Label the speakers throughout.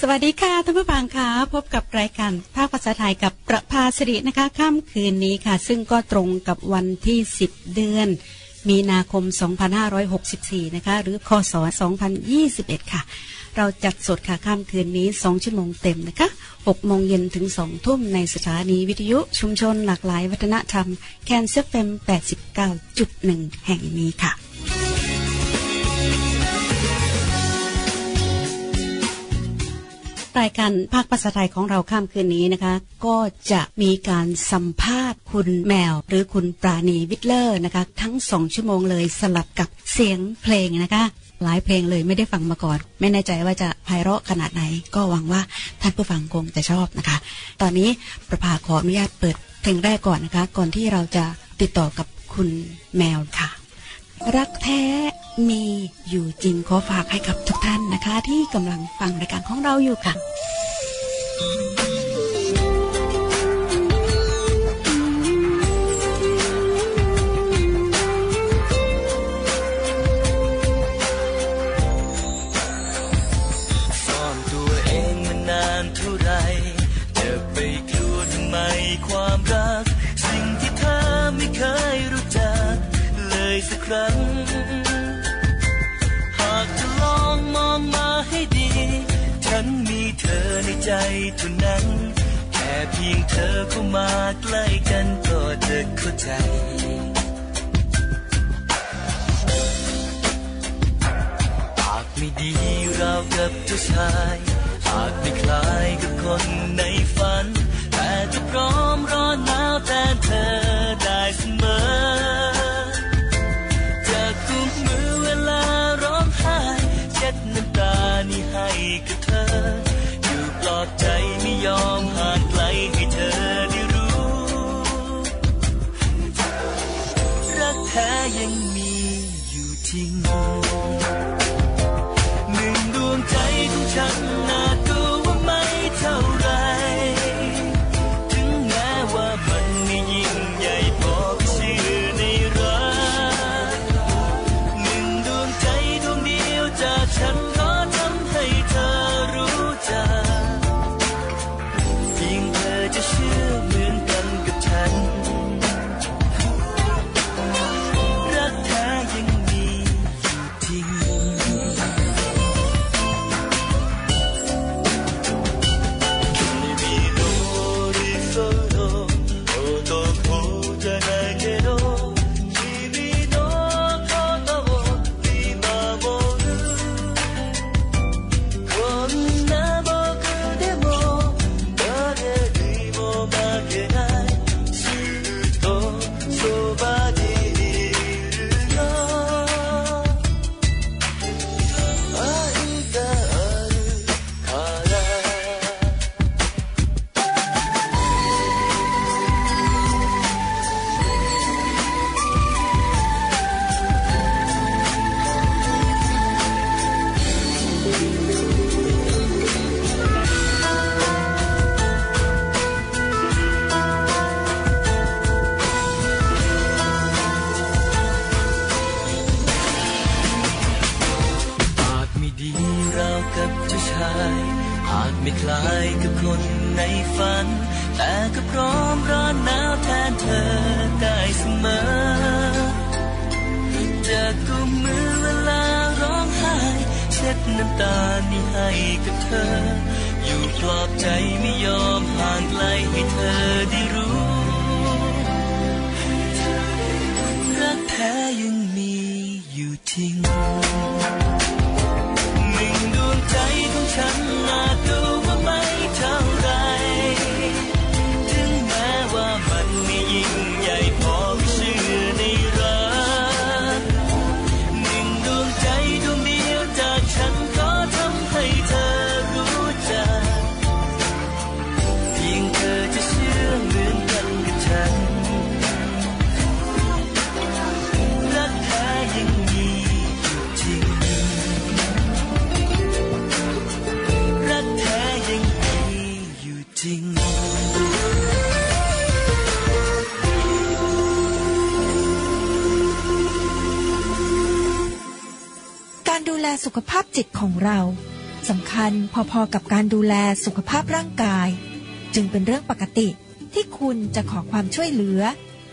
Speaker 1: สวัสดีค่ะท่านผู้ฟังคะพบกับรายการภาคภาษาไทยกับประภาสรินะคะค่ำคืนนี้ค่ะ ซึ่งก็ตรงกับวันที่ 10 เดือน มีนาคม 2564 นะคะ หรือคศ2021 ค่ะ เราจัดสดค่ะค่ำคืนนี้ 2 ชั่วโมงเต็มนะคะ6โมงเย็นถึง 2 ทุ่มในสถานีวิทยุชุมชนหลากหลายวัฒนธรรมแคนเซฟเฟม89.1 แห่งนี้ค่ะ รายการภาคภาษาไทยของเราข้ามคืนนี้นะคะ ก็จะมีการสัมภาษณ์คุณแมว หรือคุณปราณีวิทเลอร์นะคะ ทั้งสองชั่วโมงเลยสลับกับเสียงเพลงนะคะ หลายเพลงเลยไม่ได้ฟังมาก่อน ไม่แน่ใจว่าจะไพเราะขนาดไหน ก็หวังว่าท่านผู้ฟังคงจะชอบนะคะ ตอนนี้ประภาขออนุญาตเปิดเพลงแรกก่อนนะคะ ก่อนที่เราจะติดต่อกับคุณแมวค่ะ รักแท้มีอยู่จริงขอฝากให้กับทุกท่านนะคะ ที่กำลังฟังรายการของเราอยู่ค่ะ
Speaker 2: ซ่อนตัวเองมานานเท่าไหรจะไปกลัวทำไมความรัก สิ่งที่เธอไม่เคยรู้จัก เลยสักครั้ง หากจะลองมองมาให้ดี ฉันมีเธอในใจเท่านั้น แค่เพียงเธอเข้ามาใกล้กันก็จะเข้าใจ หากไม่ดีราวกับเจ้าชาย หากไม่คล้ายกับคนในฝัน แต่จะพร้อมร้อนหนาวแต่เธอได้เสมอ จะกุมมือเวลาร้องไห้ เช็ดน้ำตานี่ให้กับเธอ อยู่ปลอบใจไม่ยอมห่างไกลให้เธอได้รู้ รักแท้ยังมีอยู่จริง หนึ่งดวงใจของฉันน่าดูว่าไม่เท่าไร ถึงแม้ว่ามันไม่ยิ่งใหญ่พอกับชื่อในรักหนึ่งดวงใจดวงเดียวจากฉันขอทำให้เธอรู้จักเพียงเธอจะเชื่อเหมือนกันกับฉัน รักแท้ยังมีอยู่จริง 愛があるからหากไม่ดีราวกับเจ้าชาย หากไม่คล้ายกับคนในฝัน แต่ก็พร้อมร้อนหนาวแทนเธอได้เสมอ จะกุมมือเวลาร้องไห้ เช็ดน้ำตานี่ให้กับเธอ อยู่ปลอบใจไม่ยอมห่างไกลให้เธอได้รู้ รักแท้ยังมีอยู่จริง หนึ่งดวงใจของฉันอาจดูว่าไม่เท่าไร ถึงแม้ว่ามันไม่ยิ่งใหญ่พอเชื่อในรักหนึ่งดวงใจดวงเดียวจากฉันขอทำให้เธอรู้จัก เพียงเธอจะเชื่อเหมือนกันกับฉัน รักแท้ยังมีอยู่จริง รักแท้ยังมีอยู่จริง
Speaker 3: การดูแลสุขภาพจิตของเรา สำคัญพอๆกับการดูแลสุขภาพร่างกาย จึงเป็นเรื่องปกติ ที่คุณจะขอความช่วยเหลือ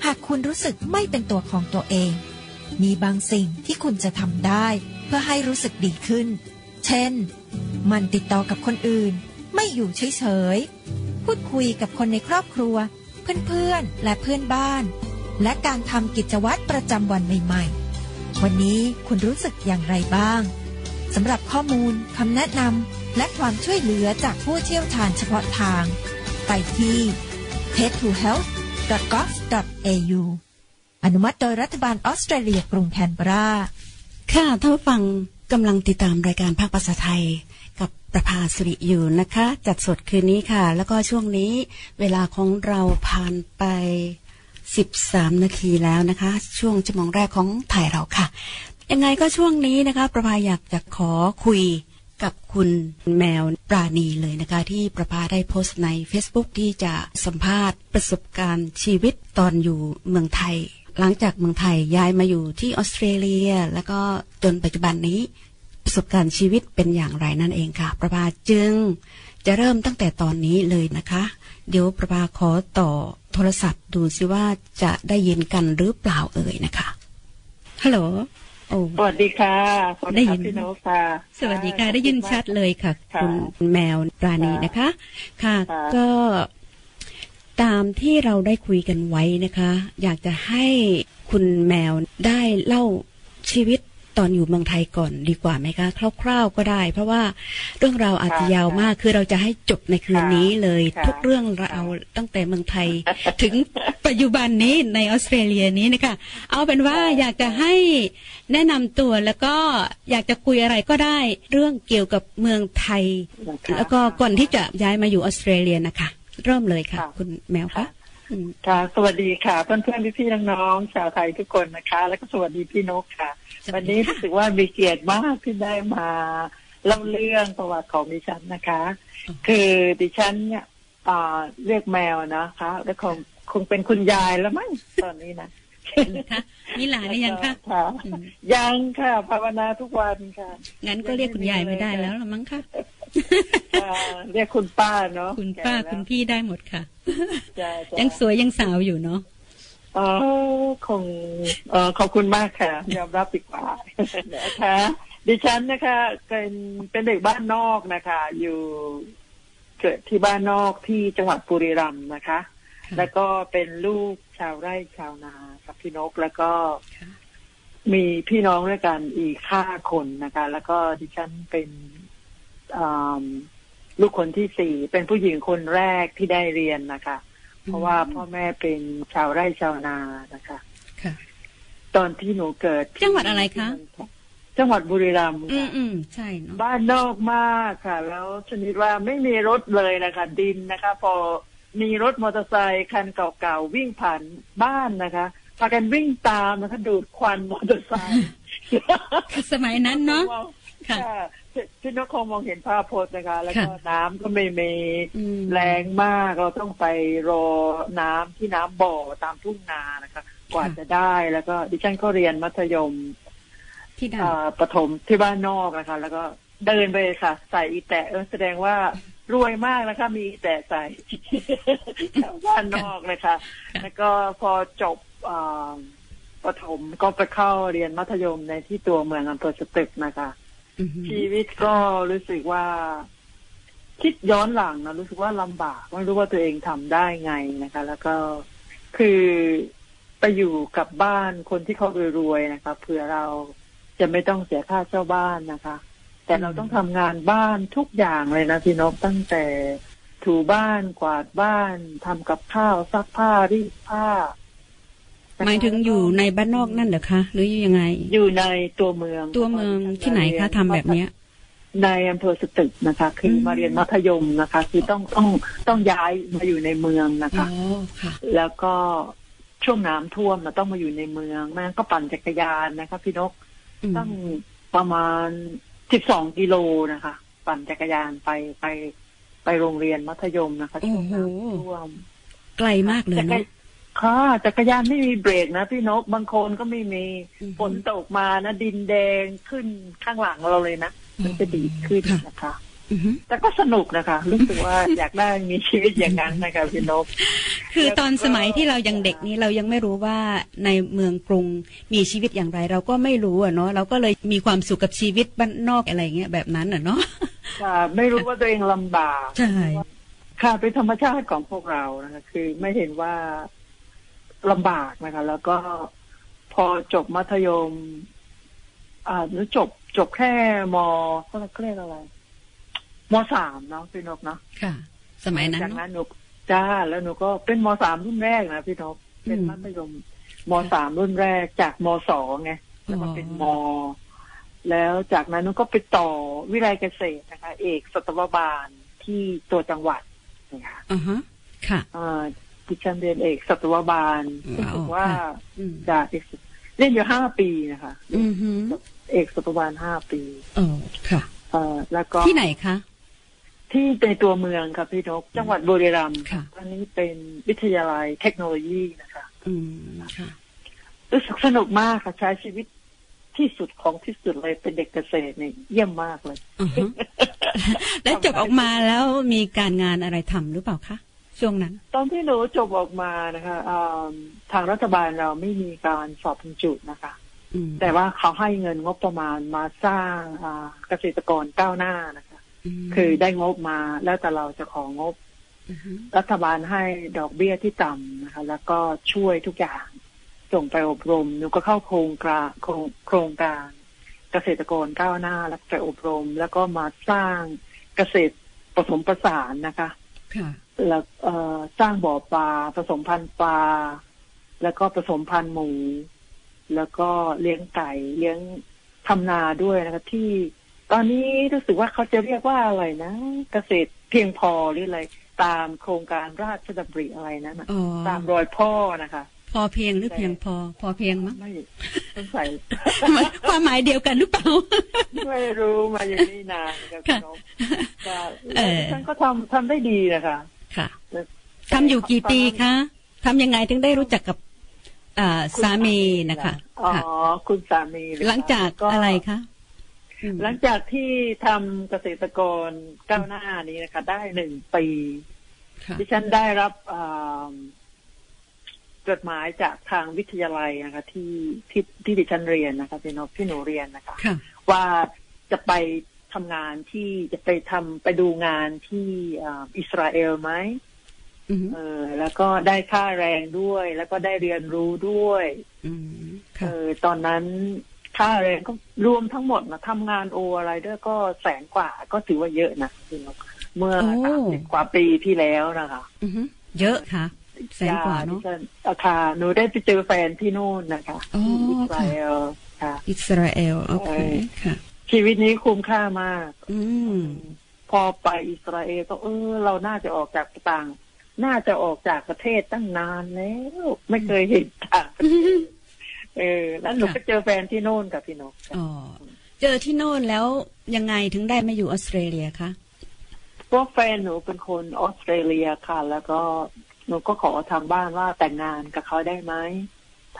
Speaker 3: หากคุณรู้สึกไม่เป็นตัวของตัวเอง มีบางสิ่งที่คุณจะทำได้ เพื่อให้รู้สึกดีขึ้น เช่น มันติดต่อกับคนอื่น ไม่อยู่เฉยๆ พูดคุยกับคนในครอบครัว เพื่อนๆ และเพื่อนบ้าน และการทำกิจวัตรประจำวันใหม่ๆ วันนี้คุณรู้สึกอย่างไรบ้าง สำหรับข้อมูลคำแนะนำและความช่วยเหลือจากผู้เชี่ยวชาญเฉพาะทาง ไปที่ t e d t o h e a l t h g o v a u อนุมัติโดยรัฐบาลออสเตรเลียกรุงแคนเบอร์รา
Speaker 1: ค่ะท่านผู้ฟังกำลังติดตามรายการภาคภาษาไทย กับประภาสุริอยู่นะคะ จัดสดคืนนี้ค่ะ แล้วก็ช่วงนี้เวลาของเราผ่านไป 13 นาทีแล้วนะคะ ช่วงชั่วโมงแรกของถ่ายเราค่ะ ยังไงก็ช่วงนี้นะคะ ประภาอยากจะขอคุยกับคุณแมวปราณีเลยนะคะ ที่ประภาได้โพสต์ใน Facebook ที่จะสัมภาษณ์ประสบการณ์ชีวิตตอนอยู่เมืองไทย หลังจากเมืองไทยย้ายมาอยู่ที่ออสเตรเลีย แล้วก็จนปัจจุบันนี้ ประสบการณ์ชีวิตเป็นอย่างไรนั่นเองค่ะ ประภาจึง จะเริ่มตั้งแต่ตอนนี้เลยนะคะ เดี๋ยวประภาขอต่อโทรศัพท์ดูซิว่าจะได้ยินกันหรือเปล่าเอ่ยนะคะฮัลโหลโอ้
Speaker 4: สวัสดีค่ะสวัส
Speaker 1: ได้ยิ
Speaker 4: ค่ะ
Speaker 1: น
Speaker 4: พี่นกค่ะ
Speaker 1: สวัสดีค่ะได้ยินชัดเลยค่ะ
Speaker 4: ค่ะ
Speaker 1: คุณแมวปราณีนะคะ ค่ะ
Speaker 4: ค่ะ
Speaker 1: ก็ตามที่เราได้คุยกันไว้นะคะ อยากจะให้คุณแมวได้เล่าชีวิตตอนอยู่เมืองไทยก่อนดีกว่าไหมคะคร่าวๆก็ได้ เพราะว่าเรื่องราวอาจจะยาวมากคือเราจะให้จบในคืนนี้เลย
Speaker 4: ค่ะ
Speaker 1: ทุกเรื่องเราวตั้งแต่เมืองไทย ถึงปัจจุบันนี้ในออสเตรเลียนี้นะคะ เอาเป็นว่า
Speaker 4: ค่ะ
Speaker 1: อยากจะให้แนะนำตัวแล้วก็อยากจะคุยอะไรก็ได้ เรื่องเกี่ยวกับเมืองไทย
Speaker 4: นะคะ
Speaker 1: แล้วก็ก่อนที่จะย้ายมาอยู่ออสเตรเลียนะคะ เริ่มเลยค่ะ
Speaker 4: ค่ะ
Speaker 1: คุณแมวคะอืม
Speaker 4: ค่ะ สวัสดีค่ะ เพื่อนเพื่อนพี่พี่ๆน้องๆชาวไทยทุกคนนะคะ แล้วก็สวัสดีพี่นกค่ะ
Speaker 1: สวั
Speaker 4: วั
Speaker 1: ส
Speaker 4: น
Speaker 1: ดี
Speaker 4: นี้
Speaker 1: ค่ะ
Speaker 4: รู้สึกว่ามีเกียรติมากที่ได้มาเล่าเรื่องประวัติของดิฉันนะคะ คือดิฉันเนี่ยอ่าเรียกแมวนะคะแล้วคงคงเป็นคุณยายแล้วมั้งตอนนี้นะ
Speaker 1: นะคะมีหลานหรือยังคะ
Speaker 4: ค่ะ
Speaker 1: อืม
Speaker 4: ยังค่ะภาวนาทุกวันค่ะ
Speaker 1: งั้นก็เรียกคุณยายไม่ได้แล้วละมั้งคะ
Speaker 4: อ่าเรียกคุณป้าเนาะ
Speaker 1: คุณป้า
Speaker 4: แก่แล้ว
Speaker 1: คุณพี่ได้หมดค่ะ
Speaker 4: จ้ะจ้ะ
Speaker 1: ยังสวยยังสาวอยู่เนาะ
Speaker 4: เออคงเออขอบคุณมากค่ะ ยอมรับดีกว่านะคะ ดิฉันนะคะเป็นเป็นเด็กบ้านนอกนะคะ อยู่เกิดที่บ้านนอกที่จังหวัดบุรีรัมย์นะคะ
Speaker 1: ค่ะ
Speaker 4: แล้วก็เป็นลูกชาวไร่ชาวนากับพี่นกแล้วก็
Speaker 1: ค่ะ
Speaker 4: มีพี่น้องด้วยกันอีกห้าคนนะคะ แล้วก็ดิฉันเป็นอ่าลูกคนที่สี่เป็นผู้หญิงคนแรกที่ได้เรียนนะคะ เพราะว่าพ่อแม่เป็นชาวไร่ชาวนานะคะ
Speaker 1: ค่ะ
Speaker 4: ตอนที่หนูเกิดที่
Speaker 1: จังหวัดอะไรคะ
Speaker 4: จังหวัดบุรีรัมย์
Speaker 1: อืม
Speaker 4: ค่ะ
Speaker 1: อืมใช่เนาะ
Speaker 4: บ้านนอกมากค่ะ แล้วชนิดว่าไม่มีรถเลยนะคะ ดินนะคะ พอมีรถมอเตอร์ไซค์คันเก่าๆวิ่งผ่านบ้านนะคะพากันวิ่งตามนะคะดูดควันมอเตอร์ไซค์
Speaker 1: คือสมัยนั้นเนาะ ค่ะ
Speaker 4: ค่ะที่นครมองเห็นภาพพจน์นะคะ แล้วก็
Speaker 1: ค่ะ
Speaker 4: น้ำก็ไม่มี
Speaker 1: อืม
Speaker 4: แรงมากเราต้องไปรอน้ำที่น้ำบ่อตามทุ่งนานะคะ กว่าจะได้แล้วก็ดิฉันก็เรียนมัธยม
Speaker 1: ที่ดัง
Speaker 4: เอ่อประถมที่บ้านนอกนะคะ แล้วก็เดินไปค่ะ ใส่อีแตะเออแสดงว่ารวยมากนะคะ มีอีแตะใส่ แถวบ้านนอกเลยค่ะ แล้วก็พอจบเอ่อประถมก็ไปเข้าเรียนมัธยมในที่ตัวเมืองอำเภอสตึกนะคะ
Speaker 1: อือหือ
Speaker 4: ชีวิตก็รู้สึกว่า คิดย้อนหลังนะรู้สึกว่าลำบากไม่รู้ว่าตัวเองทำได้ไงนะคะ แล้วก็คือไปอยู่กับบ้านคนที่เขารวยๆนะคะเผื่อเราจะไม่ต้องเสียค่าเช่าบ้านนะคะ แต่เราต้องทำงานบ้านทุกอย่างเลยนะพี่นกตั้งแต่ถูบ้านกวาดบ้านทำกับข้าวซักผ้ารีดผ้านะคะ
Speaker 1: หมายถึงอยู่ในบ้านนอกนั่นเหรอคะ หรือยังไง
Speaker 4: อยู่ในตัวเมือง
Speaker 1: ตัวเมืองที่ไหนคะทำแบบเนี้ย
Speaker 4: ในอำเภอสตึกนะคะ คืออ
Speaker 1: ม
Speaker 4: มาเรียนมัธยมนะคะ คือต้องต้องต้องย้ายมาอยู่ในเมืองนะ
Speaker 1: อ๋
Speaker 4: คะ
Speaker 1: อค่ะ
Speaker 4: แล้วก็ช่วงน้ำท่วมเราต้องมาอยู่ในเมืองแม่ก็ปั่นจักรยานนะคะ พี่นก
Speaker 1: อืม
Speaker 4: ต้องประมาณสิบสองกิโลนะคะ ปั่นจักรยานไปไปไปโรงเรียนมัธยมนะคะ
Speaker 1: โอ้
Speaker 4: ช่ว
Speaker 1: โห
Speaker 4: งน้ำท่วม
Speaker 1: ไกลมากเลยเนาะ
Speaker 4: ค่ะจักรยานไม่มีเบรกนะพี่นกบางคนก็ไม่มี
Speaker 1: อือฮึ
Speaker 4: ฝนตกมานะดินแดงขึ้นข้างหลังเราเลยนะ มันจะดีดขึ้น
Speaker 1: ค่ะ
Speaker 4: นะคะ
Speaker 1: อือฮึ
Speaker 4: แต่ก็สนุกนะคะ รู้สึกว่า อยากได้มีชีวิตอย่างนั้นนะคะพี่นก
Speaker 1: คือตอนสมัยที่เรายังเด็กนี้เรายังไม่รู้ว่าในเมืองกรุงมีชีวิตอย่างไร เราก็ไม่รู้อะเนาะเราก็เลยมีความสุขกับชีวิตบ้านนอกอะไรเงี้ยแบบนั้นอะเนาะ
Speaker 4: ค่ะ ไม่รู้ว่าตัวเองลำบาก
Speaker 1: ใช่
Speaker 4: ค่ะเป็นธรรมชาติของพวกเรานะคะ คือไม่เห็นว่าลำบากนะคะ แล้วก็พอจบมัธยม อ่าหรือจบจบแค่มเขาเรียกอะไรมสามเนาะพี่นกเนาะ
Speaker 1: ค่ะ สมัยนั้น
Speaker 4: จาก
Speaker 1: เนอะ
Speaker 4: นั้นหนูจ้าแล้วหนูก็เป็นมสามรุ่นแรกนะพี่นกเป็น
Speaker 1: อืม
Speaker 4: มัธยมมสามรุ่นแรก จากมสองไงแล้วมาเป็นม
Speaker 1: อ๋อ
Speaker 4: แล้วจากนั้นหนูก็ไปต่อวิไลเกษตรนะคะ เอกสัตวบาลที่ตัวจังหวัดนะคะ
Speaker 1: อ่าฮะค่ะ
Speaker 4: เอ่อดิฉันเรียนเอกสัตวบาล
Speaker 1: ว้าว
Speaker 4: รู้สึกว่า
Speaker 1: อืม
Speaker 4: จะเอกเรียนอยู่ห้าปีนะคะ
Speaker 1: อือฮึ
Speaker 4: เอกสัตวบาลห้าปี
Speaker 1: เออค่ะ
Speaker 4: เอ่อแล้วก็
Speaker 1: ที่ไหนคะ
Speaker 4: ที่ในตัวเมืองค่ะพี่นกจังหวัดบุรีรัมย์
Speaker 1: ค่ะ
Speaker 4: อันนี้เป็นวิทยาลัยเทคโนโลยีนะคะ
Speaker 1: อืมค่ะ
Speaker 4: รู้สึกสนุกมากค่ะใช้ชีวิตที่สุดของที่สุดเลยเป็นเด็กเกษตรเนี่ยเยี่ยมมากเลย
Speaker 1: อือฮึแล้วจบออกมาแล้วมีการงานอะไรทำหรือเปล่าคะช่วงนั้น
Speaker 4: ตอนที่หนูจบออกมานะคะเอ่อทางรัฐบาลเราไม่มีการสอบบรรจุนะคะ
Speaker 1: อืม
Speaker 4: แต่ว่าเขาให้เงินงบประมาณมาสร้างอ่าเกษตรกรก้าวหน้านะคะ
Speaker 1: ม
Speaker 4: คือได้งบมาแล้วแต่เราจะของงบ
Speaker 1: อือฮึ
Speaker 4: รัฐบาลให้ดอกเบี้ยที่ต่ำนะคะ แล้วก็ช่วยทุกอย่าง ส่งไปอบรมหนูก็เข้าโครงการโครงโครงการเกษตรกรก้าวหน้าแล้วไปอบรม แล้วก็มาสร้างเกษตรผสมผสานนะคะ
Speaker 1: ค่ะ
Speaker 4: แล้วเอ่อสร้างบ่อปลาผสมพันธุ์ปลา แล้วก็ผสมพันธุ์หมู แล้วก็เลี้ยงไก่เลี้ยงทำนาด้วยนะคะที่ ตอนนี้รู้สึกว่าเขาจะเรียกว่าอะไรนะ เกษตรเพียงพอหรืออะไร ตามโครงการราชดำริอะไรนะนะ
Speaker 1: อ๋อ
Speaker 4: ตามรอยพ่อนะคะ
Speaker 1: พอเพียงหรือเพียงพอ พอเพียงมั้ง
Speaker 4: ไม่สงสัย
Speaker 1: ความหมายเดียวกันหรือเปล่า
Speaker 4: ไม่รู้มาอย่างนี้นานกับ
Speaker 1: ค่ะ
Speaker 4: นกก็
Speaker 1: เอ่อ
Speaker 4: ฉันก็ทำทำได้ดีนะคะ
Speaker 1: ค่ะทำอยู่กี่ปีคะทำยังไงถึงได้รู้จักกับอ่าสามีนะคะ
Speaker 4: อ๋อ
Speaker 1: ค่ะ
Speaker 4: คุณสามีเย
Speaker 1: หลังจาก
Speaker 4: ก็
Speaker 1: อะไรคะอืม
Speaker 4: หลังจากที่ทำเกษตรกรก้าวหน้านี้นะคะ ได้หนึ่งปี
Speaker 1: ค่ะ
Speaker 4: ดิฉันได้รับอ่าจดหมายจากทางวิทยาลัยนะคะ ที่ที่ที่ดิฉันเรียนนะคะพี่นกที่หนูเรียนนะคะ
Speaker 1: ค่ะ
Speaker 4: ว่าจะไปทำงานที่จะไปทำไปดูงานที่อ่าอิสราเอลไหม
Speaker 1: อืม
Speaker 4: เออ แล้วก็ได้ค่าแรงด้วย แล้วก็ได้เรียนรู้ด้วย
Speaker 1: อืม
Speaker 4: เอ
Speaker 1: ค่ะ
Speaker 4: อตอนนั้นค่าแรงก็รวมทั้งหมดนะทำงานโออะไรด้วยก็แสนกว่าก็ถือว่าเยอะนะคุณนกเมื่อสามสิบกว่าปีที่แล้วนะคะ
Speaker 1: อือฮึเยอะค่ะแสนกว่าเนาะ
Speaker 4: ดิฉัอาคาหนูได้ไปเจอแฟนที่นู่นนะคะ
Speaker 1: อ๋อ
Speaker 4: ที่อิส
Speaker 1: ค่ะ
Speaker 4: ราเอลค่ะ
Speaker 1: อิสราเอลโอเคค่ะ
Speaker 4: ชีวิตนี้คุ้มค่ามาก
Speaker 1: อืม
Speaker 4: พอไปอิสราเอลก็เออ เราน่าจะออกจากต่าง น่าจะออกจากประเทศตั้งนานแล้ว ไม่เคยเห็นต่างประเท ศเออ แล้วหนูก็เจอแฟนที่โน่นกับพี่นกค่ะ
Speaker 1: อ๋อ เจอที่โน่นแล้วยังไงถึงได้มาอยู่ออสเตรเลียคะ
Speaker 4: เพราะแฟนหนูเป็นคนออสเตรเลียค่ะ แล้วก็หนูก็ขอทางบ้านว่าแต่งงานกับเขาได้ไหม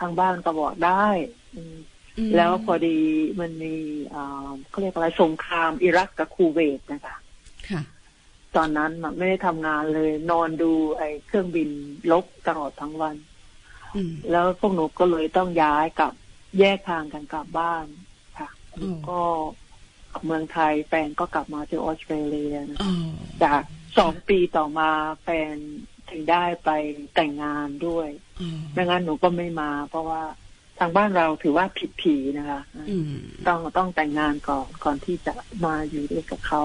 Speaker 4: ทางบ้านก็บอกได้อืม
Speaker 1: อืม
Speaker 4: แล้วพอดีมันมีอ่าเขาเรียกอะไรสงครามอิรักกับคูเวตนะคะ
Speaker 1: ค่ะ
Speaker 4: ตอนนั้นน่ะไม่ได้ทำงานเลย นอนดูไอ้เครื่องบินลบตลอดทั้งวัน
Speaker 1: อืม
Speaker 4: แล้วพวกหนูก็เลยต้องย้ายกลับแยกทางกันกลับบ้านค่ะ
Speaker 1: อืม
Speaker 4: ก็กลับเมืองไทยแฟนก็กลับมาที่ออสเตรเลียนะคะ
Speaker 1: อ๋อ
Speaker 4: จากสองปีต่อมาแฟนถึงได้ไปแต่งงานด้วย
Speaker 1: อ๋อ
Speaker 4: ไม่งั้นหนูก็ไม่มา เพราะว่าทางบ้านเราถือว่าผิดผีนะคะ
Speaker 1: อืม
Speaker 4: ต้องต้องแต่งงานก่อนก่อนที่จะมาอยู่ด้วยกับเขา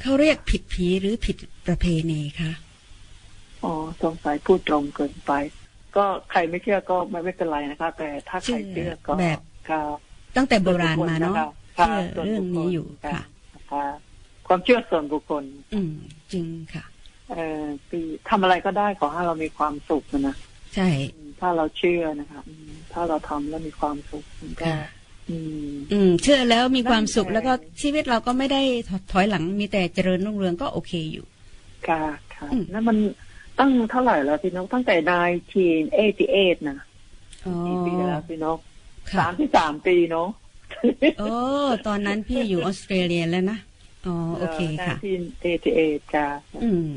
Speaker 1: เขาเรียกผิดผีหรือผิดประเพณีคะ
Speaker 4: อ๋อสงสัยพูดตรงเกินไป ก็ใครไม่เชื่อก็ไม่ไม่เป็นไรนะคะ แต่ถ้าใครเชื่อก็
Speaker 1: แบบ
Speaker 4: ค่ะ
Speaker 1: ตั้งแต่โบราณมาเนาะ
Speaker 4: ค่ะ
Speaker 1: เชื่อ
Speaker 4: ส่วน
Speaker 1: เรื่อ
Speaker 4: บุ
Speaker 1: ง
Speaker 4: คคล
Speaker 1: นี้อยู่ค่ะ
Speaker 4: ค่ะ ความเชื่อส่วนบุคคล
Speaker 1: อืม จริงค่ะ
Speaker 4: เอ่อปีทำอะไรก็ได้ขอให้เรามีความสุขนะนะ
Speaker 1: ใช่
Speaker 4: อืมถ้าเราเชื่อนะคะอืมถ้าเราทำแล้วมีความสุขมันก็
Speaker 1: ค่ะ
Speaker 4: อืม
Speaker 1: อืม เชื่อแล้วมีความสุข
Speaker 4: นั่นแหละ
Speaker 1: แล้วก็ชีวิตเราก็ไม่ได้ถอยหลังมีแต่เจริญรุ่งเรืองก็โอเคอยู่
Speaker 4: ค่ะค่ะ
Speaker 1: อืม
Speaker 4: แล้วมันตั้งเท่าไหร่แล้วพี่นกตั้งแต่นายทีนเอทีเอนะ
Speaker 1: อ๋อ
Speaker 4: กี่ปีแล้วพี่นกสา
Speaker 1: ค่ะ
Speaker 4: มที่สามปีเนาะ
Speaker 1: โอ้ตอนนั้นพี่อยู่ออสเตรเลียแล้วนะ อ๋อโอเค
Speaker 4: หน้า
Speaker 1: ค่ะ
Speaker 4: ที่ ATA จะ
Speaker 1: อืม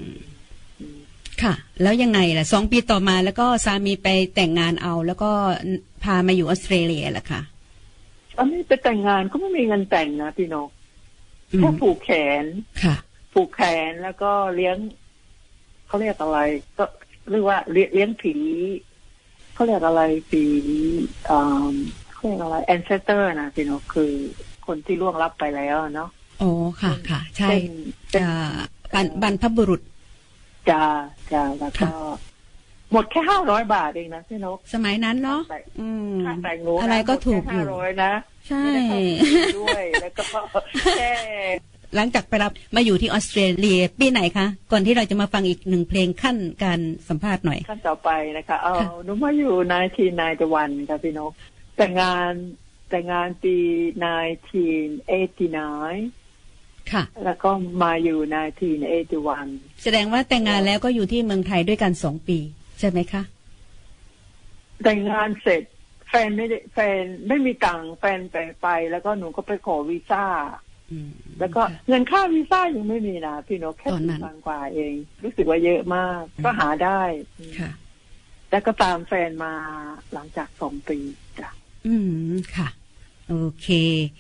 Speaker 1: ค่ะ แล้วยังไงล่ะสองปีต่อมาแล้วก็สามีไปแต่งงานเอา แล้วก็พามาอยู่ออสเตรเลียล่ะค่ะ
Speaker 4: อันนี้ไปแต่งงานก็ไม่มีเงินแต่งนะพี่นก
Speaker 1: อืม
Speaker 4: แค่ผูกแขน
Speaker 1: ค่ะ
Speaker 4: ผูกแขนแล้วก็เลี้ยงเขาเรียกอะไร ก็เรียกว่าเลี้ยงเลี้ยงผีเขาเรียกอะไรผีอ่าเขาเรียกอะไร ancestor นะพี่นกคือคนที่ล่วงลับไปแล้วเนาะ
Speaker 1: โอ้ค่ะ ค่ะ ใช่
Speaker 4: เช่นเช่น
Speaker 1: จะบรรบรรพบุรุษ
Speaker 4: จ้าจ้าแล้วก็
Speaker 1: ค่ะ
Speaker 4: หมดแค่ห้าร้อยบาทเองนะพี่นก
Speaker 1: สมัยนั้นเนาะ
Speaker 4: ใช่
Speaker 1: อืม
Speaker 4: ค่าแต่งรถ
Speaker 1: อะไรก็ถูกอ
Speaker 4: ห้า
Speaker 1: ยู่
Speaker 4: ร้อยนะ
Speaker 1: ใช่
Speaker 4: ไม่ได้เข้าฟรีด้วย แล้วก็แค่
Speaker 1: หลังจากไปรับมาอยู่ที่ออสเตรเลียปีไหนคะ ก่อนที่เราจะมาฟังอีกหนึ่งเพลงขั้นการสัมภาษณ์หน่อย
Speaker 4: ขั้นต่อไปนะคะ เอาหนูมาอยู่นายทีนายตะวันค่ะพี่นก แต่งงานแต่งงานปีนายทีนเอทีนาย
Speaker 1: ค่ะ
Speaker 4: แล้วก็มาอยู่นายทีนเอทีวัน
Speaker 1: แสดงว่าแต่งงานแล้วก็อยู่ที่เมืองไทยด้วยกันสองปี ใช่ไหมคะ
Speaker 4: แต่งงานเสร็จ แฟนไม่ได้แฟนไม่มีตังค์แฟนไปไป แล้วก็หนูก็ไปขอวีซ่า
Speaker 1: อืม
Speaker 4: แล้วก็เงินค่าวีซ่ายังไม่มีนะพี่นกแค่
Speaker 1: ตอน
Speaker 4: สี่
Speaker 1: นั้น
Speaker 4: พันกว่าเอง รู้สึกว่าเยอะมาก ก็หาได้อืม
Speaker 1: ค่ะ
Speaker 4: แล้วก็ตามแฟนมาหลังจากสองปีจ้ะ
Speaker 1: อืม ค่ะ โอเค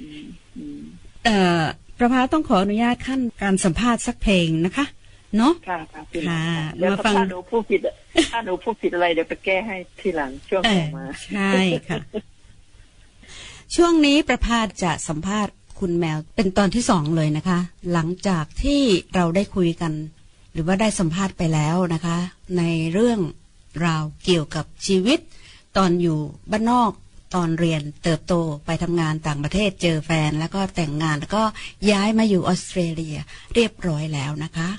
Speaker 4: อืมอืม
Speaker 1: เอ่อ ประภาต้องขออนุญาตขั้นการสัมภาษณ์สักเพลงนะคะ เนาะ
Speaker 4: ค่ะค่ะพี่นก
Speaker 1: ค่ะ
Speaker 4: ค่ะแล้ว
Speaker 1: มา
Speaker 4: ก็
Speaker 1: ฟัง
Speaker 4: ถ้าหนูพูดผิดถ้าหนูพูดผิดอะไรเดี๋ยวไปแก้ให้ทีหลังช่วง
Speaker 1: เอ
Speaker 4: ต่
Speaker 1: อ
Speaker 4: อมา
Speaker 1: ใช่ค่ะ ช่วงนี้ประภาสจะสัมภาษณ์คุณแมวเป็นตอนที่สองเลยนะคะ หลังจากที่เราได้คุยกัน หรือว่าได้สัมภาษณ์ไปแล้วนะคะ ในเรื่องราวเกี่ยวกับชีวิต ตอนอยู่บ้านนอก ตอนเรียนเติบโตไปทำงานต่างประเทศเจอแฟน แล้วก็แต่งงานแล้วก็ย้ายมาอยู่ออสเตรเลียเรียบร้อยแล้วนะคะ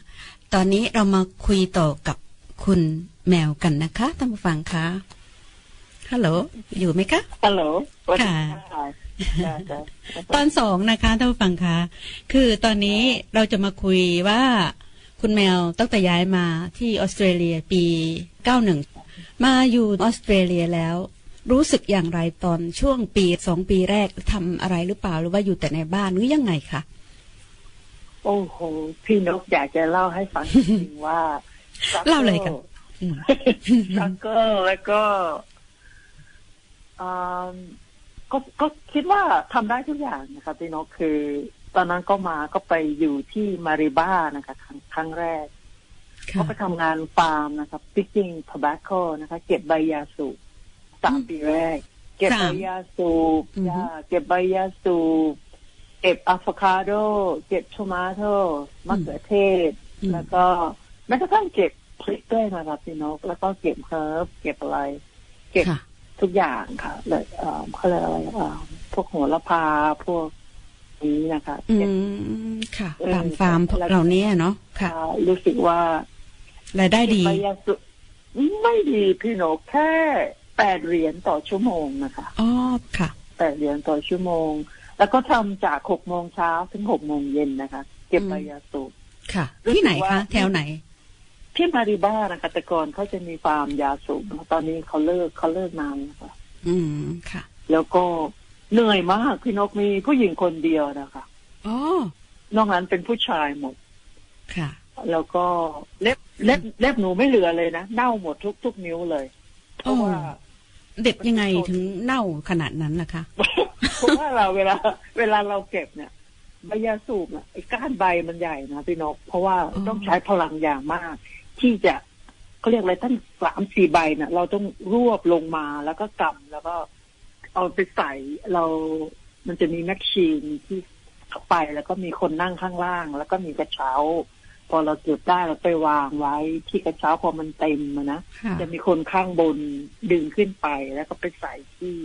Speaker 1: ตอนนี้เรามาคุยต่อกับคุณแมวกันนะคะท่านผู้ฟังคะฮัลโหลอยู่ไหมคะ
Speaker 4: ฮัลโหลสวัสดี
Speaker 1: ค่ะ
Speaker 4: ค่ะจ้ะจ้ะ
Speaker 1: ตอนสองนะคะท่านผู้ฟังคะคือตอนนี้เราจะมาคุยว่าคุณแมวตั้งแต่ย้ายมาที่ออสเตรเลียปี 91 มาอยู่ออสเตรเลียแล้ว รู้สึกอย่างไรตอนช่วงปีสองปีแรกทำอะไรหรือเปล่าหรือว่าอยู่แต่ในบ้านหรือยังไงคะ
Speaker 4: โอ้โหพี่นกอยากจะเล่าให้ฟังจริงๆว่า
Speaker 1: เล่าเลยค่ะ อืม
Speaker 4: แล้วก็แล้วก็อืมก็ก็คิดว่าทำได้ทุกอย่างนะคะพี่นกคือ ตอนนั้นก็มาก็ไปอยู่ที่มาริบ้านะคะครั้งครั้งแรก ก็
Speaker 1: ค่ะ
Speaker 4: ไปทำงานฟาร์มนะครับ picking tobacco นะคะ เก็บใบยาสูบสามปีแรก เก็บใบ
Speaker 1: สาม
Speaker 4: ยาสูบ
Speaker 1: อือฮึ
Speaker 4: จ้าเก็บใบยาสูบ เก็บอะโวคาโด เก็บชมาโตมะเขือเทศ
Speaker 1: อืม
Speaker 4: แล้วก็แม้กระทั่งเก็บพริกด้วยนะครับพี่นก แล้วก็เก็บเฮิร์บเก็บอะไร เก็บ
Speaker 1: ค่ะ
Speaker 4: ทุกอย่างค่ะเลยเอ่อเขาเรียกอะไรเอ่อพวกโหระพาพวกนี้นะคะ
Speaker 1: อื
Speaker 4: เก็บ
Speaker 1: มค่ะ
Speaker 4: เออ
Speaker 1: ตามฟาร์มพวก
Speaker 4: แล้ว
Speaker 1: เราเนี้ยเนาะค่ะ
Speaker 4: มารู้สึกว่า
Speaker 1: รายได้ดี
Speaker 4: ไปยังสุดไม่ดีพี่นกแค่แปดเหรียญต่อชั่วโมงนะคะ
Speaker 1: อ๋อค่ะ
Speaker 4: แปดเหรียญต่อชั่วโมง แล้วก็ทำจากหกโมงเช้าถึงหกโมงเย็นนะคะ เก็บ
Speaker 1: อืม
Speaker 4: ใบยาสูบ
Speaker 1: ค่ะ
Speaker 4: รู้สึก
Speaker 1: ที่ไหน
Speaker 4: ว่า
Speaker 1: คะ แถวไหน
Speaker 4: ที่มาริบ้านะคะแต่ก่อนเขาจะมีฟาร์มยาสูบนะคะตอนนี้เขาเลิกเขาเลิกนานแล้วค่ะ
Speaker 1: อืมค่ะ
Speaker 4: แล้วก็เหนื่อยมากพี่นกมีผู้หญิงคนเดียวนะคะ
Speaker 1: อ๋อน
Speaker 4: อกนั้นเป็นผู้ชายหมด
Speaker 1: ค่ะ
Speaker 4: แล้วก็เล็บเล็บเล็บหนูไม่เหลือเลยนะเน่าหมดทุกทุกนิ้วเลย เพราะว่า
Speaker 1: โอ้ เด็ดยังไงถึงเน่าขนาดนั้นล่ะคะ
Speaker 4: เพราะว่าเราเวลาเวลาเราเก็บเนี่ยใบยาสูบน่ะไอ้ก้านใบมันใหญ่นะพี่นก เพราะว่า
Speaker 1: อ๋อ
Speaker 4: ต้องใช้พลังอย่างมาก ที่จะเขาเรียกอะไรตั้งสามสี่ใบเนี่ยเราต้องรวบลงมาแล้วก็กำแล้วก็เอาไปใส่เรา มันจะมีแมชชีนที่เข้าไปแล้วก็มีคนนั่งข้างล่าง แล้วก็มีกระเช้า พอเราเก็บได้เราไปวางไว้ที่กระเช้าพอมันเต็มอะนะ
Speaker 1: ค่ะ
Speaker 4: จะมีคนข้างบนดึงขึ้นไปแล้วก็ไปใส่ที่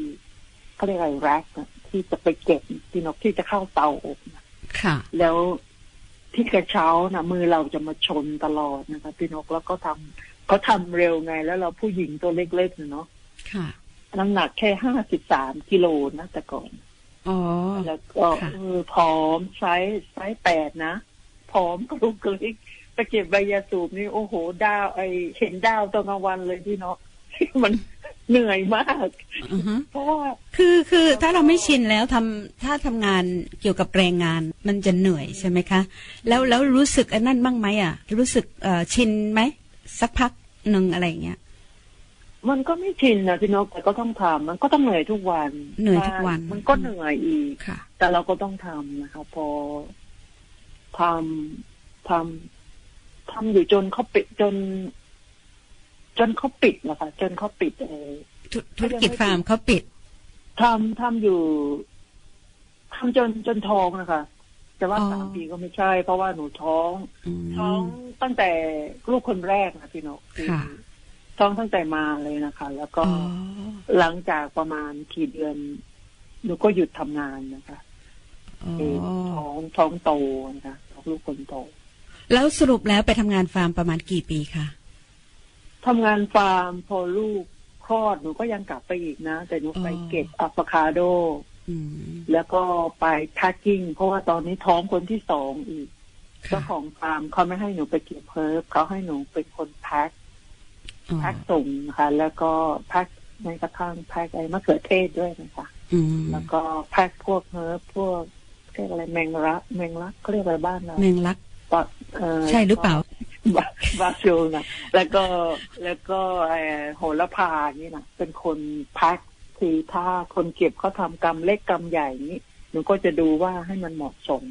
Speaker 4: เขาเรียกอะไรแร็กอะที่จะไปเก็บที่นกที่จะเข้าเตาอบนะ
Speaker 1: ค่ะ
Speaker 4: แล้วที่กระเช้านะมือเราจะมาชนตลอดนะคะพี่นกแล้วก็ทำเขาทำเร็วไงแล้วเราผู้หญิงตัวเล็กๆน่ะเนาะ
Speaker 1: ค่ะ
Speaker 4: น้ำหนักแค่ห้าสิบสามกิโลนะแต่ก่อน
Speaker 1: อ๋อ
Speaker 4: แล้วก็
Speaker 1: ค่ะ
Speaker 4: เออผอมไซส์ไซส์แปดนะผอมกระลุกกระลิกไปเก็บใบยาสูบนี่โอ้โหดาวไอเห็นดาวตอนกลางวันเลยพี่เนาะ มัน เหนื่อยมาก
Speaker 1: อือฮึ
Speaker 4: เพราะว่า
Speaker 1: คือคือถ้าเราไม่ชินแล้วทำถ้าทำงานเกี่ยวกับแรงงานมันจะเหนื่อยใช่ไหมคะ แล้วแล้วรู้สึกอันนั้นบ้างไหมอ่ะ รู้สึกเอ่อชินไหมสักพักหนึ่งอะไรอย่างเงี้ย
Speaker 4: มันก็ไม่ชินนะพี่นกแต่ก็ต้องทำมันก็ต้องเหนื่อยทุกวัน
Speaker 1: เหนื่อยทุกวัน
Speaker 4: มันก็เหนื่อยอีก
Speaker 1: ค่ะ
Speaker 4: แต่เราก็ต้องทำนะคะพอทำทำทำอยู่จนเขาปิดจน จนเขาปิดนะคะจนเขาปิดเออ
Speaker 1: ธุธุรกิจฟาร์มเขาปิด
Speaker 4: ทำทำอยู่ทำจนจนท้องนะคะแต่ว่า
Speaker 1: อ๋อ
Speaker 4: สามปีก็ไม่ใช่ เพราะว่าหนูท้อง
Speaker 1: อืม
Speaker 4: ท้องตั้งแต่ลูกคนแรกนะพี่นกอ
Speaker 1: ค่ะ
Speaker 4: ท้องตั้งแต่มาเลยนะคะ แล้วก็
Speaker 1: อ๋อ
Speaker 4: หลังจากประมาณกี่เดือนหนูก็หยุดทำงานนะคะ
Speaker 1: อ๋อ
Speaker 4: เออท้องท้องโตนะคะท้องลูกคนโต
Speaker 1: แล้วสรุปแล้วไปทำงานฟาร์มประมาณกี่ปีคะ
Speaker 4: ทำงานฟาร์มพอลูกคลอดหนูก็ยังกลับไปอีกนะ แต่หนูไป
Speaker 1: อ๋อ
Speaker 4: เก็บอะฟาคาโด
Speaker 1: อืม
Speaker 4: แล้วก็ไปทักกิ้ง เพราะว่าตอนนี้ท้องคนที่สองอีก
Speaker 1: ค่ะ
Speaker 4: เจ้าของฟาร์มเขาไม่ให้หนูไปเก็บเพิร์ฟเขาให้หนูเป็นคนแพ็ค
Speaker 1: อ๋อ
Speaker 4: แพ็คส่งนะคะ แล้วก็แพ็คในกระทั่งแพ็คไอ้มะเขือเทศด้วยนะคะ
Speaker 1: อืม
Speaker 4: แล้วก็แพ็คพวกเฮิร์บพวกเรียกอะไรแมงระแมงลักเขาเรียกอะไรบ้านเรา
Speaker 1: แมงลัก
Speaker 4: ปะเอ่อ
Speaker 1: ใช่หรือเปล่า
Speaker 4: บาบาซิลนะแล้วก็แล้วก็เอ่อโหระพานี่นะเป็นคนแพ็คคือถ้าคนเก็บเขาทำกรรมเล็กกรรมใหญ่นี้หนูก็จะดูว่าให้มันเหมาะสม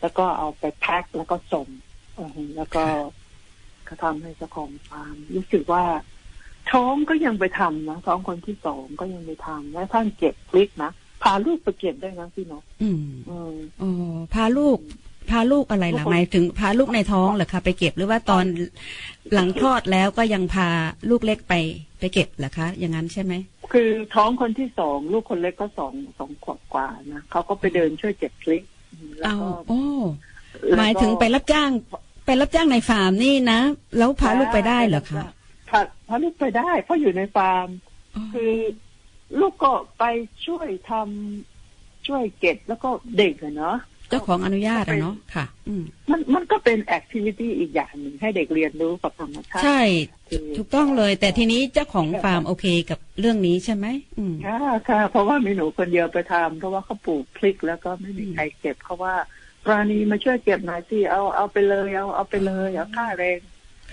Speaker 4: แล้วก็เอาไปแพ็คแล้วก็ส่งเออแล้วก็เขาทำให้เจ้าของฟาร์มรู้สึกว่า ท้องก็ยังไปทำนะท้องคนที่สองก็ยังไปทำและท่านเก็บพลิกนะพาลูกไปเก็บด้วยนะพี่นก
Speaker 1: อืม
Speaker 4: เออ
Speaker 1: อ๋อพาลูก พาลูกอะไรล่ะ
Speaker 4: ลูกคน
Speaker 1: หมายถึงพาลูกในท้องเหรอคะไปเก็บหรือว่าตอนหลังคลอดแล้วก็ยังพาลูกเล็กไปไปเก็บเหรอคะ อย่างนั้นใช่ไหม
Speaker 4: คือท้องคนที่สองลูกคนเล็กก็สองสองขวบกว่านะเขาก็ไปเดินช่วยเก็บพลิกแล้
Speaker 1: เอา
Speaker 4: วก็
Speaker 1: โอ้
Speaker 4: แล้วก็
Speaker 1: หมายถึงไปรับจ้าง ไปรับจ้างในฟาร์มนี่นะแล้วพาลูกไปได้เหรอคะ
Speaker 4: พาพาลูกไปได้ เพราะอยู่ในฟาร์ม
Speaker 1: อ๋อ
Speaker 4: คือลูกก็ไปช่วยทำช่วยเก็บแล้วก็เด็กอะเนาะ
Speaker 1: เจ้าของอนุญาตอะเนาะค่ะ อืม
Speaker 4: มันมันก็เป็นแอคทิวิตี้อีกอย่างหนึ่งให้เด็กเรียนรู้กับธรรมชาติ
Speaker 1: ใช่ ถูกต้องเลย แต่ทีนี้เจ้าของฟาร์มโอเคกับเรื่องนี้ใช่ไหมอืม
Speaker 4: ค่ะค่ะ เพราะว่ามีหนูคนเดียวไปทำเพราะว่าเขาปลูกพริกแล้วก็ไม่มีใครเก็บเขาว่าปราณีมาช่วยเก็บหน่อยสิเอาเอาไปเลยเอาเอาไปเลยเอาค่าแรง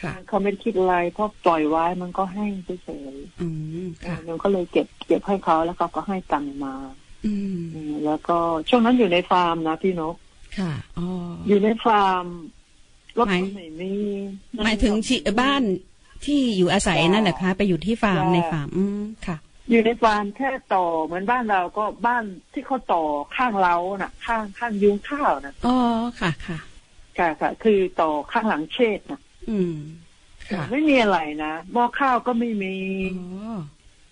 Speaker 1: ค่ะ
Speaker 4: เขาไม่ได้คิดอะไรเพราะปล่อยไว้มันก็แห้งเฉย
Speaker 1: อืม
Speaker 4: ๆ
Speaker 1: ค่ะ
Speaker 4: หนูก็เลยเก็บเก็บให้เขาแล้วเขาก็ให้ตังค์มา
Speaker 1: อืม
Speaker 4: อืมแล้วก็ช่วงนั้นอยู่ในฟาร์มนะพี่นก
Speaker 1: ค่ะ อ๋อ
Speaker 4: อยู่ในฟาร์มรถ
Speaker 1: หมาย
Speaker 4: ก็ไม่มี
Speaker 1: หมายถึงชิบ้านที่อยู่อาศัยนั่นแหละคะ ไปอยู่ที่ฟาร์มในฟาร์ม อืม ค่ะ
Speaker 4: อยู่ในฟาร์มแค่ต่อเหมือนบ้านเราก็บ้านที่เขาต่อข้างเล้าน่ะ ข้างข้างยุ้งข้าวน่ะ
Speaker 1: อ๋อ ค่ะ ค่ะ
Speaker 4: ค่ะค่ะคือต่อข้างหลังเชษนะ
Speaker 1: อืม ค่ะ
Speaker 4: ไม่มีอะไรนะหม้อข้าวก็ไม่มี
Speaker 1: อ๋อ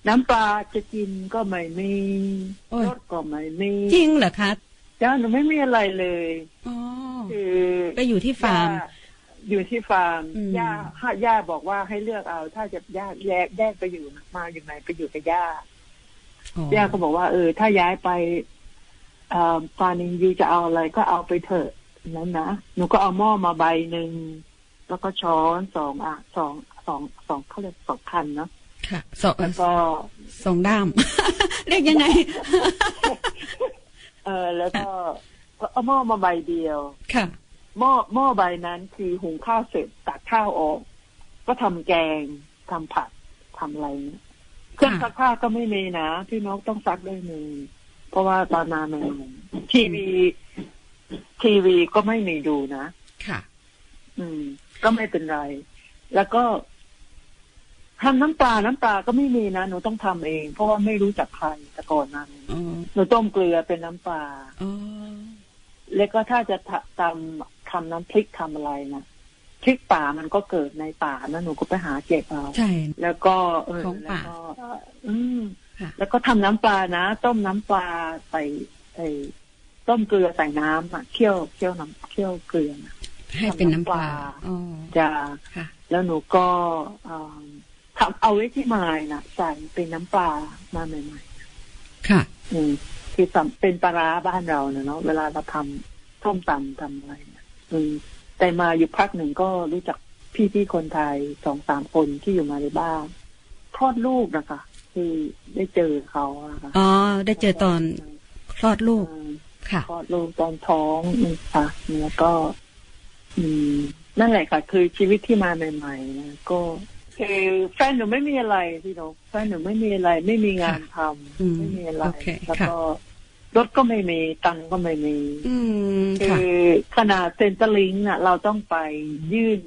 Speaker 4: น้ำปลาจะกินก็ไม่มี
Speaker 1: โอ้ย
Speaker 4: รสก็ไม่มี
Speaker 1: จริงเหรอคะ
Speaker 4: จ้าหนูไม่มีอะไรเลย
Speaker 1: อ๋อ
Speaker 4: คือ
Speaker 1: ไปอยู่ที่ฟาร์ม
Speaker 4: ย่อยู่ที่ฟาร์ม
Speaker 1: อืม
Speaker 4: ย่าให้ย่าบอกว่าให้เลือกเอา ถ้าจะย่าแยกแยกไปอยู่นะมาอยู่ไหนไปอยู่กับย่า
Speaker 1: อ๋อย่
Speaker 4: าก็บอกว่าเออ ถ้าย้ายไปเอ่อฟาร์มนิงยูจะเอาอะไรก็เอาไปเถอะนั้นนะหนูก็เอาหม้อมาใบหนึ่งแล้วก็ช้อนสองอ่ะสองสองสองเขาเรียกสองคันเนาะ
Speaker 1: ค่ะสอง
Speaker 4: แล้วก็
Speaker 1: สองด้าม เรียกยังไง
Speaker 4: เออแล้วก็เอาหม้อมาใบเดียว
Speaker 1: ค่ะ
Speaker 4: หม้อหม้อใบนั้นคือหุงข้าวเสร็จตักข้าวออก ก็ทำแกงทำผัดทำอะไรเนี่ยเครื่องซักผ้าก็ไม่มีนะพี่นกต้องซักด้วยมือเพราะว่าตอนนาแมนทีวีทีวีก็ไม่มีดูนะ
Speaker 1: ค่ะ
Speaker 4: อืม ก็ไม่เป็นไร แล้วก็ทำน้ำปลาน้ำปลาก็ไม่มีนะหนูต้องทำเอง เพราะว่าไม่รู้จักใครแต่ก่อนนั้น
Speaker 1: อ๋อ
Speaker 4: หนูต้มเกลือเป็นน้ำปลา
Speaker 1: อ๋อ
Speaker 4: แล้วก็ถ้าจะทะทำทำน้ำพริกทำอะไรนะพริกป่ามันก็เกิดในป่านะหนูก็ไปหาเก็บเอา
Speaker 1: ใช่
Speaker 4: แล้วก็เออ
Speaker 1: ของป่า
Speaker 4: แล้วก็อืม
Speaker 1: ค่ะ
Speaker 4: แล้วก็ทำน้ำปลานะต้มน้ำปลาใส่ไอ้ต้มเกลือใส่น้ำอะเคี่ยวเคี่ยวน้ำเคี่ยวเกลือนะ
Speaker 1: ให้เป็นน้ำปลา อ๋อ
Speaker 4: จะ
Speaker 1: ค่ะ
Speaker 4: แล้วหนูก็เอิ่มทำเอาไว้ที่ไม้นะใส่เป็นน้ำปลามาใหม่
Speaker 1: ค่ะ
Speaker 4: ๆอืมคือสำเป็นปลาร้าบ้านเราเนี่ยเนาะเวลาเราทำส้มตำทำอะไรนะ อืมแต่มาอยู่พักหนึ่งก็รู้จักพี่พี่ๆคนไทยสองสามคนที่อยู่มาในบ้านคลอดลูกนะคะ ที่ได้เจอเขาอะค่ะ
Speaker 1: อ๋อ ได้เจอตอนคลอดลูกค่ะ
Speaker 4: คลอดลูกตอนท้องนี่ค่ะแล้วก็ อืม นั่นแหละค่ะ คือชีวิตที่มาใหม่ๆนะก็คือแฟนหนูไม่มีอะไรพี่นกแฟนหนูไม่มีอะไร ไม่มีงานท
Speaker 1: อืม
Speaker 4: ำไม่มีอะไร
Speaker 1: โอเค
Speaker 4: แล้ว
Speaker 1: ค่ะ
Speaker 4: ก็รถก็ไม่มีตังค์ก็ไม่มี
Speaker 1: อืม
Speaker 4: คื
Speaker 1: ค่ะ
Speaker 4: อขนาดเซ็นเตอร์ลิงก์น่ะ เราต้องไปยื่น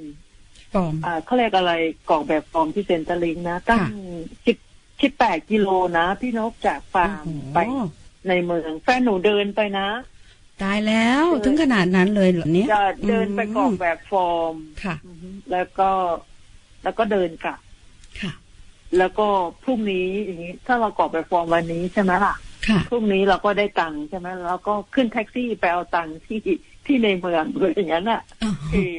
Speaker 1: ปอม
Speaker 4: อ่าเขาเรียกอะไรกรอกแบบฟอร์มที่เซ็นเตอร์ลิงก์นะตั้ง
Speaker 1: ค่ะ
Speaker 4: สิบสิบแปดกิโลนะ พี่นกจากฟาร์ม
Speaker 1: โอ้โห
Speaker 4: ไปในเมือง แฟนหนูเดินไปนะ
Speaker 1: ตายแล้วถึงขนาดนั้นเลยเหรอเนี่ย
Speaker 4: จะเดินไปกรอก
Speaker 1: ม
Speaker 4: แบบฟอร์ม
Speaker 1: ค่ะ
Speaker 4: แล้วก็ แล้วก็เดินกลับ
Speaker 1: ค่ะ
Speaker 4: แล้วก็พรุ่งนี้อย่างนี้ ถ้าเรากรอกแบบฟอร์มวันนี้ใช่ไหมล่ะ
Speaker 1: ค่ะ
Speaker 4: พรุ่งนี้เราก็ได้ตังค์ใช่ไหมแล้วก็ขึ้นแท็กซี่ไปเอาตังค์ที่ที่ในเมืองเลยอย่างนั้นอ่ะ คือ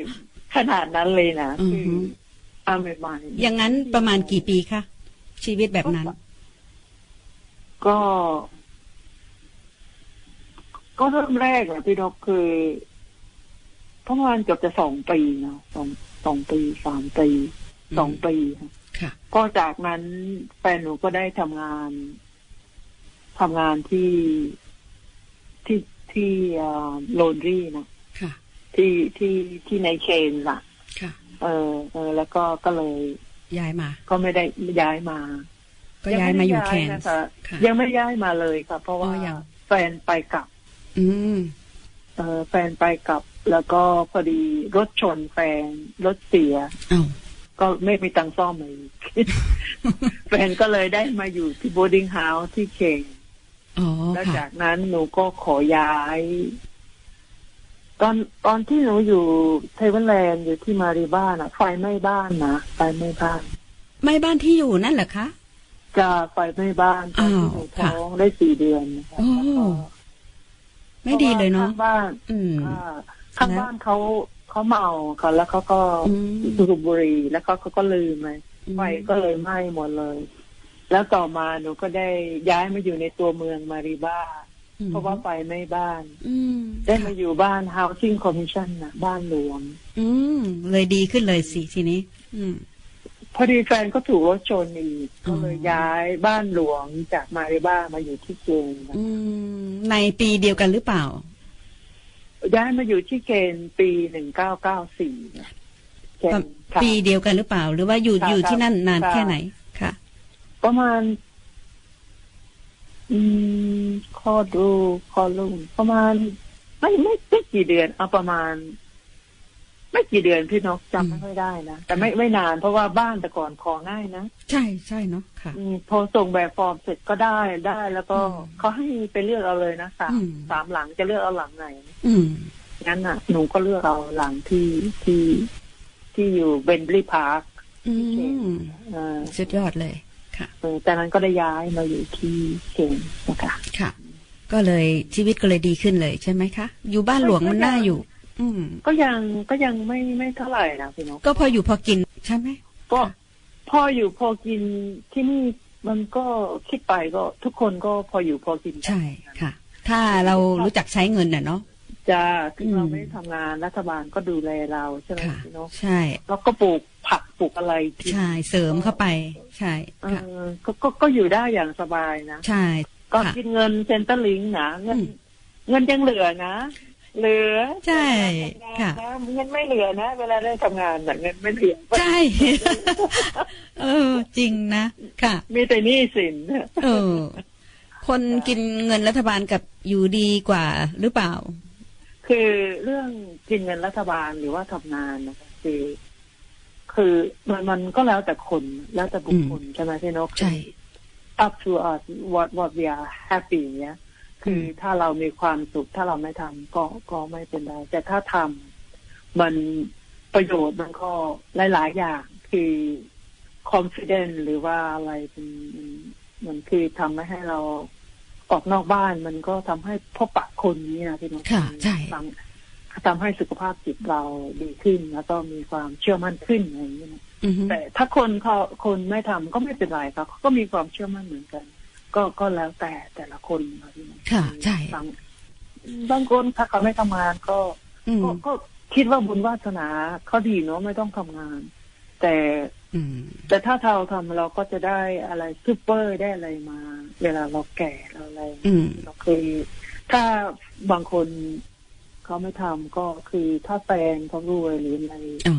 Speaker 4: ขนาดนั้นเลยนะ
Speaker 1: อือ
Speaker 4: คือ
Speaker 1: ฮึ
Speaker 4: อาใหม่ๆ
Speaker 1: อย่างนั้นประมาณกี่ปีคะชีวิตแบบนั้น
Speaker 4: ก็ ก็เริ่มแรกอะพี่ดอกคือประมาณเกือบจะสองปีเนาะสองสองปีสามปี
Speaker 1: อืม
Speaker 4: สองปีค่ะ
Speaker 1: ค่ะ
Speaker 4: ก็จากนั้นแฟนหนูก็ได้ทำงานทำงานที่ที่ที่โลนรี่อ laundry นะ
Speaker 1: ค่ะ
Speaker 4: ที่ที่ที่ในเชนล่ะ
Speaker 1: ค่ะ
Speaker 4: เออเออ แล้วก็ก็เลย
Speaker 1: ย้ายมา
Speaker 4: ก็ไม่ได้ย้ายมา
Speaker 1: ก็ย้ายมาอยู่
Speaker 4: ง
Speaker 1: แคนส์
Speaker 4: ไได้ะะ
Speaker 1: ค่ะ
Speaker 4: ยังไม่ย้ายมาเลยค่ะ เพราะว่า
Speaker 1: อ๋อยัง
Speaker 4: แฟนไปกลับ
Speaker 1: อืม
Speaker 4: เออแฟนไปกลับ แล้วก็พอดีรถชนแฟนรถเสีย
Speaker 1: เอ้า
Speaker 4: ก็ไม่มีตังค์ซ่อมเลย แฟนก็เลยได้มาอยู่ที่ boarding house ที่เชง
Speaker 1: อ๋อ
Speaker 4: แล้ว
Speaker 1: ค่ะ
Speaker 4: จากนั้นหนูก็ขอย้าย ตอนตอนที่หนูอยู่เทเวนแลนด์อยู่ที่มารีบ้านอะไฟไหม้บ้านนะไฟไหม้บ้าน
Speaker 1: ไม่บ้านที่อยู่นั่นเหรอคะ
Speaker 4: จะไฟไหม้บ้านตอนที่หนู
Speaker 1: อ้าวค่ะ
Speaker 4: ท้องได้สี่เดือนนะคะ
Speaker 1: โอ้
Speaker 4: แล้วก็
Speaker 1: ไม่ดีเลยเนาะ
Speaker 4: พรว่ข้งบ้าน
Speaker 1: อืม
Speaker 4: อ่าข้างบ้านเขาเขาเมาค่ะแล้วเขาก็
Speaker 1: อืม
Speaker 4: สูบบุหรี่แล้วก็เขาก็ลืมไปไฟก็เลยไหม้หมดเลย แล้วต่อมาหนูก็ได้ย้ายมาอยู่ในตัวเมืองมาริบ้า
Speaker 1: อืม
Speaker 4: เพราะว่าไฟไหม้บ้าน
Speaker 1: อืม
Speaker 4: ได้มาอยู่บ้าน housing commission นะบ้านหลวง
Speaker 1: อืม เลยดีขึ้นเลยสิทีนี้ อืม
Speaker 4: พอดีแฟนก็ถูกรถชนอีก
Speaker 1: อ๋อ
Speaker 4: ก็เลยย้ายบ้านหลวงจากมาริบ้ามาอยู่ที่เคน
Speaker 1: อืม ในปีเดียวกันหรือเปล่า
Speaker 4: ย้ายมาอยู่ที่เคนปีหนึ่งเก้าเก้าสี่เคนค่ะ
Speaker 1: ปีเดียวกันหรือเปล่า หรือว่าอยู่
Speaker 4: ค่ะ
Speaker 1: อยู่ที่นั่นนาน
Speaker 4: ค่ะ
Speaker 1: แค่ไหน ค่ะ
Speaker 4: ประมาณ อืมคลอดลูกคลอดลูกประมาณ ไม่ไม่ไม่กี่เดือนเอาประมาณ ไม่กี่เดือนพี่นกจำไม่ค่อยได้นะแต่ไม่ไม่นานเพราะว่าบ้านแต่ก่อนของ่ายนะ
Speaker 1: ใช่ใช่เนาะ ค่ะ
Speaker 4: อืมพอส่งแบบฟอร์มเสร็จก็ได้ได้แล้วก็
Speaker 1: อืม
Speaker 4: เขาให้ไปเลือกเอาเลยนะสา
Speaker 1: อื
Speaker 4: ม
Speaker 1: ม
Speaker 4: สามหลังจะเลือกเอาหลังไหน
Speaker 1: อืม
Speaker 4: งั้นอ่ะหนูก็เลือกเอาหลังที่ที่ที่อยู่เบนบลีพาร์ค
Speaker 1: อืม
Speaker 4: อ่า
Speaker 1: สุดยอดเลยค่ะ
Speaker 4: เออแต่นั้นก็ได้ย้ายมาอยู่ที่เชียงนะคะ
Speaker 1: ค่ะ ก็เลยชีวิตก็เลยดีขึ้นเลยใช่ไหมคะ อยู่บ้านหลวงมันน่าอยู่ อืม
Speaker 4: ก็ยังก็ยังไม่ไม่เท่าไหร่นะพี่นก
Speaker 1: ก็พออยู่พอกินใช่ไหม
Speaker 4: ก็พออยู่พอกินที่นี่มันก็คิดไปก็ทุกคนก็พออยู่พอกินกัน
Speaker 1: ใช่ค่ะ ถ้าเรารู้จักใช้เงินน่ะเนาะ
Speaker 4: จ้าคือเรา
Speaker 1: อืม
Speaker 4: ไม่ได้ทำงานรัฐบาลก็ดูแลเราใช่ไหม
Speaker 1: ค่ะ
Speaker 4: พี่นก
Speaker 1: ใช่
Speaker 4: แล้วก็ปลูกผักปลูกอะไรกิน
Speaker 1: ใช่เสริมเข้าไป ใช่
Speaker 4: เอ
Speaker 1: ค่ะ
Speaker 4: อก็ก็ก็อยู่ได้อย่างสบายนะ
Speaker 1: ใช่
Speaker 4: ก็
Speaker 1: ค่ะ
Speaker 4: กินเงินเซ็นเตอร์ลิงก์นะเงิน
Speaker 1: อืม
Speaker 4: เงินยังเหลือนะ เหลือ
Speaker 1: ใช่
Speaker 4: เวลา
Speaker 1: ค่ะ
Speaker 4: ทำงานนะเงินไม่เหลือนะ เวลาได้ทำงานน่ะเงินไม่เหลือ
Speaker 1: ใช่ เออ จริงนะ ค่ะ
Speaker 4: มีแต่หนี้สิน
Speaker 1: เออ คนกินเงินรัฐบาลกับอยู่ดีกว่าหรือเปล่า
Speaker 4: คือเรื่องกินเงินรัฐบาลหรือว่าทำงานนะคะคือ คือมันมันก็แล้วแต่คนแล้วแต่บุคคลใช่ไหมพี่นก
Speaker 1: ใช่
Speaker 4: up to us what what we are happy เนี่ยคืออถ้าเรามีความสุขถ้าเราไม่ทำก็ก็ไม่เป็นไร แต่ถ้าทำมันประโยชน์มันก็หลาย ๆ อย่างคือ confident หรือว่าอะไรเป็นมันมันคือทำให้เราออกนอกบ้านมันก็ทำให้พบปะคนนี้นะพี่น้อง
Speaker 1: ค่ะใช่
Speaker 4: ทำทำให้สุขภาพจิตเราดีขึ้น แล้วก็มีความเชื่อมั่นขึ้นอะไรอย่างเงี้ยนะ
Speaker 1: อือฮึ
Speaker 4: แต่ถ้าคนเขาคนไม่ทำก็ไม่เป็นไรครับเขาก็มีความเชื่อมั่นเหมือนกัน ก็ก็แล้วแต่แต่ละคนนะพี่นะ
Speaker 1: ค่ะ ใช่
Speaker 4: บางบางคนถ้าเขาไม่ทำงานก็
Speaker 1: อืม
Speaker 4: ก็ก็คิดว่าบุญวาสนาเขาดีเนาะไม่ต้องทำงาน แต่
Speaker 1: อื อืม
Speaker 4: แต่ถ้าเราทำเราก็จะได้อะไรซูเปอร์ได้อะไรมา เวลาเราแก่เราอะไร
Speaker 1: อืม
Speaker 4: เราคือถ้าบางคนเขาไม่ทำก็คือถ้าแฟนเขารวยหรืออะไร
Speaker 1: อ๋อ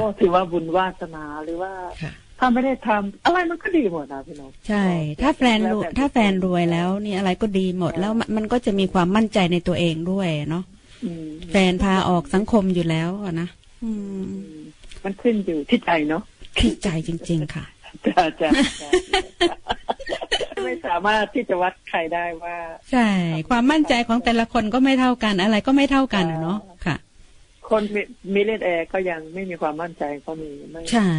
Speaker 4: ก็
Speaker 1: ค่ะ
Speaker 4: ถือว่าบุญวาสนาหรือว่า
Speaker 1: ค่ะ
Speaker 4: ถ้าไม่ได้ทำอะไรมันก็ดีหมดนะพี่นก
Speaker 1: ใช่ ถ้าแฟนรวยถ้าแฟนรวยแล้วนี่อะไรก็ดีหมด
Speaker 4: ใช่
Speaker 1: แล้วมันมันก็จะมีความมั่นใจในตัวเองด้วยเนาะ
Speaker 4: อืม
Speaker 1: แฟนพาออกสังคมอยู่แล้วอะนะอืม
Speaker 4: อืมมันขึ้นอยู่ที่ใจเนาะ
Speaker 1: ขี้ใจจริง ๆ ค่ะ
Speaker 4: จ้าจ้าจ้าไม่สามารถที่จะวัดใครได้ว่า
Speaker 1: ใช่ ความมั่นใจของแต่ละคนก็ไม่เท่ากันอะไรก็ไม่เท่ากันอะเนาะค่ะ
Speaker 4: คนมิเลนแอร์ก็ยังไม่มีความมั่นใจก็มีไม่
Speaker 1: ใช่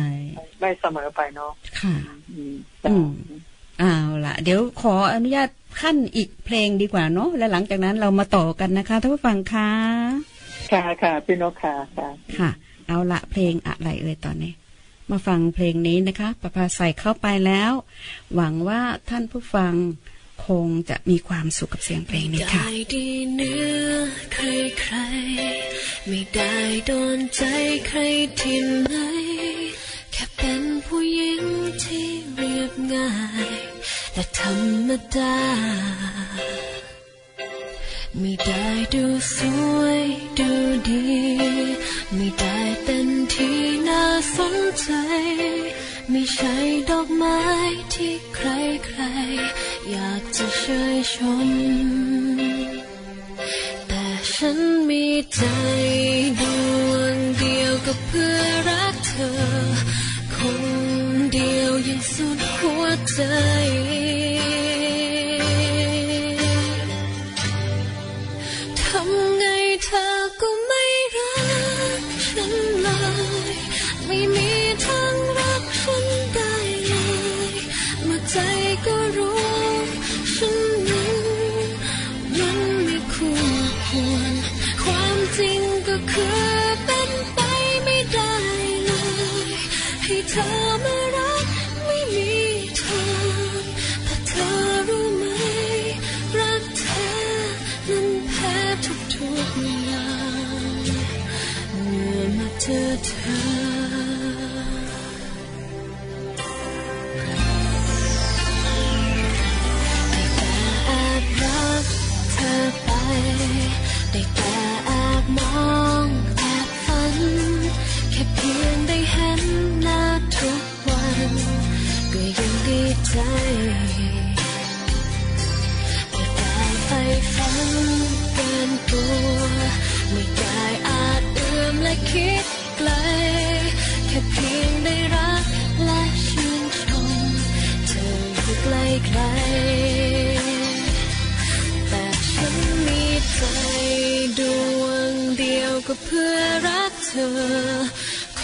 Speaker 4: ไม่เสมอไปเนาะ
Speaker 1: ค่ะ
Speaker 4: อืม
Speaker 1: อืม เอาล่ะ เดี๋ยวขออนุญาตขั้นอีกเพลงดีกว่าเนาะและหลังจากนั้นเรามาต่อกันนะคะท่านผู้ฟังคะ
Speaker 4: ค่ะค่ะพี่นกค่ะค่ะ
Speaker 1: ค่ะ เอาละเพลงอะไรเอ่ยตอนนี้ มาฟังเพลงนี้นะคะประภาใส่เข้าไปแล้ว หวังว่าท่านผู้ฟังคงจะมีความสุขกับเสียงเพลงนี้ค่ะ
Speaker 5: ได้ดีเนื้อใครใครๆไม่ได้โดนใจใครที่ไหนแค่เป็นผู้หญิงที่เรียบง่าย และธรรมดา ไม่ได้ดูสวยดูดี ไม่ได้เป็นที่น่าสนใจ ไม่ใช่ดอกไม้ที่ใครๆ อยากจะเชยชม แต่ฉันมีใจดวงเดียวก็เพื่อรักเธอ คนเดียวยังสุดหัวใจ ทำไงเธอก็ไม่รักฉันเลย ไม่มีทางรักฉันได้เลยเมื่อใจก็รู้ฉันรู้มันไม่คู่ควร ความจริงก็คือเป็นไปไม่ได้เลย ให้เธอมารักไม่มีทางแต่เธอรู้ไหม รักเธอนั้นแพ้ทุกทุกๆอย่างเมื่อมาเจอเธอ แอบรักเธอไป ได้แต่แอบมองแอบฝัน แค่เพียงได้เห็นหน้าทุกวัน ก็ยังดีใจ ไม่ได้ไฟฝันเกินตัว ไม่ได้อาจเอื้อมและคิดไกล แค่เพียงได้รักและชื่นชม เธออยู่ใกล้ใคร แต่ฉันมีใจดวงเดียวก็เพื่อรักเธอ ค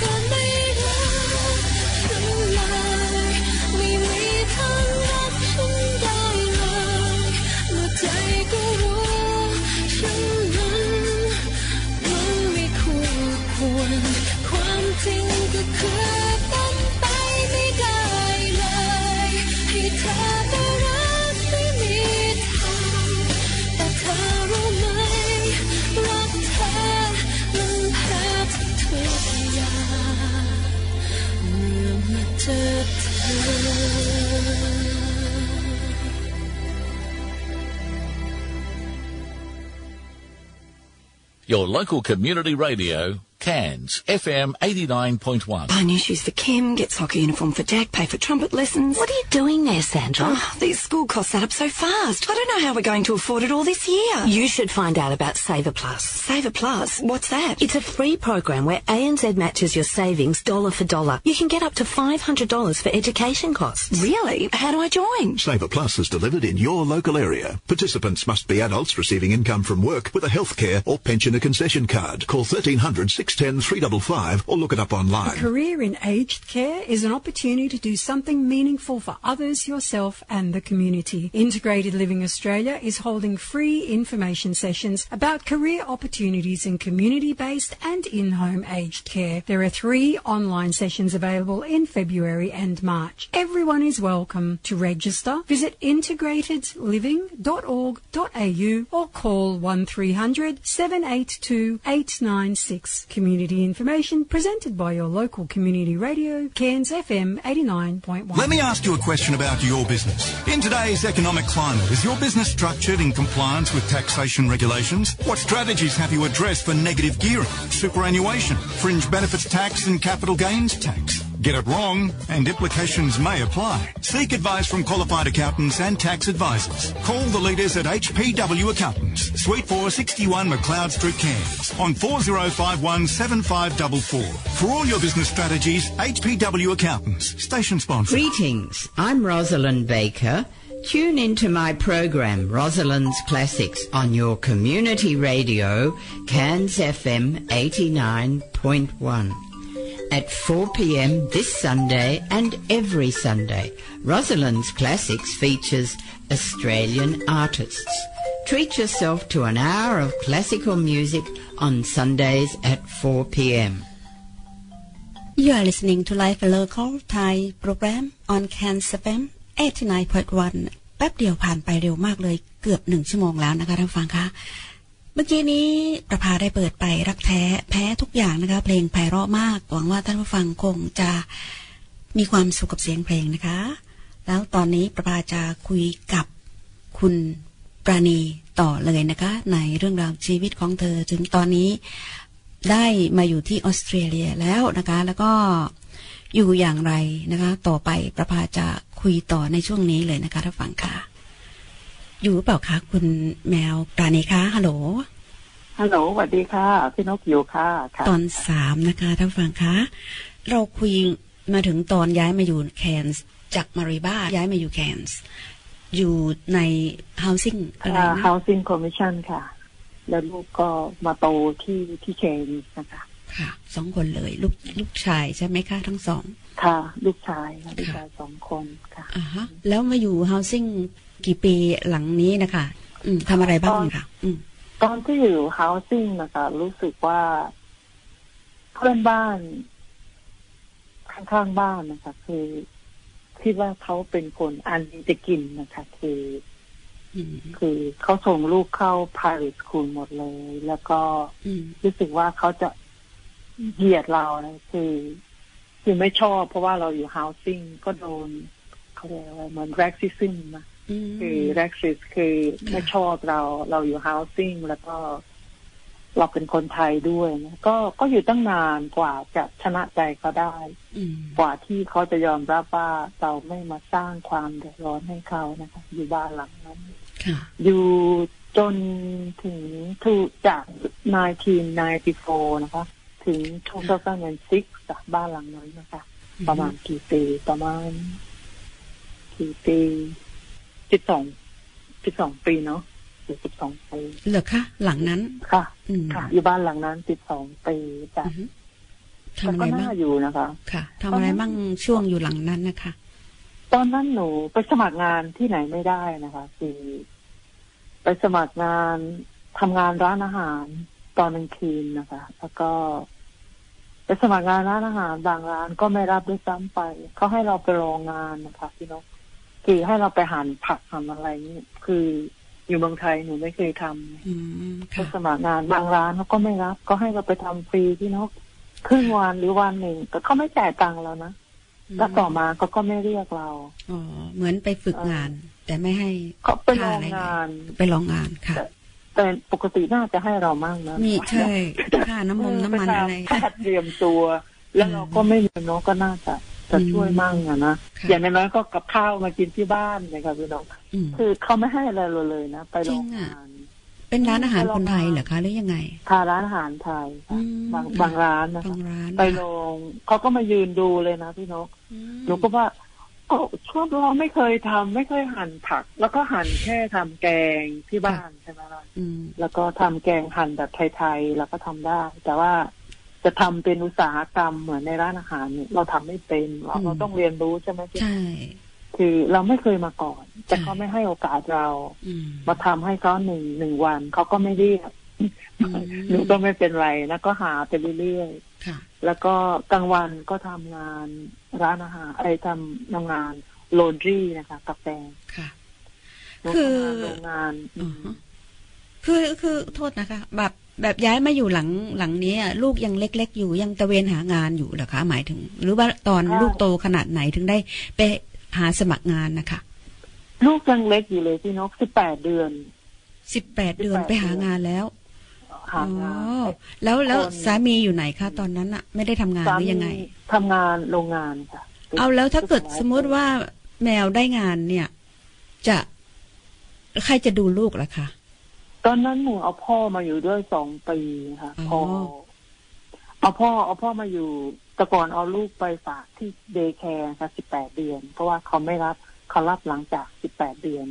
Speaker 5: ก็ไม่รักฉันเลยไม่มีทางรักฉันได้เลยเมื่อใจก็รู้ฉันนั้นมันไม่คู่ควร ความจริงก็คือเป็นไปไม่ได้เลย ให้เธอได้รักไม่มีทาง แต่เธอรู้ไหม รักเธอมันแพ้ทุกทุกๆอย่างเมื่อมาเจอเธอ
Speaker 6: Your local community radio, Cairns FM 89.1.
Speaker 7: Buy new shoes for Kim, get soccer uniform for Jack, pay for trumpet lessons.
Speaker 8: What are you doing there, Sandra?
Speaker 7: Oh, these school costs add up so fast. I don't know how we're going to afford it all this year.
Speaker 8: You should find out about Saver Plus.
Speaker 7: Saver Plus, what's that?
Speaker 8: It's a free program where ANZ matches your savings dollar for dollar. You can get up to $500 for education costs.
Speaker 7: really? How do I join?
Speaker 9: Saver Plus is delivered in your local area. Participants must be adults receiving income from work with a healthcare or pensioner concession card. Call 1300 600 610 355 or look it up
Speaker 10: A
Speaker 9: online.
Speaker 10: career in aged care is an opportunity to do something meaningful for others, yourself, and the community. Integrated Living Australia is holding free information sessions about career opportunities in community based and in home aged care. There are three online sessions available in February and March. Everyone is welcome to register. Visit integratedliving.org.au or call 1300 782 896. Community information presented by your local community radio, Cairns FM 89.1.
Speaker 11: Let me ask you a question about your business. In today's economic climate, is your business structured in compliance with taxation regulations? What strategies have you addressed for negative gearing, superannuation, fringe benefits tax, and capital gains tax? Get it wrong, and implications may apply. Seek advice from qualified accountants and tax advisors. Call the leaders at HPW Accountants, Suite 461 McLeod Street, Cairns, on 4051 7544. For all your business strategies, HPW Accountants, station sponsor.
Speaker 12: Greetings, I'm Rosalind Baker. Tune into my program, Rosalind's Classics, on your community radio, Cairns FM 89.1. At 4 p.m. this Sunday and every Sunday, Rosalind's Classics features Australian artists. Treat yourself to an hour of classical music on Sundays at 4 p.m.
Speaker 1: You are listening to Live Local Thai program on Cancer FM 89.1 แป๊บเดียวผ่านไปเร็วมากเลยเกือบหนึ่งชั่วโมงแล้วนะคะท่านผู้ฟังคะ เมื่อกี้นี้ประภาได้เปิดไปรักแท้แพ้ทุกอย่างนะคะ เพลงไพเราะมาก หวังว่าท่านผู้ฟังคงจะมีความสุขกับเสียงเพลงนะคะ แล้วตอนนี้ประภาจะคุยกับคุณปราณีต่อเลยนะคะ ในเรื่องราวชีวิตของเธอถึงตอนนี้ ได้มาอยู่ที่ออสเตรเลียแล้วนะคะ แล้วก็อยู่อย่างไรนะคะ ต่อไปประภาจะคุยต่อในช่วงนี้เลยนะคะท่านผู้ฟังค่ะ อยู่หรือเปล่าคะคุณแมวปราณีคะฮัลโหล
Speaker 4: ฮัลโหลสวัสดีค่ะ พี่นกอยู่ค่ะค่ะ
Speaker 1: ตอนสามนะคะท่านผู้ฟังคะเราคุยมาถึงตอนย้ายมาอยู่แคนส์จากมาริบ้าย้ายมาอยู่แคนส์อยู่ใน housing อะไร
Speaker 4: อ่า
Speaker 1: นะ
Speaker 4: housing commission ค่ะ แล้วลูกก็มาโตที่ที่เชนนะคะ
Speaker 1: ค่ะสองคนเลยลูกลูกชายใช่ไหมคะทั้งสอง
Speaker 4: ค่ะ ลูกชายค่ะลูกชายสองคนค่ะ
Speaker 1: อ่าฮะแล้วมาอยู่ housing กี่ปีหลังนี้นะคะอืมทำอะไรบ้างคะอืม
Speaker 4: ตอนที่อยู่ housing นะคะ รู้สึกว่าเพื่อนบ้าน ข้างๆบ้านนะคะ คือคิดว่าเขาเป็นคนอันจะกินนะคะ คือ
Speaker 1: อืม
Speaker 4: คือเขาส่งลูกเข้า private school หมดเลย แล้วก็
Speaker 1: อืม
Speaker 4: รู้สึกว่าเขาจะเหยียดเรานะคือ คือไม่ชอบ เพราะว่าเราอยู่ housing ก็โดนเขาเรียกอะไรเหมือน racism นะคือ racist คือไม่ชอบเรา เราอยู่ housing แล้วก็เราเป็นคนไทยด้วยนะก็ก็อยู่ตั้งนานกว่าจะชนะใจเขาได้
Speaker 1: อืม
Speaker 4: กว่าที่เขาจะยอมรับว่าเราไม่มาสร้างความเดือดร้อนให้เขานะคะ อยู่บ้านหลังนั้น
Speaker 1: ค่ะ
Speaker 4: อยู่จนถึงถูกจาก 1994 นะคะ ถึง2006จากบ้านหลังนั้นนะคะ
Speaker 1: อืม
Speaker 4: ประมาณกี่ปี ประมาณ กี่ปี12 12 ปีเนาะ12ปี
Speaker 1: เหรอคะหลังนั้น
Speaker 4: ค่ะ
Speaker 1: อืม
Speaker 4: ค่ะ อยู่บ้านหลังนั้น 12 ปีจ้ะ
Speaker 1: อือฮึ
Speaker 4: แต่
Speaker 1: ทำอะไร
Speaker 4: ก็
Speaker 1: บ้า
Speaker 4: น่าง อยู่นะคะ
Speaker 1: ค่ะทำอะไรบ้างช่วงอยู่หลังนั้นนะคะ
Speaker 4: ตอนนั้นหนูไปสมัครงานที่ไหนไม่ได้นะคะคือไปสมัครงานทำงานร้านอาหารตอนกลางคืนนะคะ แล้วก็ ไปสมัครงานร้านอาหารบางร้านก็ไม่รับด้วยซ้ำไปเขาให้เราไปโรงงานนะคะพี่นกคือให้เราไปหั่นผักหั่นอะไรนี่คืออยู่เมืองไทยหนูไม่เคยทำ
Speaker 1: อืม
Speaker 4: ก็
Speaker 1: ค่ะ
Speaker 4: สมัครงานบางร้านเขาก็ไม่รับ ก็ให้เราไปทำฟรีพี่นกครึ่งวันหรือวันหนึ่งแต่เขาไม่จ่ายตังค์เรานะ
Speaker 1: อืม
Speaker 4: แล้วต่อมาเขาก็ไม่เรียกเรา
Speaker 1: อ๋อเหมือนไปฝึกงาน แต่ไม่ให้
Speaker 4: เขาไปล
Speaker 1: ค่า
Speaker 4: อง
Speaker 1: อะไรเล
Speaker 4: งาย น
Speaker 1: ไปลองงานค่ะ
Speaker 4: แต่ปกติน่าจะให้เรามั่งนะ
Speaker 1: มีใช่ค่าน้ำมันน้ำมันอะไร
Speaker 4: ค่าเตรียมตัว แล้วเราก็ไม่มีเน้องก็น่าจะจะช่วยมั่งอะนะ
Speaker 1: ค่ะ
Speaker 4: อย่างน้อยๆก็กับข้าวมากินที่บ้านเลยค่ะพี่น้อง
Speaker 1: อืม
Speaker 4: คือเขาไม่ให้อะไรเราเลยนะไปโรง
Speaker 1: จริง
Speaker 4: งา
Speaker 1: อะ
Speaker 4: น
Speaker 1: เป็นร้านอาหารคนไทยเหรอคะหรือยังไง
Speaker 4: ทาร้านอาหารไทยค่ะ
Speaker 1: อืม
Speaker 4: บางบางร้านนะ
Speaker 1: บา
Speaker 4: คะ
Speaker 1: งร้าน
Speaker 4: ไปโรงเขาก็มายืนดูเลยนะพี่นก
Speaker 1: อืม
Speaker 4: หนูก็ว่าก็ช่วงเราไม่เคยทำไม่เคยหั่นผัก แล้วก็หั่นแค่ทำแกงที่บ้านใช่ไหมล่ะ
Speaker 1: อืม
Speaker 4: แล้วก็ทำแกงหั่นแบบไทยๆเราก็ทำได้ แต่ว่า จะทำเป็นอุตสาหกรรมเหมือนในร้านอาหารเนี่ยเราทำไม่เป็นเรา
Speaker 1: อืม
Speaker 4: เราต้องเรียนรู้ใช่ไหมพี่
Speaker 1: ใช่
Speaker 4: คือเราไม่เคยมาก่อน แต่
Speaker 1: ใช่
Speaker 4: เขาไม่ให้โอกาสเรา
Speaker 1: อืม
Speaker 4: มาทำให้เขาหนึ่งหนึ่งวันเขาก็ไม่เรียก
Speaker 1: อืม
Speaker 4: หนูก็ไม่เป็นไรนะก็หาไปเรื่อยๆ
Speaker 1: ค่ะ
Speaker 4: แล้วก็กลางวันก็ทำงานร้านอาหารไอ้ยทำทำงานโลนดรีนะคะกับแฟน
Speaker 1: ค่ะ
Speaker 4: หนู
Speaker 1: คือ
Speaker 4: ทำงานโรงงานอืม
Speaker 1: คือคือโทษนะคะ แบบแบบย้ายมาอยู่หลังหลังนี้อะลูกยังเล็ก ๆ อยู่ยังตะเวนหางานอยู่เหรอคะหมายถึง หรือว่าตอนลูกโตขนาดไหนถึงได้ไปหาสมัครงานนะคะ
Speaker 4: ลูกยังเล็กอยู่เลยพี่นกสิบแปดเดือน
Speaker 1: สิบแปดเดือนไปหางานแล้ว
Speaker 4: หางาน
Speaker 1: อ๋อแล้วแล้วสามีอยู่ไหนคะตอนนั้นอะไม่ได้ทำงานหรือยังไง
Speaker 4: ทำงานโรงงานค่ะ
Speaker 1: เอาแล้วถ้าเกิดสมมติว่าแมวได้งานเนี่ย จะใครจะดูลูกล่ะคะ
Speaker 4: ตอนนั้นหนูเอาพ่อมาอยู่ด้วยสองปีค่ะ
Speaker 1: อ๋อ
Speaker 4: พอเอาพ่อเอาพ่อมาอยู่แต่ก่อนเอาลูกไปฝากที่เดย์แคร์ค่ะสิบแปดเดือน เพราะว่าเขาไม่รับเขารับหลังจากสิบแปดเดือน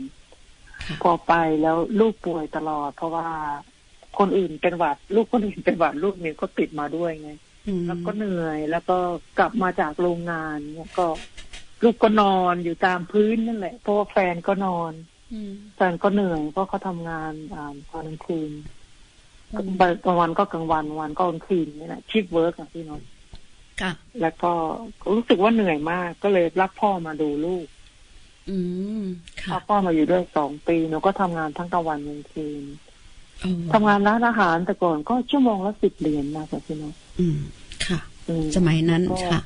Speaker 4: พอไปแล้วลูกป่วยตลอด เพราะว่าคนอื่นเป็นหวัด ลูกคนอื่นเป็นหวัดลูกนี้ก็ติดมาด้วยไง
Speaker 1: อืม
Speaker 4: แล้วก็เหนื่อย แล้วก็กลับมาจากโรงงานเนี่ยก็ลูกก็นอนอยู่ตามพื้นนั่นแหละเพราะว่าแฟนก็นอนแฟนก็เหนื่อยเพราะเขาทำงานอ่าตอนกลางคืน
Speaker 1: อืม
Speaker 4: กลางวันก็กลางวันวันก็กลางคืนนี่แหละชีพเวิร์กอะพี่น้อง
Speaker 1: ค่ะ
Speaker 4: แล้วก็รู้สึกว่าเหนื่อยมากก็เลยรับพ่อมาดูลูก
Speaker 1: อืมค่ะ
Speaker 4: เอาพ่อมาอยู่ด้วยสองปีหนูก็ทำงานทั้งกลางวันกลางคืน
Speaker 1: อ๋อ
Speaker 4: ทำงานร้านอาหารแต่ก่อนก็ชั่วโมงละสิบเหรียญนะคะพี่น้อง
Speaker 1: อืมค่ะ
Speaker 4: อื
Speaker 1: สมัยนั้น
Speaker 4: ก็
Speaker 1: ค่ะ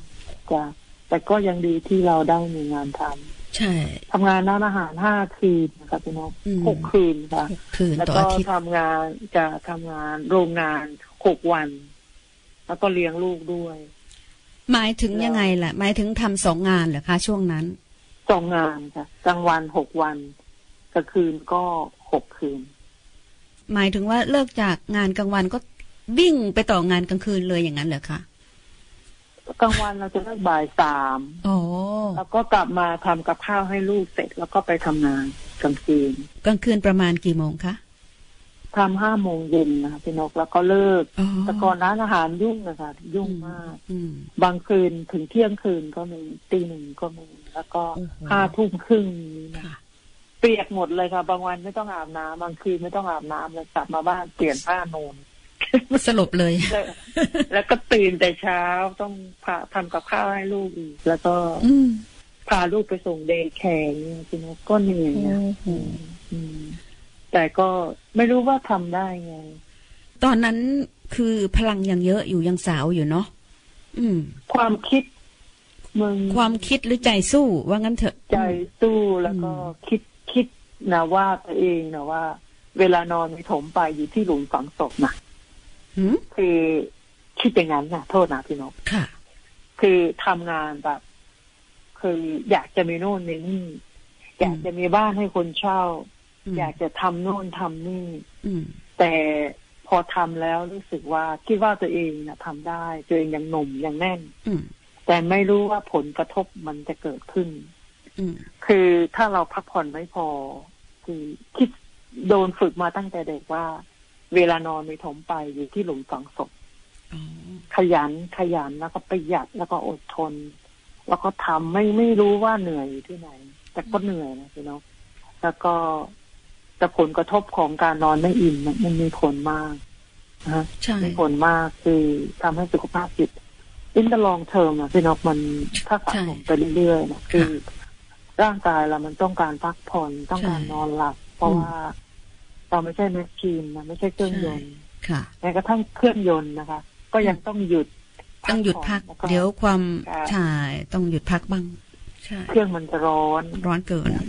Speaker 4: จ้ะแต่ก็ยังดีที่เราได้มีงานทำ
Speaker 1: ใช่
Speaker 4: ทำงานร้านอาหารห้าคืนนะคะพี่น้อง
Speaker 1: อืม
Speaker 4: หกคืนค่ะ
Speaker 1: คืน
Speaker 4: แล้ว
Speaker 1: ต่อ
Speaker 4: ก็
Speaker 1: อาทิตย์
Speaker 4: ทำงานจะทำงานโรงงานหกวัน แล้วก็เลี้ยงลูกด้วย
Speaker 1: หมายถึงยังไงล่ะ หมายถึงทำสองงานเหรอคะช่วงนั้น
Speaker 4: สองงานค่ะกลางวันหกวันกลางคืนก็หกคืน
Speaker 1: หมายถึงว่าเลิกจากงานกลางวันก็วิ่งไปต่องานกลางคืนเลยอย่างนั้นเหรอคะ
Speaker 4: กลางวันเราจะเลิกบ่ายสาม
Speaker 1: อ๋อ
Speaker 4: แล้วก็กลับมาทำกับข้าวให้ลูกเสร็จแล้วก็ไปทำงานกลางคืน
Speaker 1: กลางคืนประมาณกี่โมงคะ
Speaker 4: ทำห้าโมงเย็นนะคะพี่นกแล้วก็เลิก
Speaker 1: อ๋อ
Speaker 4: แต่ก่อนร้านอาหารยุ่งนะคะยุ่งมาก
Speaker 1: อืม
Speaker 4: บางคืนถึงเที่ยงคืนก็มีตีหนึ่งก็มีแล้วก็
Speaker 1: โอ้โห
Speaker 4: ห้าทุ่มครึ่งนี่นะ
Speaker 1: ค่ะ
Speaker 4: เปียกหมดเลยค่ะ บางวันไม่ต้องอาบน้ำบางคืนไม่ต้องอาบน้ำเลยกลับมาบ้านเปลี่ยนผ้าน อน
Speaker 1: สลบเลย
Speaker 4: แล้วแล้วก็ตื่นแต่เช้าต้องพาทำกับข้าวให้ลูกอีกแล้วก็
Speaker 1: อืม
Speaker 4: พาลูกไปส่งเดย์แคร์เนี่ยพี่นกก็เหนื่อย
Speaker 1: โอ้
Speaker 4: นะ
Speaker 1: โห
Speaker 4: อืมแต่ก็ไม่รู้ว่าทำได้ไง
Speaker 1: ตอนนั้นคือพลังยังเยอะอยู่ยังสาวอยู่เนาะอืม
Speaker 4: ความคิดมึง
Speaker 1: ความคิดหรือใจสู้ว่างั้นเถอะ
Speaker 4: ใจสู้แล้วก็คิดคิดนะว่าตัวเองนะว่า เวลานอนมีถมไปอยู่ที่หลุมฝังศพนะ
Speaker 1: อืม
Speaker 4: คือคิดอย่างนั้นนะโทษนะพี่นก
Speaker 1: ค่ะ
Speaker 4: คือทำงานแบบคืออยากจะมีโน่นมีนี่ อยากจะมีบ้านให้คนเช่า
Speaker 1: อืม
Speaker 4: อยากจะทำโน่นทำนี่
Speaker 1: อืม
Speaker 4: แต่พอทำแล้วรู้สึกว่าคิดว่าตัวเองนะทำได้ ตัวเองยังหนุ่มยังแน่น
Speaker 1: อืม
Speaker 4: แต่ไม่รู้ว่าผลกระทบมันจะเกิดขึ้น
Speaker 1: อืม
Speaker 4: คือถ้าเราพักผ่อนไม่พอ คือคิดโดนฝึกมาตั้งแต่เด็กว่า เวลานอนมีถมไปอยู่ที่หลุมฝังศพ
Speaker 1: อ๋อ
Speaker 4: ขยันขยันแล้วก็ประหยัดแล้วก็อดทน แล้วก็ทำไม่ไม่รู้ว่าเหนื่อยอยู่ที่ไหน แต่ก็เหนื่อยนะพี่น้องแล้วก็แต่ผลกระทบของการนอนไม่อิ่มเนี่ยมันมีผลมากนะฮะ
Speaker 1: ใช่
Speaker 4: มีผลมากคือทำให้สุขภาพจิตอินเตอร์ลองเทอมอะพี่นกมันถ้าสะสมไปเรื่อยๆนะคือ ร่างกายเรามันต้องการพักผ่อนต้องการนอนหลับ เพราะว่าเราไม่ใช่แมชชีนนะไม่ใช่เครื่องยนต์
Speaker 1: ค่ะ
Speaker 4: แม้กระทั่งเครื่องยนต์นะคะ ก็ยังต้องหยุด
Speaker 1: ต้องหยุดพัก
Speaker 4: ผ่อน
Speaker 1: เดี๋ยว
Speaker 4: แล้ก็
Speaker 1: ความ
Speaker 4: ค่ะ
Speaker 1: ใช่ต้องหยุดพักบ้าง ใช่
Speaker 4: เครื่องมันจะร้อน
Speaker 1: ร้อนเกินค่ะ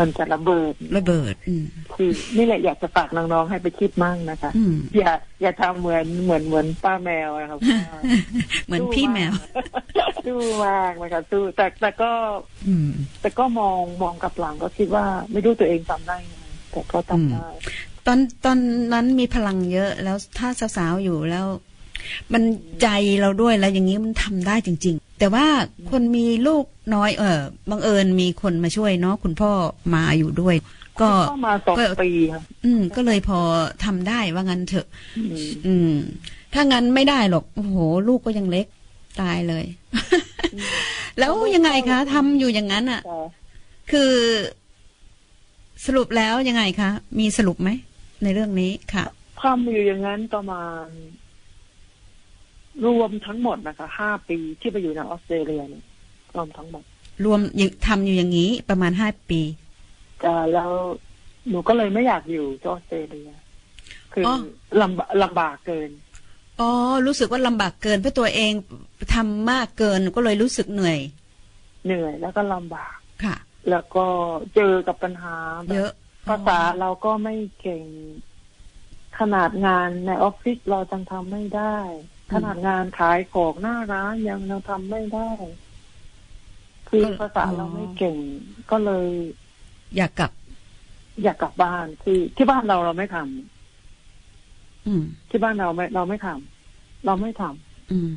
Speaker 4: มันจะระเบิด
Speaker 1: ระเบิด อืม
Speaker 4: คือนี่แหละอยากจะฝากน้องๆให้ไปคิดมั่งนะคะ
Speaker 1: อืม
Speaker 4: อย่าอย่าทำเหมือนเหมือนเหมือนป้าแมวนะครับ
Speaker 1: เหมือนพี่แมว
Speaker 4: สู้มากเลยค่ะสู้แต่แต่ก็
Speaker 1: อืม
Speaker 4: แต่ก็มองมองกลับหลังก็คิดว่าไม่รู้ตัวเองทำได้ยังไงแต่ก็ทำได้
Speaker 1: ตอนตอนนั้นมีพลังเยอะแล้วถ้าสาวๆอยู่แล้ว มันใจเราด้วยแล้วอย่างนี้มันทำได้จริง ๆ แต่ว่าคนมีลูกน้อยเออบังเอิญมีคนมาช่วยเนาะคุณพ่อมาอยู่ด้วย ก็
Speaker 4: เข้ามาสอง
Speaker 1: ก็
Speaker 4: ปีครับ
Speaker 1: อืม ก็เลยพอทำได้ว่างั้นเถอะ
Speaker 4: อืม
Speaker 1: อืม ถ้างั้นไม่ได้หรอก โอ้โห ลูกก็ยังเล็ก ตายเลย แล้วยังไงคะทำอยู่อย่างนั้นอ่ะ คือสรุปแล้วยังไงคะ มีสรุปไหม ในเรื่องนี้ค่ะ
Speaker 4: ทำอยู่อย่างนั้นประมาณ รวมทั้งหมดนะคะห้าปีที่ไปอยู่ในออสเตรเลียเนี่ยรวมทั้งหมด
Speaker 1: รวมยังทำอยู่อย่างนี้ประมาณห้าปี
Speaker 4: จะแล้วหนูก็เลยไม่อยากอยู่ที่ออสเตรเลีย คืออ
Speaker 1: อ
Speaker 4: ลำบากลำบากเกิน
Speaker 1: อ๋อ รู้สึกว่าลำบากเกินเพราะตัวเองทำมากเกินก็เลยรู้สึกเหนื่อย
Speaker 4: เหนื่อยแล้วก็ลำบาก
Speaker 1: ค่ะ
Speaker 4: แล้วก็เจอกับปัญหาแบบ
Speaker 1: เยอะ
Speaker 4: ภาษาเราก็ไม่เก่ง ขนาดงานในออฟฟิศเราจังทำไม่ได้ ขนาดงานขายของหน้าร้านยังเราทำไม่ได้ คือภาษาเราไม่เก่ง ก็เลย
Speaker 1: อยากกลับ
Speaker 4: อยากกลับบ้านคือที่บ้านเราเราไม่ทำ
Speaker 1: อืม
Speaker 4: ที่บ้านเราไม่เราไม่ทำเราไม่ทำ
Speaker 1: อืม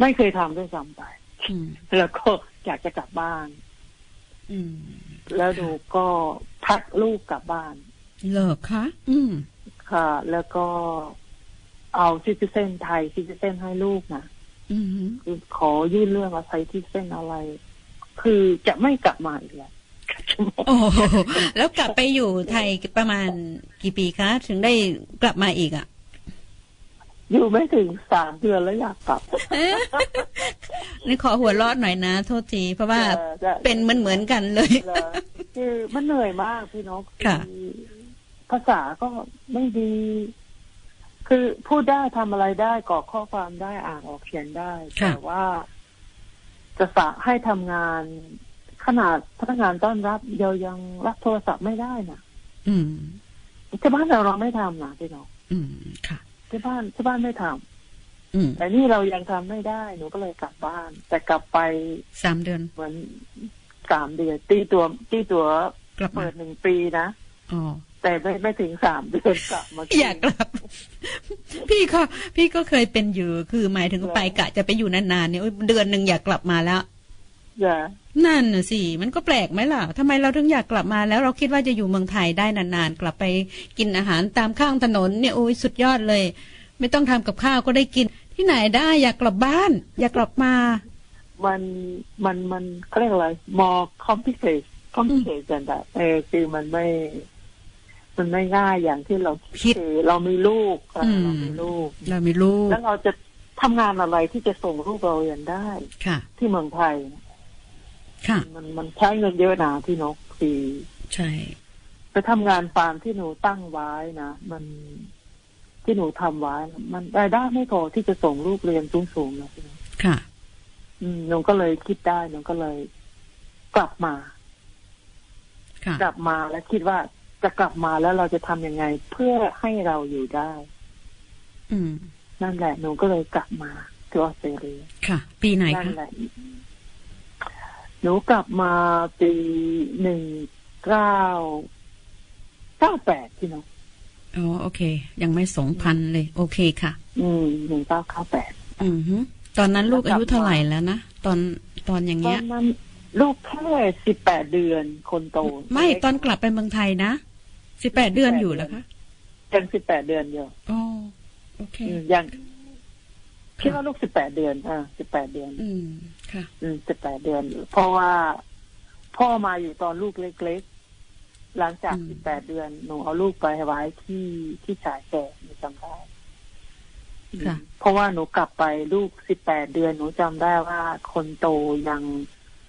Speaker 4: ไม่เคยทำด้วยซ้ำไป
Speaker 1: อืม
Speaker 4: แล้วก็อยากจะกลับบ้าน
Speaker 1: อืม
Speaker 4: แล้วดูก็พักลูกกลับบ้าน
Speaker 1: เลิกคะ อืม
Speaker 4: ค่ะ แล้วก็เอาซิติเซนไทยซิติเซนให้ลูกนะ
Speaker 1: อืม
Speaker 4: คือขอยื่นเรื่องอะไรซิติเซนอะไร คือจะไม่กลับมาอีกแล้ว
Speaker 1: โอ้โหแล้วกลับไปอยู่ไทยประมาณกี่ปีคะ ถึงได้กลับมาอีกอ่ะ
Speaker 4: อยู่ไม่ถึงสามเดือนแล้วอยากกลับ
Speaker 1: นี่ขอหัวเรอดหน่อยนะ โทษที เพราะว่า
Speaker 4: เออได้
Speaker 1: เป็นเหมือนเหมือนๆกันเลย
Speaker 4: เลยคือมันเหนื่อยมากพี่นก
Speaker 1: ค่ะ
Speaker 4: อภาษาก็ไม่ดี คือพูดได้ทำอะไรได้กรอกข้อความได้อ่านออกเขียนได้
Speaker 1: ค่ะ
Speaker 4: แต่ว่า จะสะให้ทำงาน ขนาดพนักงานต้อนรับเรายังรับโทรศัพท์ไม่ได้นะ
Speaker 1: อืม
Speaker 4: ที่บ้านเราเราไม่ทำนะพี่นก
Speaker 1: อืม ค่ะ
Speaker 4: ที่บ้านที่บ้านไม่ท
Speaker 1: อืม
Speaker 4: ำแต่นี่เรายังทำไม่ได้หนูก็เลยกลับบ้าน แต่กลับไป
Speaker 1: สามเดือน
Speaker 4: เหมือนสามเดือนตีตัวตีตัว
Speaker 1: กลับมา
Speaker 4: เปิดหนึ่งปีนะ
Speaker 1: อ๋อ
Speaker 4: แต่ไม่ไม่ถึงสามเดือนกลับมา
Speaker 1: อยากกลับ พี่ก็พี่ก็เคยเป็นอยู่ คือหมายถึงไปกะจะไปอยู่นานๆเนี่ยโอ๊ยเดือนหนึ่งอยากกลับมาแล้ว
Speaker 4: อย่า
Speaker 1: นั่นน่ะสิ มันก็แปลกไหมล่ะทำไมเราถึงอยากกลับมาแล้วเราคิดว่าจะอยู่เมืองไทยได้นานๆ กลับไปกินอาหารตามข้างถนนเนี่ยโอ้ยสุดยอดเลย ไม่ต้องทำกับข้าวก็ได้กิน ที่ไหนได้อยากกลับบ้าน อยากกลับมา
Speaker 4: มันมันมันเขาเรียกอะไรมอคอมพิเคชคอมพิเคชันอะเออคือมันไม่ มันไม่ง่ายอย่างที่เราคิดคือเรามีลูกอะ
Speaker 1: อืม
Speaker 4: เรามีลูก
Speaker 1: เรามีลูก
Speaker 4: แล้วเราจะทำงานอะไรที่จะส่งลูกเราเรียนได้
Speaker 1: ค่ะ
Speaker 4: ที่เมืองไทยนะ
Speaker 1: ค่ะ
Speaker 4: มันมันใช้เงินเยอะนะพี่นกคือ
Speaker 1: ใช่
Speaker 4: ไปทำงานฟาร์มที่หนูตั้งไว้นะมันที่หนูทำไว้นะมันรายได้ไม่พอที่จะส่งลูกเรียนสูงๆนะพี่นก
Speaker 1: ค่ะ
Speaker 4: อืมหนูก็เลยคิดได้หนูก็เลย กลับมา
Speaker 1: ค่ะ
Speaker 4: กลับมาแล้วคิดว่าจะกลับมาแล้วเราจะทำยังไง เพื่อให้เราอยู่ได้
Speaker 1: อืม
Speaker 4: นั่นแหละหนูก็เลยกลับมาที่ออสเตรเลีย
Speaker 1: ค่ะ ปีไหน
Speaker 4: นั่น
Speaker 1: คะ
Speaker 4: แหละหนูกลับมาปีหนึ่งเก้าเก้าแปดพี่น้อง
Speaker 1: อ๋อ โอเค ยังไม่สองพันเลย โอเคค่ะ
Speaker 4: อืมหนึ่งเก้าเก้าแปด
Speaker 1: อือฮึตอนนั้นลูกอายุเท่าไหร่แล้วนะ ตอนตอนอย่าง
Speaker 4: ตอ
Speaker 1: เงี้ย
Speaker 4: นนั้นลูกแค่สิบแปดเดือนคนโต
Speaker 1: ไม่ตอนกลับไปเมืองไทยนะสิบแปดเดือนอยู่แล้วคะ
Speaker 4: ยังสิบแปดเดือนอยู่
Speaker 1: อ๋อโอเค
Speaker 4: อืมยังคิดว่าลูกสิบแปดเดือน อ่าสิบแปดเดือน
Speaker 1: อืมค่ะ
Speaker 4: อืมสิบแปดเดือน เพราะว่าพ่อมาอยู่ตอนลูกเล็กๆ หลังจาก
Speaker 1: อืม
Speaker 4: สิบแปดเดือนหนูเอาลูกไปไว้ที่ที่ฉายแก่หนูจำได้อืม
Speaker 1: ค่ะ
Speaker 4: เพราะว่าหนูกลับไปลูกสิบแปดเดือน หนูจำได้ว่าคนโตยัง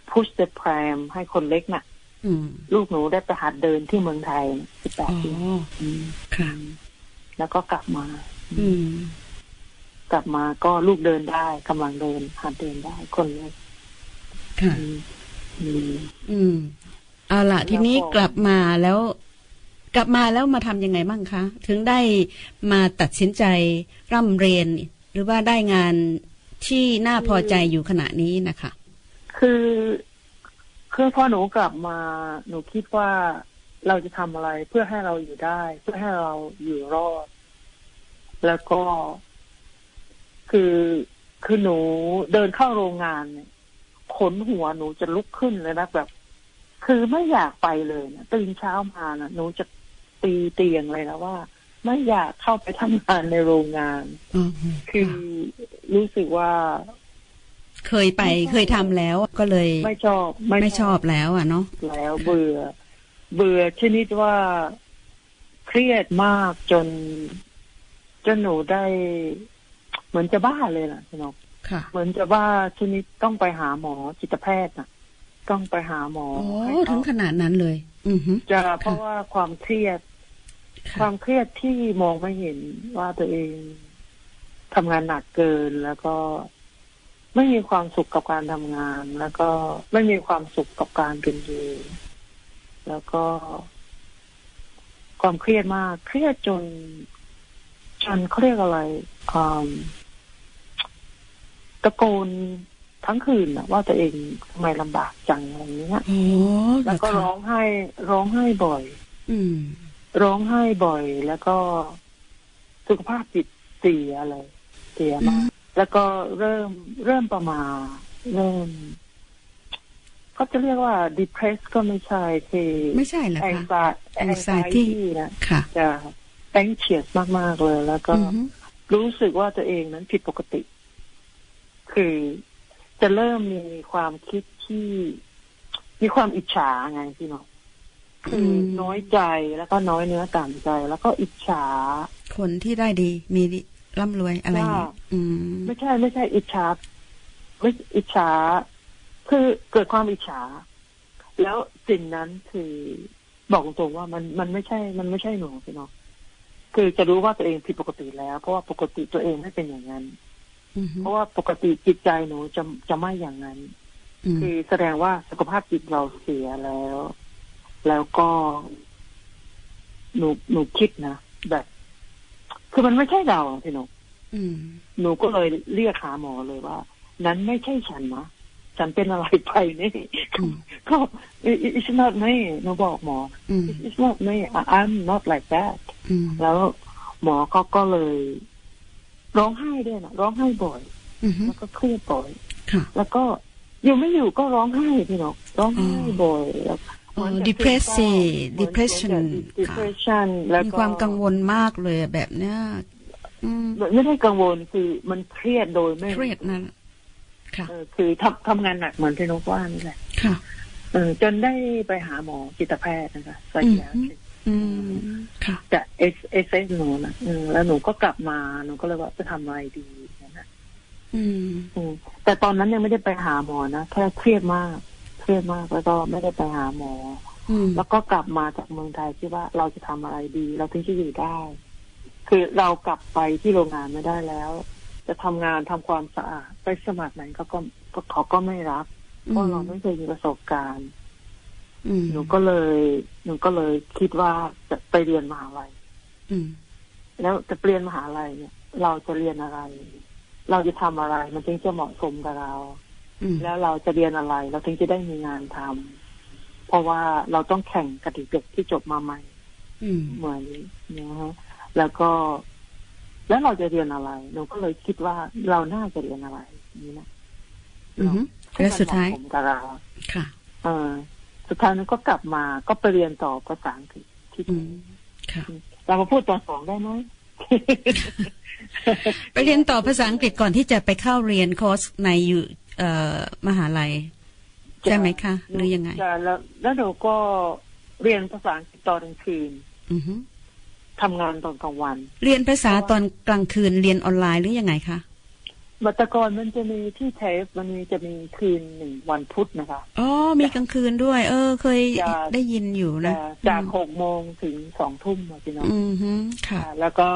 Speaker 4: พุชเดอะแพรมให้คนเล็กน่ะ
Speaker 1: อืม
Speaker 4: ลูกหนูได้ไปหัดเดินที่เมืองไทยสิบแปด
Speaker 1: อ๋อ
Speaker 4: เดือนม
Speaker 1: ค่ะ
Speaker 4: แล้วก็กลับมา
Speaker 1: อืม
Speaker 4: กลับมาก็ลูกเดินได้กำลังเดินหัดเดินได้คนเล็ก
Speaker 1: ค่ะ
Speaker 4: อืมอืม
Speaker 1: อืม เอาละทีนี้กลับมาแล้ว กลับมาแล้วมาทำยังไงบ้างคะ ถึงได้มาตัดสินใจร่ำเรียน หรือว่าได้งานที่น่าพอใจอยู่ขณะนี้นะคะ
Speaker 4: คือคือพอหนูกลับมาหนูคิดว่าเราจะทำอะไรเพื่อให้เราอยู่ได้ เพื่อให้เราอยู่รอด แล้วก็ คือคือหนูเดินเข้าโรงงานเนี่ยขนหัวหนูจะลุกขึ้นเลยนะแบบ คือไม่อยากไปเลยนะตื่นเช้ามานะหนูจะตีเตียงเลยนะว่า ไม่อยากเข้าไปทำงานในโรงงาน
Speaker 13: อืม
Speaker 4: คือรู้สึกว่า
Speaker 13: เคยไปเคยทำแล้วก็เลย
Speaker 4: ไม่ชอบไม่ชอบ
Speaker 13: ไม่ชอบแล้วอ่ะเนาะ
Speaker 4: แล้วเบื่อ เบื่อชนิดว่าเครียดมากจน จนหนูได้ เหมือนจะบ้าเลยนะพี่นก
Speaker 13: ค่ะ
Speaker 4: เหมือนจะบ้าชนิดต้องไปหาหมอจิตแพทย์นะต้องไปหาหมอ
Speaker 13: โอ้
Speaker 4: ให้
Speaker 13: ถึงขนาดนั้นเลย อือฮึ
Speaker 4: จะเพราะว่าความเครียด ความเครียดที่มองไม่เห็นว่าตัวเองทำงานหนักเกินแล้วก็ไม่มีความสุขกับการทำงาน แล้วก็ไม่มีความสุขกับการเป็นอยู่แล้วก็ ความเครียดมาก เครียดจน จนเขาเรียกอะไรอืมตะโกนทั้งคืนน่ะว่าตัวเองทำไมลำบากจังอะไรเงี้ยแล้วก็ร้องไห้ ร้องไห้บ่อย
Speaker 13: อืม
Speaker 4: ร้องไห้บ่อยแล้วก็สุขภาพจิตเสียเลย เสียมาก แล้วก็เริ่มเริ่มประมาทเริ่มก็จะเรียกว่า depressed ก็ไม่ใช่คือ
Speaker 13: ไม่ใช่เหรอคะ
Speaker 4: แองซา
Speaker 13: anxiety
Speaker 4: ที่นะ
Speaker 13: ค่ะ
Speaker 4: จะ anxious มาก ๆ เลย แล้วก็
Speaker 13: อือฮึ
Speaker 4: รู้สึกว่าตัวเองนั้นผิดปกติ คือจะเริ่มมีความคิดที่ มีความอิจฉาไงพี่หนอ คือน้อยใจแล้วก็น้อยเนื้อต่ำใจ แล้วก็อิจฉา
Speaker 13: คนที่ได้ดี มีร่ำรวยอะไรอย่าง
Speaker 4: ว่า
Speaker 13: เงี้ยอืม
Speaker 4: ไม่ใช่ไม่ใช่อิจฉาไม่อิจฉา คือเกิดความอิจฉา แล้วสิ่งนั้นคือบอกตรงๆว่ามันมันไม่ใช่ มันไม่ใช่หนูพี่น้องคือจะรู้ว่าตัวเองผิดปกติแล้ว เพราะว่าปกติตัวเองไม่เป็นอย่างนั้น
Speaker 13: อือฮึ
Speaker 4: เพราะว่าปกติจิตใจหนูจะจะไม่อย่างนั้น
Speaker 13: อืม
Speaker 4: คือแสดงว่าสุขภาพจิตเราเสียแล้ว แล้วก็หนูหนูคิดนะแบบ คือมันไม่ใช่เราอะพี่หนู
Speaker 13: อืม
Speaker 4: หนูก็เลยเรียกหาหมอเลยว่า นั้นไม่ใช่ฉันนะฉันเป็นอะไรไปนี่ ก็ it- it- it's not me หนูบอกหมออ
Speaker 13: ม
Speaker 4: It- it's not me I- I'm not like that
Speaker 13: อืม
Speaker 4: แล้วหมอเขาก็เลย ร้องไห้ด้วยนะร้องไห้บ่อย
Speaker 13: อือฮึ
Speaker 4: แล้วก็เครียดบ่อย
Speaker 13: ค่ะ
Speaker 4: แล้วก็อยู่ไม่อยู่ก็ร้องไห้พี่นกร้องไห้บ่อยแล้ว
Speaker 13: โอ้ depressive depression
Speaker 4: ดิเพรสชันแล้ว
Speaker 13: มี
Speaker 4: ก็
Speaker 13: ความกังวลมากเลยอะแบบเนี้ย อืม
Speaker 4: ไม่ได้กังวลคือมันเครียดโดยไม่
Speaker 13: เครียดนั่น ค่ะ
Speaker 4: เออคือทำทำงานหนักเหมือนพี่นกว่านี่แหละ
Speaker 13: ค่ะ
Speaker 4: เออจนได้ไปหาหมอจิตแพทย์นะคะสยาม
Speaker 13: อืม ค่ะ
Speaker 4: จะเอสเอสหนูนะอืมแล้วหนูก็กลับมาหนูก็เลยว่าจะทำอะไรดีนะนะ
Speaker 13: อืม
Speaker 4: อืมแต่ตอนนั้นยังไม่ได้ไปหาหมอนะแค่เครียดมาก เครียดมากแล้วก็ไม่ได้ไปหาหมอ
Speaker 13: อืม
Speaker 4: แล้วก็กลับมาจากเมืองไทยคิดว่าเราจะทำอะไรดี เราถึงจะอยู่ได้ คือเรากลับไปที่โรงงานไม่ได้แล้ว จะทำงานทำความสะอาดไปสมัครไหนเขาก็ก็เขาก็ไม่รับเพราะเราไม่เคยมีประสบการณ์
Speaker 13: อืม
Speaker 4: หนูก็เลยหนูก็เลยคิดว่าจะไปเรียนมหาลัย
Speaker 13: อืม
Speaker 4: แล้วจะเรียนมหาลัยเนี่ย เราจะเรียนอะไร เราจะทำอะไร มันถึงจะเหมาะสมกับเรา
Speaker 13: อืม
Speaker 4: แล้วเราจะเรียนอะไร เราถึงจะได้มีงานทำเพราะว่าเราต้องแข่งกับเด็กๆที่จบมาใหม่
Speaker 13: อืม
Speaker 4: เหมือนนะฮะแล้วก็ แล้วเราจะเรียนอะไรหนูก็เลยคิดว่าเราน่าจะเรียนอะไรนี่นะ
Speaker 13: อือฮึและสุดท้าย
Speaker 4: ที่มันเหมะสมกับเรา
Speaker 13: ค่ะ
Speaker 4: เออสุดท้ายนั้นก็กลับมาก็ไปเรียนต่อภาษาอังกฤษที่
Speaker 13: อืม ค่ะ
Speaker 4: เรามาพูดตอนสองได้ไหม
Speaker 13: ไปเรียนต่อภาษาอังกฤษก่อนที่จะไปเข้าเรียนคอร์สในอยู่เอ่อมหาลัย ใช่ไหมคะ หรือยังไง
Speaker 4: จ้ะแล้วแล้วหนูก็เรียนภาษาอังกฤษตอนกลางคืน
Speaker 13: อือฮึ
Speaker 4: ทำงานตอนกลางวัน
Speaker 13: เรียนภาษาตอนกลางคืนเรียนออนไลน์หรือยังไงคะ
Speaker 4: วัตกรมันจะมีที่เทปมันมีจะมีคืนหนึ่งวันพุธนะคะ
Speaker 13: อ๋อ มีกลางคืนด้วย เออ เคย
Speaker 4: จ้ะ
Speaker 13: ได้ยินอยู่นะ
Speaker 4: แต่จากหกโมงถึงสองทุ่มอะพี่น้อง
Speaker 13: อืมฮึค่ะ
Speaker 4: ค่ะแล้วก็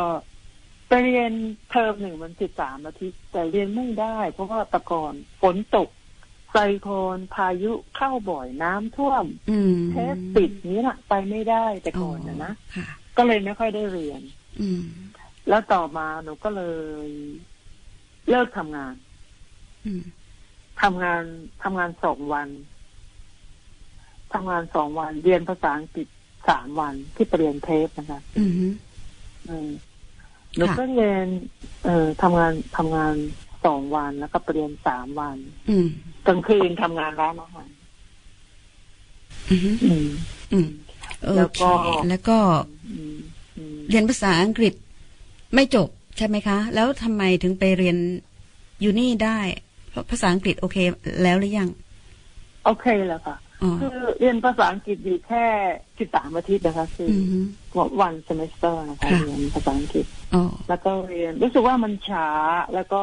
Speaker 4: ไปเรียนเทอมหนึ่งมันสิบสามอาทิตย์แต่เรียนไม่ได้ เพราะว่าแตะกอนฝนตกไซโคลนพายุเข้าบ่อยน้ำท่วม
Speaker 13: อืม
Speaker 4: เทปปิดนี้น่ะ ไปไม่ได้แต่ก่อนนะนะ
Speaker 13: ค่ะ
Speaker 4: ก็เลยไม่ค่อยได้เรียน
Speaker 13: อืม
Speaker 4: แล้วต่อมาหนูก็เลยเลิกทำงาน
Speaker 13: อืม
Speaker 4: ทำงานทำงานสองวันทำงานสองวัน เรียนภาษาอังกฤษสามวันที่ไปเรียนเทปนะคะ
Speaker 13: อืมฮึ
Speaker 4: อืมหนู
Speaker 13: ค่ะ
Speaker 4: ก็เรียน เอ่อทำงานทำงานสองวันแล้วก็ไปเรียนสามวัน
Speaker 13: อืม
Speaker 4: กลางคืนทำงานร้านอาหาร
Speaker 13: อืมฮึ
Speaker 4: อืม
Speaker 13: อืม โอ
Speaker 4: แล้ว
Speaker 13: เค
Speaker 4: ก็
Speaker 13: แล้วก็
Speaker 4: อืม
Speaker 1: เรียนภาษาอังกฤษไม่จบใช่ไหมคะ แล้วทำไมถึงไปเรียนอยู่นี่ได้ เพราะภาษาอังกฤษโอเคแล้วหรือยัง
Speaker 4: โอเคแล้วค่ะ
Speaker 1: อ๋อ
Speaker 4: คือเรียนภาษาอังกฤษอยู่แค่ 13 อาทิตย์นะคะคืออ
Speaker 1: อฮึ
Speaker 4: วันเซมิสเตอร์นะคะ
Speaker 1: ค่ะ
Speaker 4: เรียนภาษาอังกฤษ
Speaker 1: อ๋อ
Speaker 4: แล้วก็เรียนรู้สึกว่ามันช้าแล้วก็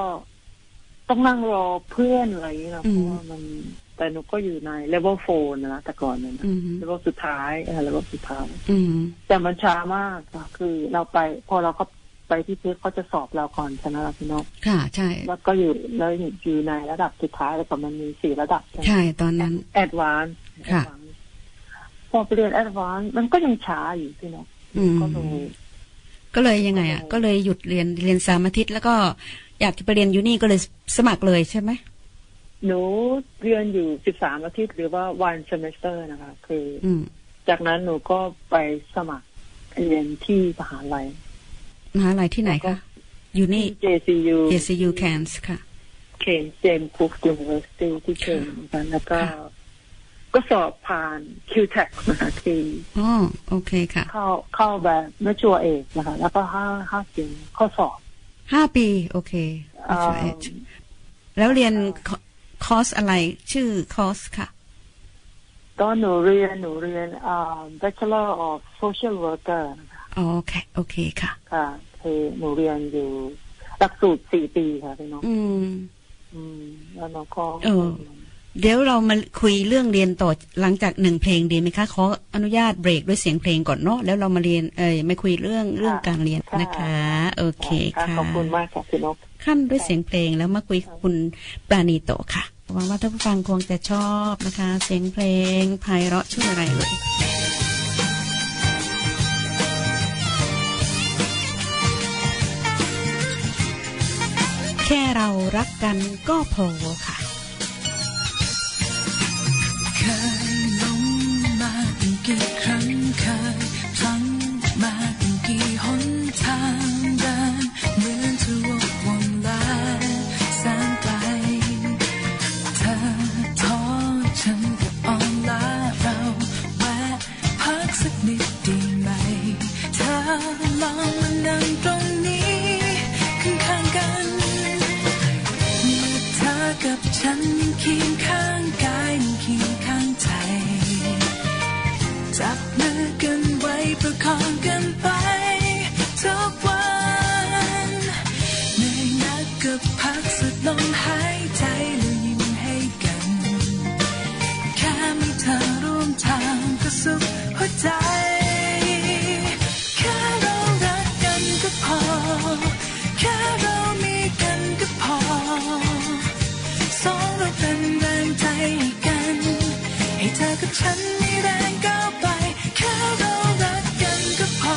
Speaker 4: ต้องนั่งรอเพื่อนอะไรอย่างเงี้ยนะ
Speaker 1: อืม
Speaker 4: เพราะว่ามันแต่หนูก็อยู่ในเลเวลโฟนนะแต่ก่อนเนี่ยนะ
Speaker 1: อืมฮึ
Speaker 4: เลเวลสุดท้ายเออเลเวลสุดท้าย
Speaker 1: อืม
Speaker 4: แต่มันช้ามากค่ะคือเราไป พอเราก็ไปที่เทสเขาจะสอบเราก่อนชนะเราพี่นก
Speaker 1: ค่ะ ใช่
Speaker 4: แล้วก็อยู่แล้วอยู่ในระดับสุดท้ายแล้วก็มันมีสี่ระดับใช่ไหม
Speaker 1: ใช่ตอนนั้น
Speaker 4: แอดวาน
Speaker 1: ค่ะ
Speaker 4: พอไปเรียนแอดวานมันก็ยังช้าอยู่พี่นก
Speaker 1: อืม
Speaker 4: ก็เลย
Speaker 1: ก็เลยยังไงอ่ะ ก็เลยหยุดเรียนเรียนสามอาทิตย์แล้วก็อยากจะไปเรียนอยู่นี่ก็เลยสมัครเลยใช่ไหม
Speaker 4: หนูเรียนอยู่สิบสามอาทิตย์หรือว่าวันเซมิสเตอร์นะคะ คืออ
Speaker 1: อืม
Speaker 4: จากนั้นหนูก็ไปสมัครเรียนที่มหาลัย
Speaker 1: มหาลัยที่ไหนคะ อยู่นี่
Speaker 4: JCU
Speaker 1: JCU Cairns ค่ะ
Speaker 4: เคนเจมคุก University ที่เคนกันแล้วก็ ก็สอบผ่าน QTEC นะคะที่
Speaker 1: อ๋อ โอเคค่ะ
Speaker 4: เข้าเข้าแบบไม่ชัวร์เอกนะคะ แล้วก็ห้าห้าเกณฑ์ข้อสอบ
Speaker 1: ห้าปี โอเค
Speaker 4: เอ่อ
Speaker 1: H แล้วเรียนคคอร์สอะไรชื่อคอร์สค่ะ
Speaker 4: ตอนหนูเรียนหนูเรียนอ่า Bachelor of Social Worker นะคะ
Speaker 1: อ๋อโอเคโอเคค่ะ
Speaker 4: ค่ะคือหนูเรียนอยู่หลักสูตรสี่ปีค่ะพี่น้อง
Speaker 1: อืม
Speaker 4: อืมแล้วน้องก็
Speaker 1: เออ เดี๋ยวเรามาคุยเรื่องเรียนต่อหลังจากหนึ่งเพลงดีไหมคะ ขออนุญาตเบรกด้วยเสียงเพลงก่อนเนาะแล้วเรามาเรียนเอ่ยมาคุยเรื่องเรื่องการเรียนนะคะ โอเค
Speaker 4: ค่ะ
Speaker 1: ค่ะ
Speaker 4: ขอบคุณมากค่ะพี่นก
Speaker 1: ขั้นด้วยเสียงเพลงแล้วมาคุยกับคุณปราณีโตค่ะหวังว่าท่านผู้ฟังคงจะชอบนะคะ เสียงเพลงไพเราะชื่ออะไรเลย แค่เรารักกันก็พอค่ะ
Speaker 14: เคยล้มมาตั้งกี่ครั้งเคยพลั้งมาตั้งกี่หนทางเดินเหมือนจะวกวนลายแสนไกล เธอท้อฉันก็อ่อนล้าเราแวะพักสักนิดดีไหม เธอลองมานั่งตรงนี้ข้างๆกัน มีเธอกับฉันยังเคียงข้างกายยังเคียงข้างใจ จับมือกันไว้ประคองกันไปทุกวันเหนื่อยนักก็พักสุดลมหายใจแล้วยิ้มให้กัน แค่มีเธอร่วมทางก็สุขหัวใจ แค่เรารักกันก็พอ แค่เรามีกันก็พอ สองเราเป็นแรงใจให้กัน ให้เธอกับฉันมีแรงก้าวไป แค่เรารักกันก็พอ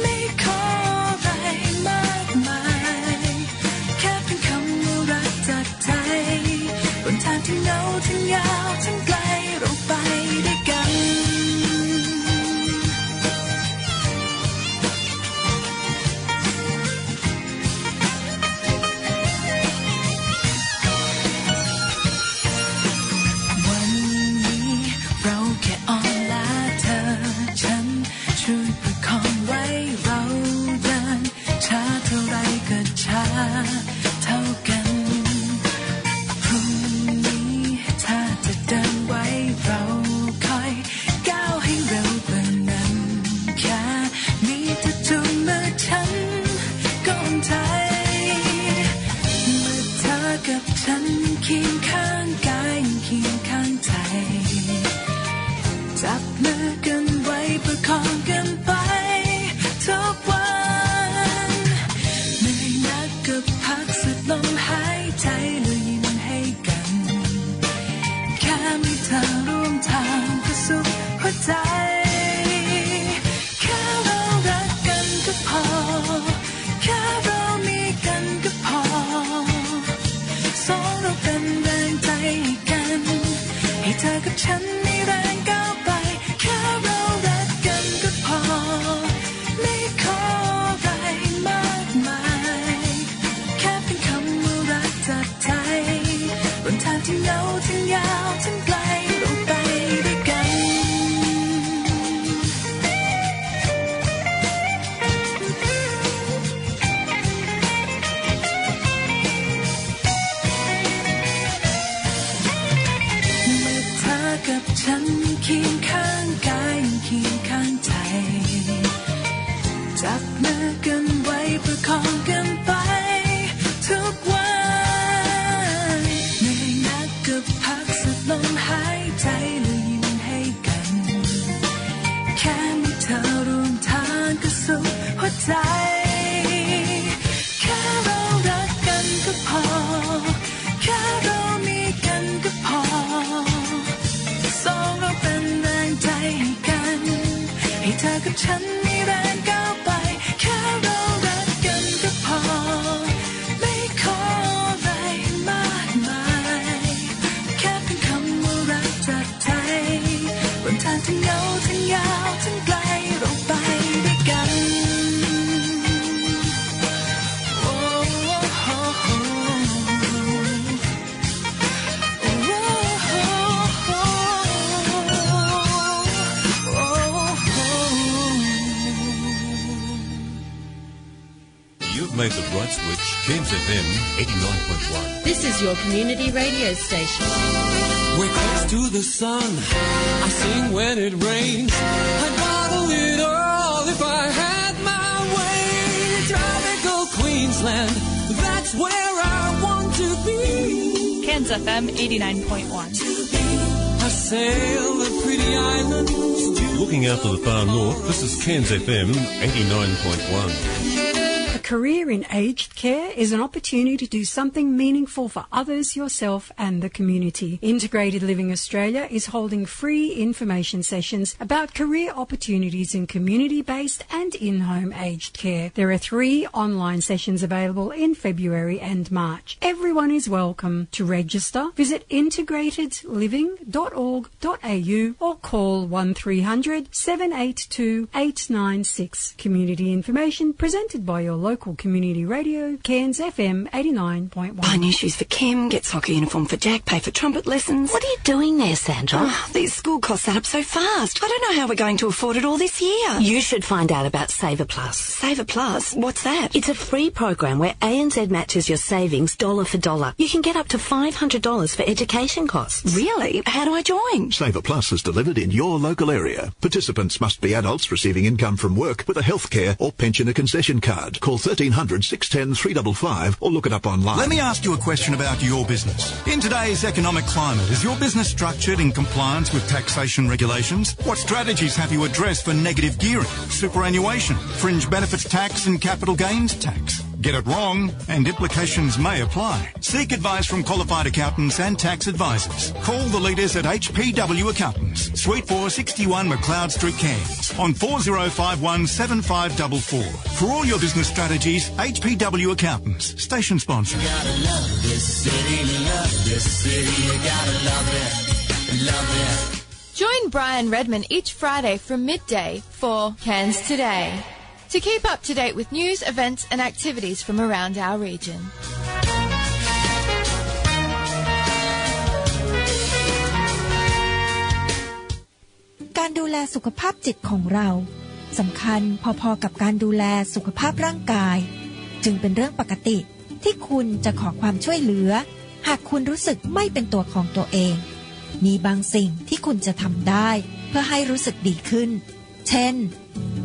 Speaker 14: ไม่ขออะไรมากมาย แค่เป็นคำว่ารักจากใจบนทางที่เหงาทั้งยาวทั้งไกลเราไปด้วยกัน วันนี้เราแค่อ่อนล้าเธอ ฉันช่วยประคองไว้เราเดินช้าเท่าไรก็ช้าเท่ากัน พรุ่งนี้ถ้าจะเดินไว้เราคอยก้าวให้เร็วกว่านั้น แค่มีเธอจูงมือฉันก็อุ่นใจ เมื่อเธอกับฉันเคียงข้างกายเคียงข้างใจ จับมือกันไว้ประคองกันไปทุกวันเหนื่อยนักก็พักสุดลมหายใจแล้วยิ้มให้กัน แค่มีเธอร่วมทางก็สุขหัวใจ แค่เรารักกันก็พอ แค่เรามีกันก็พอ สองเราเป็นแรงใจให้กัน ให้เธอกับฉันมีแรงก้าวไป แค่เรารักกันก็พอ ไม่ขออะไรมากมาย แค่เป็นคำว่ารักจากใจบนทางที่เหงาทั้งยาวทั้งไกลเราไปด้วยกัน แ ธอกับฉันมีแรงก้าวไป แค่เรารักกันก็พอ ไม่ขออะไรมากมาย แค่เพียงคำว่ารักจากใจบนทางทั้งเหงาทั้งยาวทั้งไกลเราไปด้วยกัน
Speaker 15: Oh,
Speaker 14: โอ้โห
Speaker 16: You've made the right switch. Cairns FM 89.1.
Speaker 17: This is your community radio station.
Speaker 15: We're close to the sun. I sing when it rains. I'd bottle it all if I had my way. Tropical Queensland, that's where I want to be.
Speaker 18: Cairns FM 89.1.
Speaker 15: I sail the pretty islands.
Speaker 16: Looking out to the far north, this is Cairns FM 89.1.
Speaker 10: A career in aged care is an opportunity to do something meaningful for others, yourself, and the community. Integrated Living Australia is holding free information sessions about career opportunities in community based and in home aged care. There are three online sessions available in February and March. Everyone is welcome. To register, visit integratedliving.org.au or call 1300 782 896. Community information presented by your local community radio, Cairns FM 89.1.
Speaker 7: Buy new shoes for Kim, get soccer uniform for Jack, pay for trumpet lessons. What are you doing there, Sandra? these school costs add up so fast. I don't know how we're going to afford it all this year.
Speaker 8: You should find out about Saver Plus.
Speaker 7: Saver Plus? What's that?
Speaker 8: It's a free program where ANZ matches your savings dollar for dollar. You can get up to $500 for education costs.
Speaker 7: Really? How do I join?
Speaker 9: Saver Plus is delivered in your local area. Participants must be adults receiving income from work with a healthcare or pensioner concession card. Call 1300 610 355 or look it up online.
Speaker 11: Let me ask you a question about your business.
Speaker 9: In today's economic climate,
Speaker 11: Is your business structured in compliance with taxation regulations? What strategies have you addressed for negative gearing, superannuation, fringe benefits tax, and capital gains tax? Get it wrong, and implications may apply. Seek advice from qualified accountants and tax advisors. Call the leaders at HPW Accountants, Suite 461 McLeod Street, Cairns, on 4051 7544. For all your business strategies, HPW Accountants, station sponsor.
Speaker 14: love this city, love this city, you gotta love it, love it.
Speaker 19: Join Brian Redman each Friday from midday for Cairns Today to keep up to date with news, events, and activities from around our region.
Speaker 14: Thank you.
Speaker 3: การดูแลสุขภาพจิตของเราสำคัญพอๆกับการดูแลสุขภาพร่างกาย จึงเป็นเรื่องปกติที่คุณจะขอความช่วยเหลือ หากคุณรู้สึกไม่เป็นตัวของตัวเอง มีบางสิ่งที่คุณจะทำได้ เพื่อให้รู้สึกดีขึ้น เช่น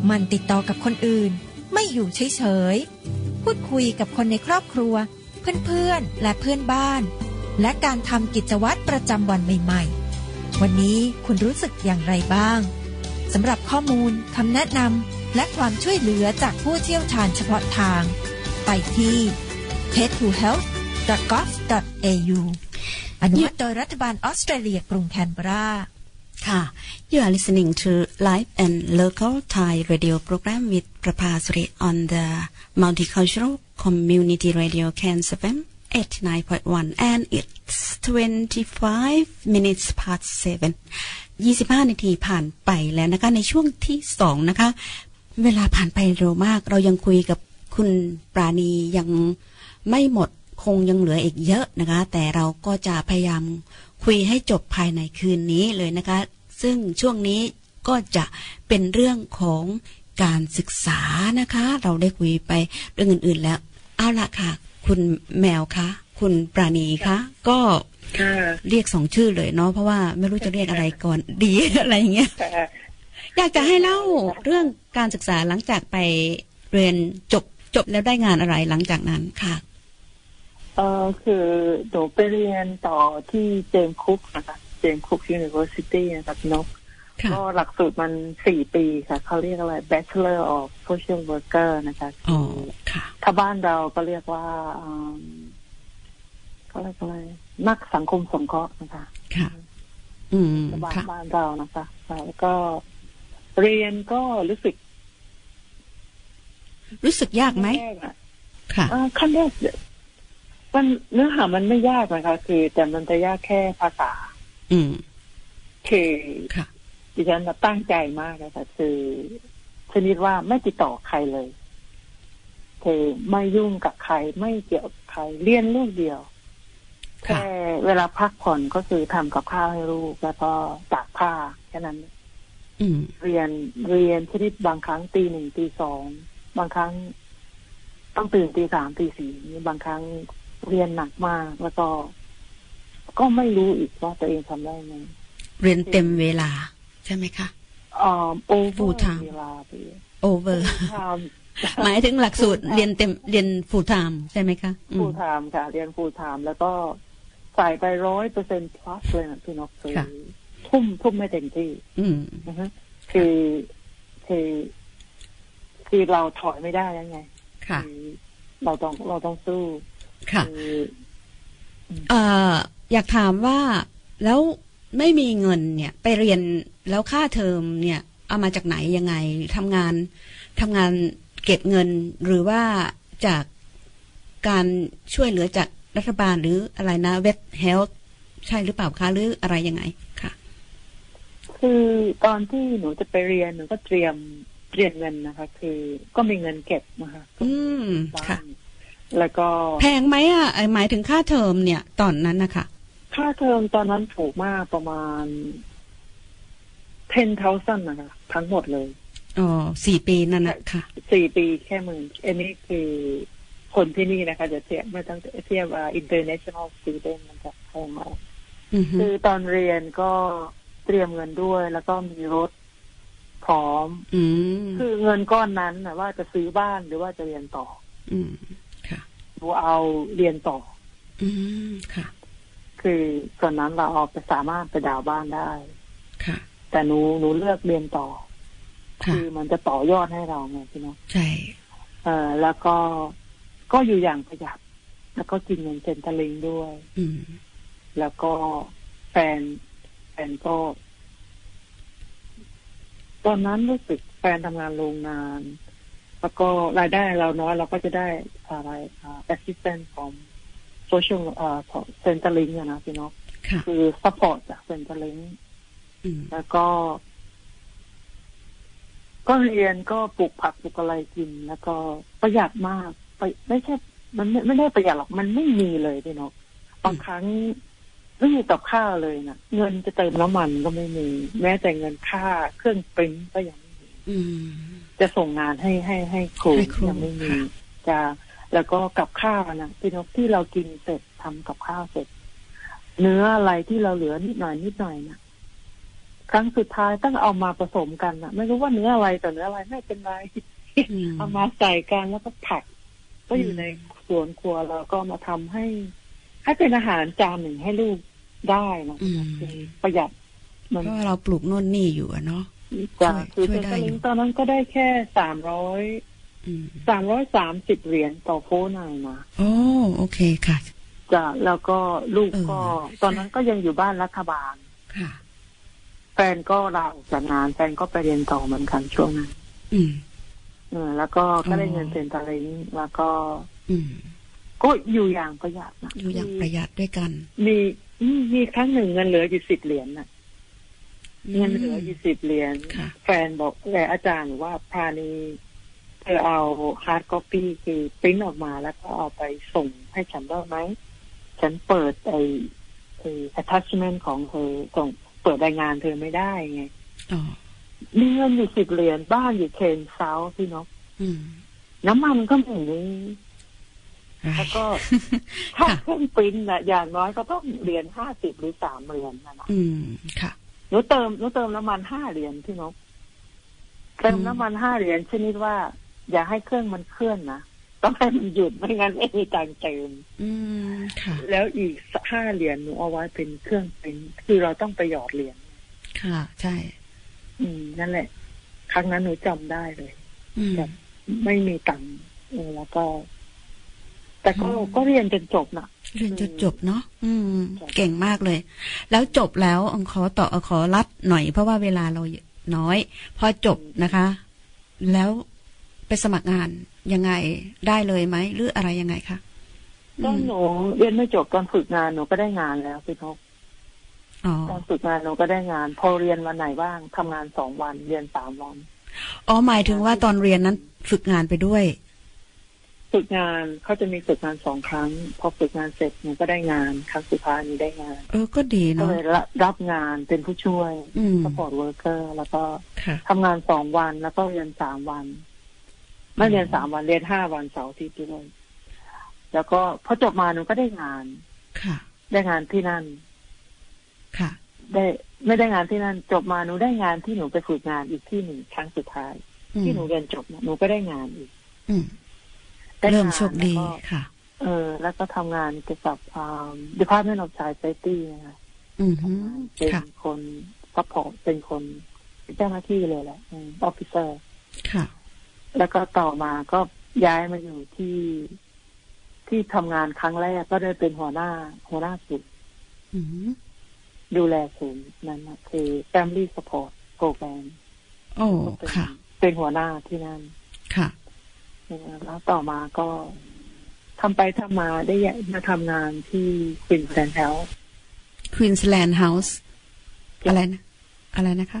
Speaker 3: หมันติดต่อกับคนอื่น ไม่อยู่เฉยๆพูดคุยกับคนในครอบครัว เพื่อนๆและเพื่อนบ้าน และการทำกิจวัตรประจำวันใหม่ๆ วันนี้คุณรู้สึกอย่างไรบ้าง สำหรับข้อมูลคำแนะนำและความช่วยเหลือจากผู้เชี่ยวชาญเฉพาะทาง ไปที่ p e t t o h e a l t h g o v a u อนุมัติโดยรัฐบาลออสเตรเลียกรุงแคนเบอร์รา
Speaker 1: ค่ะ You are listening to live and local Thai radio program with Prapasri on the Multicultural Community Radio Cairns FM 89.1 and it's 25 minutes past 7 25 นาทีผ่านไปแล้วนะคะ ในช่วงที่สองนะคะ เวลาผ่านไปเร็วมาก เรายังคุยกับคุณปราณียังไม่หมดคงยังเหลืออีกเยอะนะคะ แต่เราก็จะพยายามคุยให้จบภายในคืนนี้เลยนะคะ ซึ่งช่วงนี้ก็จะเป็นเรื่องของการศึกษานะคะ เราได้คุยไปเรื่องอื่น ๆ แล้ว เอาละค่ะ คุณแมวคะคุณปราณีคะก็เรียกสองชื่อเลยเนาะเพราะว่าไม่รู้จะเรียกอะไรก่อนดี อะไรอย่างเงี้ย อยากจะให้เล่าเรื่องการศึกษาหลังจากไปเรียนจบจบแล้วได้งานอะไรหลังจากนั้นค่ะ
Speaker 4: เออคือหนูไปเรียนต่อที่เจมส์คุกนะคะเจมส์คุก University นะครับนกก็หลักสูตรมันสี่ปีค่ะ เขาเรียกอะไร Bachelor of Social Worker นะคะ
Speaker 1: อ๋อค่ะ
Speaker 4: ถ้าบ้านเราก็เรียกว่าอืมเขาเรียกอะไรนักสังคมสงเคราะห์นะคะ
Speaker 1: อืม
Speaker 4: บ้าน
Speaker 1: ค่ะ
Speaker 4: บ้านเรานะคะค่ะแล้วก็ไป เรียนก็รู้สึก
Speaker 1: รู้สึกยากไหม
Speaker 4: แรกอะ
Speaker 1: ค่ะ
Speaker 4: ขั้นแรกเนี่ยมันเนื้อหามันไม่ยากนะคะ คือแต่มันจะยากแค่ภาษา
Speaker 1: อื
Speaker 5: Mm,
Speaker 1: ม
Speaker 4: คือ
Speaker 1: ค่ะ
Speaker 4: ดิฉันน่ะตั้งใจมากนะคะคือชนิดว่าไม่ติดต่อใครเลยคือไม่ยุ่งกับใครไม่เกี่ยวกับใครเรียนลูกเดียวแค่เวลาพักผ่อนก็คือทำกับข้าวให้ลูกแล้วก็ตากผ้าแค่นั้น
Speaker 1: อืม
Speaker 4: เรียนเรียนชนิดบางครั้งตีหนึ่งตีสองบางครั้ง ต้องตื่นตีสามตีสี่บางครั้งเรียนหนักมากแล้วก็ ก็ไม่รู้อีกว่าตัวเองทำได้ไง
Speaker 1: เรียนเต็มเวลา ใช่ไหมคะ
Speaker 4: อ่าโอเวอ
Speaker 1: Full
Speaker 4: ร์
Speaker 1: time
Speaker 4: เวลาไป
Speaker 1: โอเว อร์
Speaker 4: ทำ
Speaker 1: หมายถึงหลัก สูตรเรียนเต็มเรียนฟูลไทม์ใช่ไหมคะอื
Speaker 4: ฟู
Speaker 1: ม
Speaker 4: ลไทม์ค่ะ เรียนฟูลไทม์แล้วก็ใส่ไปร้อยเปอร์เซ็นต์ plus เลยนะพี่นกคือ
Speaker 1: ค่ะ
Speaker 4: ทุ่มทุ่มไม่เต็มที่
Speaker 1: อืม
Speaker 4: นะฮะคือคือคือเราถอยไม่ได้แล้วไง
Speaker 1: ค่ะ
Speaker 4: อเราต้องเราต้องสู้
Speaker 1: ค่ะ
Speaker 4: คือ
Speaker 1: เอ่ออยากถามว่าแล้วไม่มีเงินเนี่ย ไปเรียนแล้วค่าเทอมเนี่ย เอามาจากไหนยังไงทำงานทำงานเก็บเงินหรือว่าจากการช่วยเหลือจากรัฐบาลหรืออะไรนะเวทเฮลท์ใช่หรือเปล่าคะหรืออะไรยังไงค่ะ
Speaker 4: คือตอนที่หนูจะไปเรียนหนูก็เตรียมเตรียมเงินนะคะ คือก็มีเงินเก็บนะคะ
Speaker 1: อืมค่ะ
Speaker 4: แล้วก็
Speaker 1: แพงไหมอ่ะเอ่อหมายถึงค่าเทอมเนี่ย ตอนนั้นนะคะ
Speaker 4: ค่าเทอมตอนนั้นถูกมากประมาณ 10,000 นะคะ ทั้งหมดเลย
Speaker 1: อ๋อสี่ปีนั่นนะค่ะ
Speaker 4: สี่ปีแค่หมื่นอันนี้คือคนที่นี่นะคะ จะเทียบไม่ต้องเทียบว่า international student มันจะแพงมาก
Speaker 1: อือฮึ
Speaker 5: mm,
Speaker 4: คือตอนเรียนก็เตรียมเงินด้วย แล้วก็มีรถพร้อม
Speaker 1: อืม
Speaker 4: คือเงินก้อนนั้นนะว่าจะซื้อบ้านหรือว่าจะเรียนต่อ
Speaker 1: อื
Speaker 5: mm.
Speaker 1: ม
Speaker 4: หนูเอาเรียนต่อ
Speaker 1: อืมค่ะ
Speaker 4: คือตอนนั้นเราเอาไปสามารถไปดาวน์บ้านได้
Speaker 1: ค่ะ
Speaker 4: แต่หนูหนูเลือกเรียนต่อ
Speaker 1: ค่ะ
Speaker 4: คือมันจะต่อยอดให้เราไงพี่เนาะ
Speaker 1: ใช่
Speaker 4: เออแล้วก็ก็อยู่อย่างประหยัด แล้วก็กินเงินเซ็นทรัลลิงด้วย
Speaker 1: อืม
Speaker 4: แล้วก็แฟนแฟนก็ ตอนนั้นรู้สึกแฟนทำงานโรงงาน แล้วก็รายได้เราน้อยเราก็จะได้อะไรแอสซิสแตนต์ของโซเชียลของเซ็นทรัลลิงนะพี่เนาะ
Speaker 1: ค่ะ
Speaker 4: คือซัพพอร์ตจากเซ็นทรัลลิง
Speaker 1: อืม
Speaker 4: แล้วก็ก็เรียนก็ปลูกผักปลูกอะไรกิน แล้วก็ประหยัดมากไปไม่ใช่ มันไม่ไม่ได้ประหยัดหรอกมันไม่มีเลยพี่นกบางครั้งไม่มีกับข้าวเลยนะเงินจะเติมน้ำมันก็ไม่มี แม้แต่เงินค่าเครื่องปริ้นก็ยังไม่มี
Speaker 1: อืม
Speaker 4: จะส่งงานให้ให้ให้ครู
Speaker 1: ให้ครู
Speaker 4: ยังไม่มี
Speaker 5: Mm,
Speaker 4: จะแล้วก็กับข้าวนะพี่นกที่เรากินเสร็จทำกับข้าวเสร็จ เนื้ออะไรที่เราเหลือนิดหน่อยนิดหน่อยนะ ครั้งสุดท้ายต้องเอามาผสมกันนะไม่รู้ว่าเนื้ออะไรต่อเนื้ออะไรไม่เป็นไร เอามาใส่กันแล้วก็ผัดก็อยู่ในสวนครัวแล้วก็มาทำให้ ให้เป็นอาหารจานหนึ่งให้ลูกได้นะ
Speaker 1: อืม
Speaker 4: ประหยัดมัน
Speaker 1: ก็เราปลูกโน่นนี่อยู่อะเนาะ
Speaker 4: จะคือ
Speaker 1: ช่วยได้
Speaker 4: เซนเตอร์
Speaker 1: อยู่
Speaker 4: ลิงตอนนั้นก็ได้แค่สามร้อย
Speaker 1: อืม
Speaker 4: สามร้อยสามสิบเหรียญต่อโฟนายนะ
Speaker 1: โอ้โอเคค่ะ
Speaker 4: จะแล้วก็ลูก
Speaker 1: เออ
Speaker 4: ก็ ตอนนั้นก็ยังอยู่บ้านรัฐบาล
Speaker 1: ค่ะ
Speaker 4: แฟนก็ลาออกจากงานแฟนก็ไปเรียนต่อเหมือนกันช่วงนั้น
Speaker 1: อืม
Speaker 4: เออแล้วก็ก็ได้
Speaker 1: อ๋อ
Speaker 4: เงินเซ็นตาลิงก์แล้วก็
Speaker 1: อืม
Speaker 4: ก็อยู่อย่างประหยัดนะ
Speaker 1: อยู่อย่างประหยัดด้วยกัน
Speaker 4: มีมีมีครั้งหนึ่งเงินเหลืออยู่สิบเหรียญน่ะเงินเหลืออยู่สิบเหรียญแฟนบอกแต่อาจารย์ว่าพานีเธอเอาฮาร์ดคอปปี้คือปริ้นออกมาแล้วก็เอาไปส่งให้ฉันได้ไหม ฉันเปิดไอไอ attachment ของเธอส่งเปิดรายงานเธอไม่ได้ไง
Speaker 1: อ๋อ
Speaker 4: มีเงินอยู่สิบเหรียญบ้านอยู่เคนเซาท์พี่นก
Speaker 1: อืม
Speaker 4: น้ำมันก็ไม่มีแล้วก็ถ้าเครื่องปริ้นนะอย่างน้อยก็ต้องเหรียญห้าสิบหรือสามเหรียญนะนะ
Speaker 1: อืม ค่ะ
Speaker 4: หนูเติมหนูเติมน้ำมันห้าเหรียญพี่นกเติมน้ำมันห้าเหรียญชนิดว่า อย่าให้เครื่องมันเคลื่อนนะต้องให้มันหยุดไม่งั้นไม่มีตังค์เติม
Speaker 1: อืม ค่ะ
Speaker 4: แล้วอีกห้าเหรียญหนูเอาไว้เป็นเครื่องปริ้นคือเราต้องไปหยอดเหรียญ
Speaker 1: ค่ะ ใช่
Speaker 4: อืมนั่นแหละ ครั้งนั้นหนูจำได้เลย
Speaker 1: อืม
Speaker 4: ไม่มีตังค์เออแล้วก็ แต่ก็ก็เรียนจนจบนะ
Speaker 1: เรียนจนจบเนาะอืม เก่งมากเลย แล้วจบแล้วขอต่อขอรัดหน่อยเพราะว่าเวลาเรา น้อย พอจบนะคะ แล้วไปสมัครงานยังไงได้เลยไหมหรืออะไรยังไงคะ
Speaker 4: ก็หนูเรียนไม่จบตอนฝึกงานหนูก็ได้งานแล้วพี่นก
Speaker 1: อ๋อ
Speaker 4: ตอนฝึกงานหนูก็ได้งาน พอเรียนวันไหนบ้างทำงานสองวันเรียนสามวัน
Speaker 1: อ๋อหมายถึงว่าตอนเรียนนั้นฝึกงานไปด้วย
Speaker 4: ฝึกงานเขาจะมีฝึกงานสองครั้ง พอฝึกงานเสร็จหนูก็ได้งานครั้งสุดท้ายหนี้ได้งาน
Speaker 1: เออก็ดี
Speaker 4: ก็
Speaker 1: เนาะ
Speaker 4: เลยรับรับงานเป็นผู้ช่วย
Speaker 1: อืม
Speaker 4: support worker แล้วก็
Speaker 1: ค่ะ
Speaker 4: ทำงานสองวันแล้วก็เรียนสามวัน ไม่เรียนสามวันเรียนห้าวันเสาร์อาที่ด้วย แล้วก็พอจบมาหนูก็ได้งาน
Speaker 1: ค่ะ
Speaker 4: ได้งานที่นั่น
Speaker 1: ค่ะ
Speaker 4: ได้ไม่ได้งานที่นั่น จบมาหนูได้งานที่หนูไปฝึกงานอีกที่หนึ่งครั้งสุดท้าย
Speaker 1: อืม
Speaker 4: ที่หนูเรียนจบน่ะหนูก็ได้งานอีก
Speaker 1: อืม
Speaker 4: ได้งาน
Speaker 1: เริ่มโชคดี
Speaker 4: แล้วก็
Speaker 1: ค่ะ
Speaker 4: เออ แล้วก็ทำงานเกี่ยวกับอ่า Department of Child Safety นะคะ
Speaker 1: อืมฮึ
Speaker 4: เป็น
Speaker 1: ค่ะ
Speaker 4: คนซัพพอร์ตเป็นคนเจ้าหน้าที่เลยแหละออฟฟิเซอร์
Speaker 1: ค่ะ
Speaker 4: แล้วก็ต่อมาก็ย้ายมาอยู่ที่ที่ทำงานครั้งแรกก็ได้เป็นหัวหน้า หัวหน้าศูนย์
Speaker 1: อืม
Speaker 4: ดูแลศูนย์นั้นนะคือ Family Support Program
Speaker 1: โอ้ ค่ะ
Speaker 4: เป็นหัวหน้าที่นั่น
Speaker 1: ค่ะ
Speaker 4: แล้วต่อมาก็ทำไปทำมาได้ย้ายมาทำงานที่ควินแลนด์แฮล
Speaker 1: Queensland House อะไรนะ อะไรนะคะ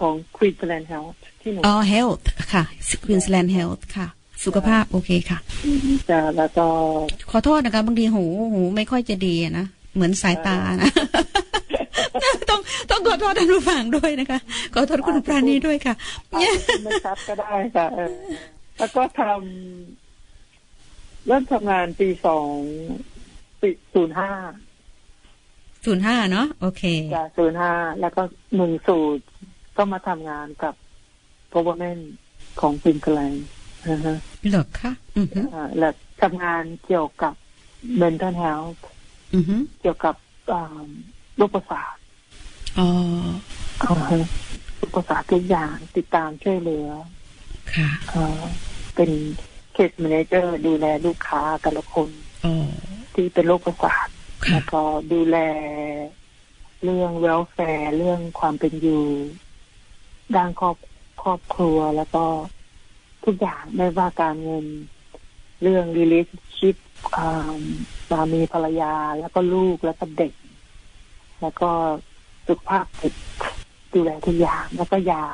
Speaker 4: ของควินแลนด์แฮลที่หนู
Speaker 1: อ๋อ Health ค่ะ Queensland Health ค่ะ สุขภาพโอเคค่ะ
Speaker 4: จะแล้วก็
Speaker 1: ขอโทษนะคะบางทีหูหูไม่ค่อยจะดีอะนะ เหมือนสายตานะ ต้องต้องขอโทษท่านผู้ฟังด้วยนะคะ ขอโทษคุณปราณีด้วยค่ะ
Speaker 4: อาจจะไม่ชัดก็ได้ค่ะเออแล้วก็ทำเริ่มทำงานปีสองปีศูนย์ห้า
Speaker 1: ศูนย์ห้าเนาะโอเค
Speaker 4: จากศูนย์ห้าแล้วก็หนึ่งสูตรก็มาทำงานกับ government ของควินแลนด์นะฮะ
Speaker 1: เหรอคะอือฮึ
Speaker 4: เอ่อและทำงานเกี่ยวกับ mental health
Speaker 5: mm,
Speaker 1: อือฮึ
Speaker 4: เกี่ยวกับอ่าโรคประสาท
Speaker 1: อ๋อ
Speaker 4: โรคประสาททุกอย่างติดตามช่วยเหลือ
Speaker 1: ค่ะ
Speaker 4: เอ่อเป็นเคส m ม n เจอร์ดูแลลูกค้าแต่ละคน
Speaker 1: อ๋อ
Speaker 4: ที่เป็นโรคประสาทแล้วก็ดูแลเรื่อง welfare เรื่องความเป็นอยู่ ด้านครอบครอบครัวแล้วก็ทุกอย่างไม่ว่าการเงิน เรื่อง relationship อ่าสามีภรรยาแล้วก็ลูกแล้วก็เด็ก แล้วก็สุขภาพจิตดูแลทุกอย่างแล้วก็ยา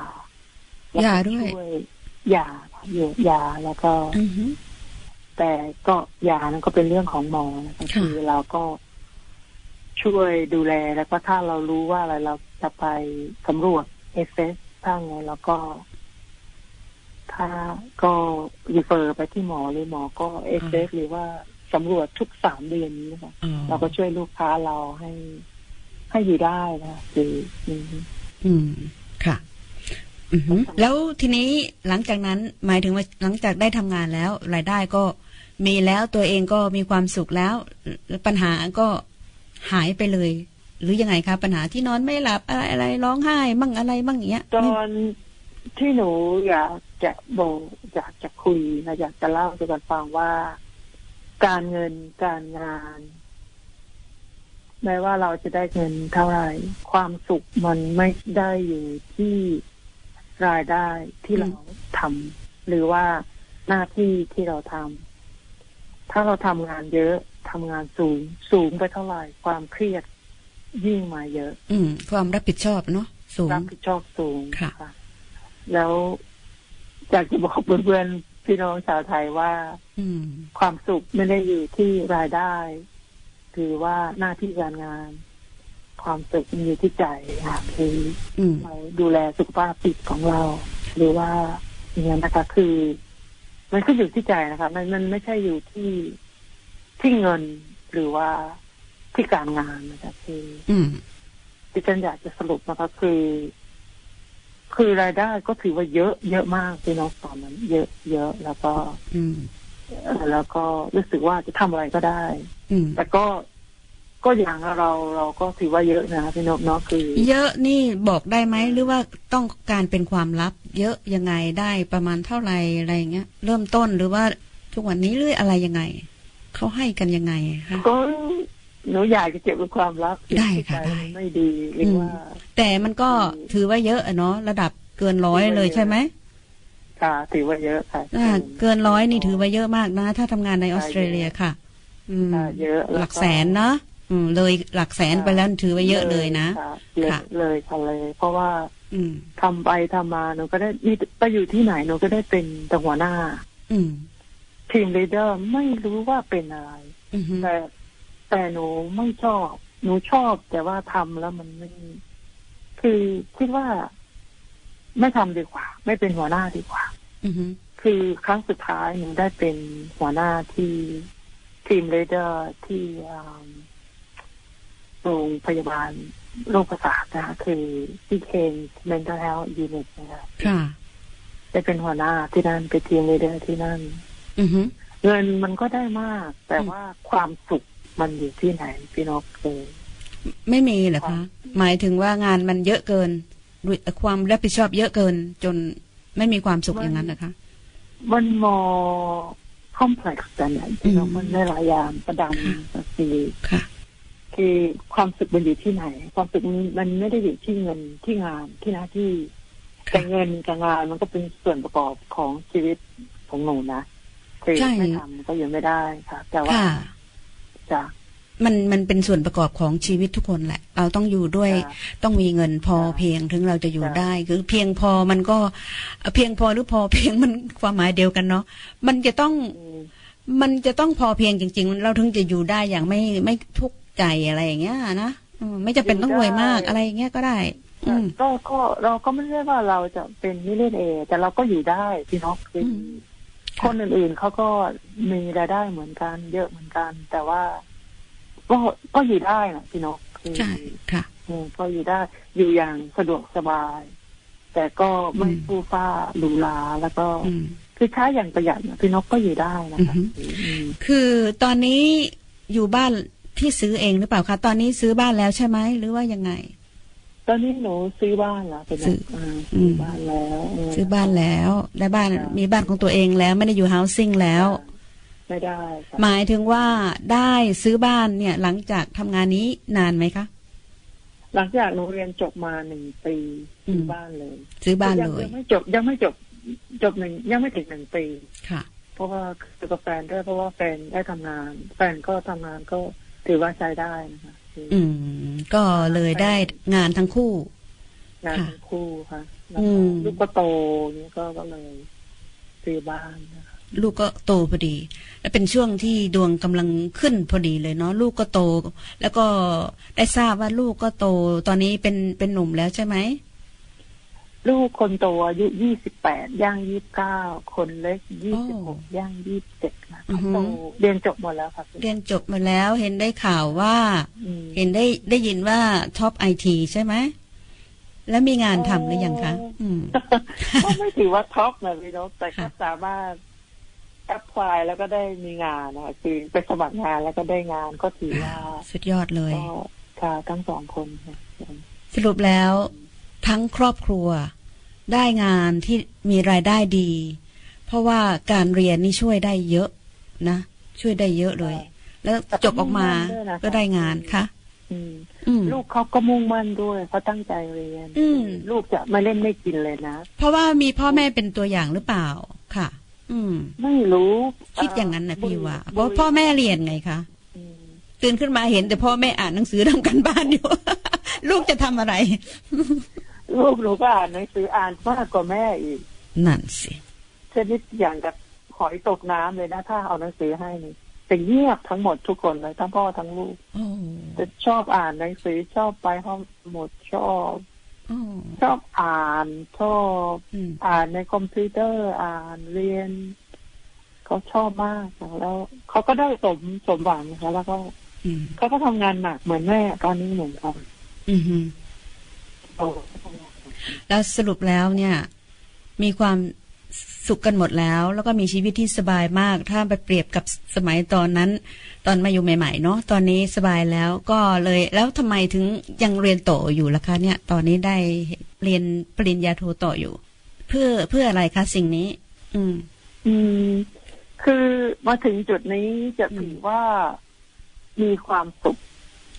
Speaker 4: แล้วก็
Speaker 1: ยาด้วย
Speaker 4: ช่ยาอยู่ยาแล้วก็
Speaker 1: อือฮึ
Speaker 4: แต่ก็ยานั้นก็เป็นเรื่องของหมอนะคะ
Speaker 1: ค่ะ
Speaker 4: คือเราก็ช่วยดูแลแล้วก็ถ้าเรารู้ว่าอะไรเราจะไปสำรวจเอฟเอสถ้าไงเราก็ ถ้าก็รีเฟอร์ไปที่หมอหรือหมอก็เอฟเอสหรือว่าสำรวจทุกสามเดือนนี้นะคะ
Speaker 1: อ๋อ
Speaker 4: เราก็ช่วยลูกค้าเราให้ให้อยู่ได้นะคะคืออืม
Speaker 1: อืม ค่ะ อือฮึแล้วทีนี้หลังจากนั้นหมายถึงว่าหลังจากได้ทำงานแล้ว รายได้ก็มีแล้วตัวเองก็มีความสุขแล้วแล้วปัญหาก็หายไปเลย หรือยังไงคะปัญหาที่นอนไม่หลับอะไรอะไรร้องไห้มั่งอะไรมั่งอย่างเงี้ย
Speaker 4: ตอนที่หนูอยากจะบอกอยากจะคุยนะอยากจะเล่าให้กันฟังว่า การเงินการงานแม้ว่าเราจะได้เงินเท่าไหร่ความสุขมันไม่ได้อยู่ที่รายได้ที่เราทำหรือว่าหน้าที่ที่เราทำถ้าเราทำงานเยอะทำงานสูง สูงไปเท่าไหร่ ความเครียดยิ่งมาเยอะ
Speaker 1: อืม ความรับผิดชอบเนาะสูง
Speaker 4: รับผิดชอบสูง
Speaker 1: ค่ะ
Speaker 4: แล้วอยากจะบอกเพื่อนๆพี่น้องชาวไทยว่า
Speaker 1: อืม
Speaker 4: ความสุขไม่ได้อยู่ที่รายได้ คือว่าหน้าที่การงาน ความสุขมันอยู่ที่ใจค่ะคือ
Speaker 1: อืม
Speaker 4: เราดูแลสุขภาพจิตของเรา หรือว่าอย่างนี้นนะคะ คือ มันขึ้นอยู่ที่ใจนะคะ มันมันไม่ใช่อยู่ที่ที่เงินหรือว่าที่การงานนะคะคือ
Speaker 1: อืม
Speaker 5: Mm,
Speaker 4: ดิฉันอยากจะสรุปนะคะคือ คือรายได้ก็ถือว่าเยอะเยอะมากพี่น้องตอนนั้น เยอะเยอะแล้วก็
Speaker 5: Mm,
Speaker 1: อืม
Speaker 4: เอ่อแล้วก็รู้สึกว่าจะทำอะไรก็ได้
Speaker 1: อืม
Speaker 4: แต่ก็ก็อย่างเราเราก็ถือว่าเยอะนะพี่นกเนาะคือ
Speaker 1: เยอะนี่บอกได้ไหมหรือว่าต้องการเป็นความลับ เยอะยังไงได้ประมาณเท่าไหร่อะไรอย่างเงี้ย เริ่มต้นหรือว่าทุกวันนี้เรื่อยอะไรยังไงเขาให้กันยังไงคะ
Speaker 4: ก็ หนูอยากจะเก็บเป็นความลับ
Speaker 1: ได้ค่ะ
Speaker 4: ใจมันไม่ดีหรือว่า
Speaker 1: แต่มันก็ถือว่าเยอะอะเนาะระดับเกินร้อยเลยใช่ไหม
Speaker 4: ค่ะถือว่าเยอะค่ะ
Speaker 1: อ่าเกินร้อยนี่ถือว่าเยอะมากนะ ถ้าทำงานในออสเตรเลียค่ะ อืม
Speaker 4: เยอะ
Speaker 1: หลักแสนนะอืมเลยหลักแสนไปแล้วถือว่าเยอะเลยนะ
Speaker 4: ค่เลย
Speaker 1: ค่ะ
Speaker 4: เลยค่ะเลย เพราะว่า
Speaker 1: อืม
Speaker 4: ทำไปทำมาหนูก็ได้นี่ไปอยู่ที่ไหนหนูก็ได้เป็นแต่หัวหน้า
Speaker 1: อืม
Speaker 4: ทีมลีดเดอร์ไม่รู้ว่าเป็นอะไร แต่แต่หนูไม่ชอบ หนูชอบแต่ว่าทำแล้วมันไม่ คือคิดว่า ไม่ทำดีกว่า ไม่เป็นหัวหน้าดีกว่า
Speaker 5: Mm,
Speaker 1: อือฮึ
Speaker 4: คือครั้งสุดท้ายหนูได้เป็นหัวหน้าที่ทีมเลเดอร์ที่อ่าโรงพยาบาลโรคประสาทนะคะคือที่เคน mental health unit นะคะ
Speaker 1: ค่ะ
Speaker 4: ได้เป็นหัวหน้าที่นั่นเป็นทีมเลเดอร์ที่นั่น
Speaker 1: อือฮึ
Speaker 4: เงินมันก็ได้มาก แต่ว่าความสุขมันอยู่ที่ไหนพี่นกเออ
Speaker 1: ไม่มีเหรอคะ หมายถึงว่างานมันเยอะเกินด้วยความรับผิดชอบเยอะเกิน จนไม่มีความสุขอย่างนั้นนะคะ
Speaker 4: มันมอคอมเพล็กซ์แต่เนี่ยจริงๆมันได้หลายอย่างประดำประสีคือความสุขมันอยู่ที่ไหน ความสุขมันมันไม่ได้อยู่ที่เงินที่งานที่หน้าที่ แต่เงินกับงานมันก็เป็นส่วนประกอบของชีวิตของหนูนะคือ
Speaker 1: ใช่
Speaker 4: ไม่ทำก็ยังไม่ได้ค่ะ แต่ว่า
Speaker 1: ค่ะ
Speaker 4: จะ
Speaker 1: มันมันเป็นส่วนประกอบของชีวิตทุกคนแหละ เราต้องอยู่ด้วยต้องมีเงินพอเพียงถึงเราจะอยู่ได้ คือเพียงพอมันก็เอ่อเพียงพอหรือพอเพียงมันความหมายเดียวกันเนาะมันจะต้องมันจะต้องพอเพียงจริง ๆ เราถึงจะอยู่ได้อย่างไม่ไม่ทุกข์ใจอะไรอย่างเงี้ยนะอืมไม่จำเป็นต้องรวยมากอะไรอย่างเงี้ยก็ได้ อืม
Speaker 4: ก็ก็เราก็ไม่ได้ว่าเราจะเป็นมิเลนเอแต่เราก็อยู่ได้พี่นกคืออคนอื่นๆเขาก็มีรายได้เหมือนกัน เยอะเหมือนกัน แต่ว่า ก็ก็อยู่ได้นะพี่นกคือ
Speaker 1: ใช่ ค่ะ
Speaker 4: อืมก็อยู่ได้ อยู่อย่างสะดวกสบาย แต่ก็ไม่ฟู่ฟ้าหรูหราแล้วก็คือใช้อย่างประหยัดนะพี่นกก็อยู่ได้นะคะ
Speaker 1: คือตอนนี้อยู่บ้านที่ซื้อเองหรือเปล่าคะตอนนี้ซื้อบ้านแล้วใช่ไหมหรือว่ายังไง
Speaker 4: ตอนนี้หนูซื้อบ้านแล้วเป็นไง
Speaker 1: ซื้อ
Speaker 4: อืม
Speaker 1: อืม
Speaker 4: บ้านแล้วเ
Speaker 1: ซื้อบ้านแล้วได้บ้านมีบ้านของตัวเองแล้วไม่ได้อยู่ housing แล้ว
Speaker 4: ไม่ได้ค่ะ
Speaker 1: หมายถึงว่าได้ซื้อบ้านเนี่ย หลังจากทำงานนี้นานไหมคะ
Speaker 4: หลังจากหนูเรียนจบมาหนึ่งปี
Speaker 1: อื
Speaker 4: ซื้
Speaker 1: ม
Speaker 4: อบ้านเลย
Speaker 1: ซื้อบ้านเลย
Speaker 4: ยังไม่จบยังไม่จบจบหนึ่งยังไม่ถึงหนึ่งปี
Speaker 1: ค่ะ
Speaker 4: เพราะว่าคือกับแฟนด้วยเพราะว่าแฟนได้ทำงาน แฟนก็ทำงานก็ถือว่าใช้ได้นะคะ
Speaker 1: อืม ก็เลยได้งานทั้งคู่
Speaker 4: งาน
Speaker 1: ค่ะ
Speaker 4: ทั้งคู่ค่ะแล้ว
Speaker 1: อื
Speaker 4: ก็
Speaker 1: ม
Speaker 4: ลูกก็โตเนี่ยก็ก็เลยซื้อบ้านนะคะ
Speaker 1: ลูกก็โตพอดี และเป็นช่วงที่ดวงกำลังขึ้นพอดีเลยเนาะลูกก็โต แล้วก็ได้ทราบว่าลูกก็โตตอนนี้เป็นเป็นหนุ่มแล้วใช่ไหม
Speaker 4: ลูกคนโตอายุยี่สิบแปดย่างยี่สิบเก้าคนเล็กยี่สิบหกย่างยี่สิบเจ็ดนะ
Speaker 1: อือ
Speaker 4: คะ
Speaker 1: หือ
Speaker 4: โตเรียนจบหมดแล้วค่ะ
Speaker 1: เรียนจบมาแล้วเห็นได้ข่าวว่า
Speaker 4: อืม
Speaker 1: เห็นได้ได้ยินว่าท็อปไอทีใช่ไหม แล้วมีงานทำหรือยังคะ อืม
Speaker 4: ก็ไม่ถือว่าท็อปนะพี่นกแต่ก็สามารถแอปพลายแล้วก็ได้มีงานนะคะคือไปสมัครงานแล้วก็ได้งานก็ถือว่า
Speaker 1: สุดยอดเลย
Speaker 4: ก็ค่ะทั้งสองคนค่ะ
Speaker 1: สรุปแล้วทั้งครอบครัวได้งานที่มีรายได้ดี เพราะว่าการเรียนนี่ช่วยได้เยอะนะ ช่วยได้เยอะเลย แล้วจบออกมาก็ได้งานค่ะ
Speaker 4: อืม
Speaker 1: อืม
Speaker 4: ลูกเขาก็มุ่งมั่นด้วยเขาตั้งใจเรียน
Speaker 1: อืม
Speaker 4: ลูกจะไม่เล่นไม่กินเลยนะ
Speaker 1: เพราะว่ามีพ่อแม่เป็นตัวอย่างหรือเปล่าค่ะ อืม
Speaker 4: ไม่รู้
Speaker 1: คิดอย่างนั้นนะพี่ว่าเพราะพ่อแม่เรียนไงคะตื่นขึ้นมาเห็นแต่พ่อแม่อ่านหนังสือทำกันบ้านอยู่ ลูกจะทำอะไร
Speaker 4: ลูกหนูก็อ่านหนังสืออ่านมากกว่าแม่อีก
Speaker 1: นั่นสิ
Speaker 4: ชนิดอย่างกับหอยตกน้ำเลยนะถ้าเอาหนังสือให้นี่จะเงียบทั้งหมดทุกคนเลยทั้งพ่อทั้งลูก
Speaker 1: โอ้
Speaker 4: จะชอบอ่านหนังสือชอบไปห้องสมุดชอบ
Speaker 1: โอ้
Speaker 4: ชอบอ่านชอบอ่านในคอมพิวเตอร์อ่านเรียนเขาชอบมากค่ะแล้วเขาก็ได้สมสมหวังนะคะแล้วก็
Speaker 1: อืม
Speaker 4: เขาก็ทำงานหนักเหมือนแม่ตอนนี้เหมือนกัน
Speaker 1: อือฮึ
Speaker 4: โอ้
Speaker 1: แล้วสรุปแล้วเนี่ย มีความสุขกันหมดแล้ว แล้วก็มีชีวิตที่สบายมาก ถ้าไปเปรียบกับสมัยตอนนั้น ตอนมาอยู่ใหม่ๆเนาะตอนนี้สบายแล้วก็เลยแล้วทำไมถึงยังเรียนต่ออยู่ล่ะคะเนี่ย ตอนนี้ได้เรียนปริญญาโทต่ออยู่ เพื่อเพื่ออะไรคะสิ่งนี้ อืม
Speaker 4: อืม คือมาถึงจุดนี้จะถือว่ามีความสุข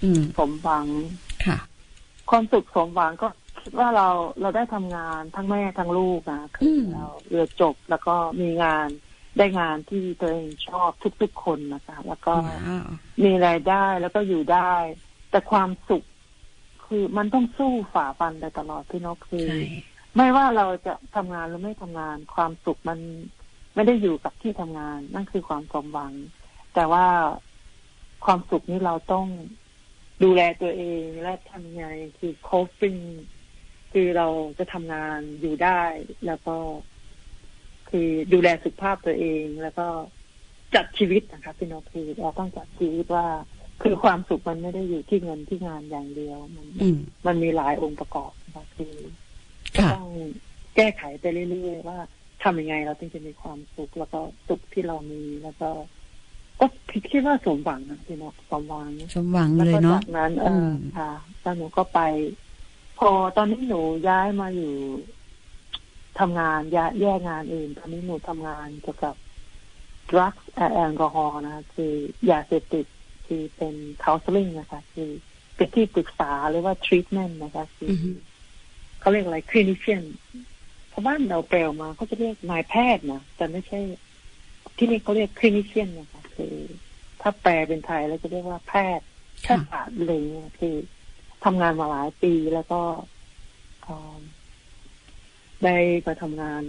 Speaker 1: อืม
Speaker 4: สมหวัง
Speaker 1: ค่ะ
Speaker 4: ความสุขสมหวังก็คิดว่าเราเราได้ทำงานทั้งแม่ทั้งลูกนะคืออเราเรียนจบแล้วก็มีงานได้งานที่ตัวเองชอบทุกๆคนนะคะ แล้วก็มีรายได้แล้วก็อยู่ได้ แต่ความสุข คือมันต้องสู้ฝ่าฟันไปตลอดพี่นกคือ ไม่ว่าเราจะทำงานหรือไม่ทำงาน ความสุขมันไม่ได้อยู่กับที่ทำงาน นั่นคือความสมหวัง แต่ว่าความสุขนี้เราต้องดูแลตัวเองและทำไงคือ coping คือเราจะทำงานอยู่ได้ แล้วก็ คือดูแลสุขภาพตัวเอง แล้วก็จัดชีวิตนะคะพี่นกคือเราต้องจัดชีวิตว่า คือความสุขมันไม่ได้อยู่ที่เงินที่งานอย่างเดียวมัน
Speaker 1: อืม
Speaker 4: มันมีหลายองค์ประกอบนะคะคือก็
Speaker 1: ค่ะ
Speaker 4: ต้องแก้ไขไปเรื่อยๆว่าทำยังไงเราถึงจะมีความสุข แล้วก็สุขที่เรามีแล้วก็ ก็คิดว่าสมหวังนะพี่นกสมหวัง
Speaker 1: สมหวังเลยเนาะ
Speaker 4: แล้วก็จากนั้นเอออ
Speaker 1: ม
Speaker 4: ค่ะแล้วหนูก็ไป พอตอนนี้หนูย้ายมาอยู่ทำงานย้ายแยกงานเองตอนนี้หนูทำงานเกี่ยวกับ drugs and alcohol นะคะคือยาเสพติดคือเป็น counseling นะคะ คือเป็นที่ปรึกษาหรือว่า treatment นะคะคืออเขาเรียกอะไร clinician เพราะบ้านเราแปลมาเขาจะเรียกนายแพทย์นะแต่ไม่ใช่ ที่นี่เขาเรียก clinician นะคะคือ ถ้าแปลเป็นไทยแล้วจะเรียกว่าแพทย์แพทย์ศาสตร์อะไรเงี้ยคือทำงานมาหลายปีแล้วก็เอ่อได้มาทำงาน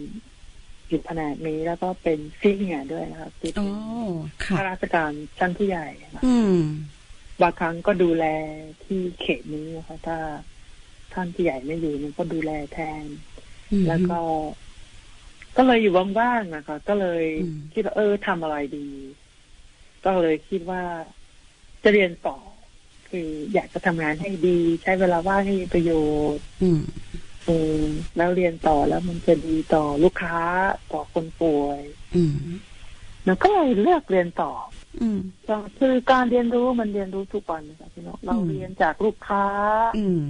Speaker 4: อยู่แผนกนี้แล้วก็เป็นซีเนียร์ด้วยนะคะคือเป็นข้าราชการชั้นผู้ใหญ่
Speaker 5: Mm.
Speaker 4: นะคะ
Speaker 1: อืม
Speaker 4: บางครั้งก็ดูแลที่เขตนี้นะคะถ้าท่านผู้ใหญ่ไม่อยู่มันก็ดูแลแทน
Speaker 1: อืม
Speaker 4: แล้วก็ ก็เลยอยู่ว่างๆนะคะ ก็เลยคิดว่าเออทำอะไรดี ก็เลยคิดว่าจะเรียนต่อ คืออยากจะทำงานให้ดี ใช้เวลาว่างให้มีประโยชน์
Speaker 1: อืม
Speaker 4: เออแล้วเรียนต่อแล้วมันจะดีต่อลูกค้าต่อคนป่วย
Speaker 1: อืม
Speaker 4: แล้วก็เลยเลือกเรียนต่อ
Speaker 1: อืม
Speaker 4: คือการเรียนรู้มันเรียนรู้ทุกวันนะคะพี่นกเรา
Speaker 1: อืม
Speaker 4: เรียนจากลูกค้า
Speaker 1: อืม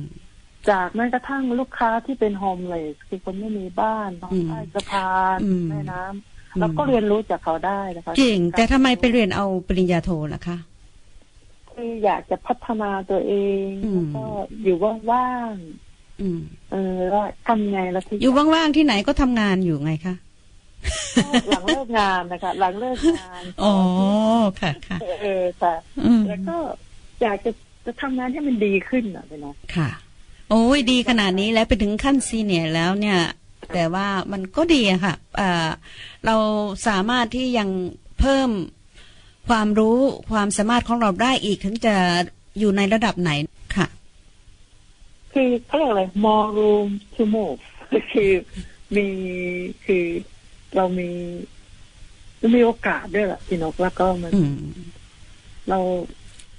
Speaker 4: จากแม้กระทั่งลูกค้าที่เป็นโฮมเลสคือคนไม่มีบ้านนอน
Speaker 1: อืม
Speaker 4: ใต้สะพาน
Speaker 1: อืม
Speaker 4: แม่น้ำ
Speaker 1: อืม
Speaker 4: เราก็เรียนรู้จากเขาได้นะคะ
Speaker 1: เก่ง แต่ทำไมไปเรียนเอาปริญญาโทล่ะคะ
Speaker 4: คืออยากจะพัฒนาตัวเองแล้วก็อยู่ว่าง
Speaker 1: อืม
Speaker 4: ๆเออแล้วทำไงเรา ถึง
Speaker 1: อยู่ว่างๆที่ไหนก็ทำงานอยู่ไงคะ
Speaker 4: หลังเลิกงานนะคะ หลังเลิก งาน
Speaker 1: อ๋อ ค่ะค่ะ
Speaker 4: เออค่ะ
Speaker 1: อืม
Speaker 4: แล้วก็อยากจะจะทำงานให้มันดีขึ้นนะพี่นก
Speaker 1: ค่ะ โอ้ยดีขนาดนี้แล้วไปถึงขั้นซีเนียร์แล้วเนี่ย แต่ว่ามันก็ดีอะค่ะเอ่อเราสามารถที่ยังเพิ่มความรู้ความสามารถของเราได้อีกถึงจะอยู่ในระดับไหนค่ะ
Speaker 4: คือเขาเรียกอะไร more room to move คือมีคือเรามีมีโอกาสด้วยแหละพี่นกแล้วก็มัน
Speaker 1: อืม
Speaker 4: เรา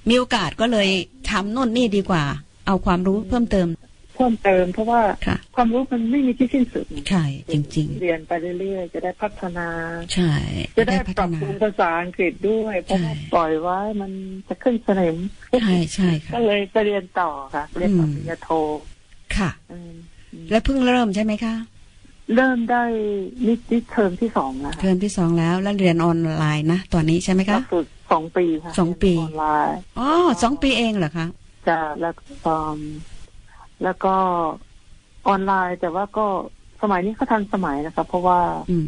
Speaker 1: มีโอกาสก็เลยทำโน่นนี่ดีกว่า เอาความรู้เพิ่มเติม
Speaker 4: เพิ่มเติมเพราะว่า
Speaker 1: ค่ะ
Speaker 4: ความรู้มันไม่มีที่สิ้นสุด
Speaker 1: ใช่จริง
Speaker 4: เรียนไปเรื่อยๆ จะได้พัฒนา
Speaker 1: ๆ ใช่
Speaker 4: จะได้ปรับปรุงภาษาอังกฤษด้วย เพราะว่าปล่อยไว้มันจะขึ้นสนิม
Speaker 1: ใช่ใช่ค่ะ
Speaker 4: ก็เลยไปเรียนต่อค่ะเรียนต่อปริญญาโท
Speaker 1: ค่ะ
Speaker 4: อืม
Speaker 1: และเพิ่งเริ่มใช่ไหมคะ
Speaker 4: เริ่มได้นิดนิดเทอมที่สองแล้วค่ะ
Speaker 1: เทอมที่สองแล้วแล้วเรียนออนไลน์นะตอนนี้ใช่ไหมคะ
Speaker 4: ฝึกสองปีค่ะ
Speaker 1: สองปี
Speaker 4: เรียนออนไลน์
Speaker 1: อ๋อสองปีเองเหรอคะ
Speaker 4: จะแล้วก็อืมแล้วก็ออนไลน์ แต่ว่าก็สมัยนี้เขาทันสมัยนะคะ เพราะว่า
Speaker 1: อืม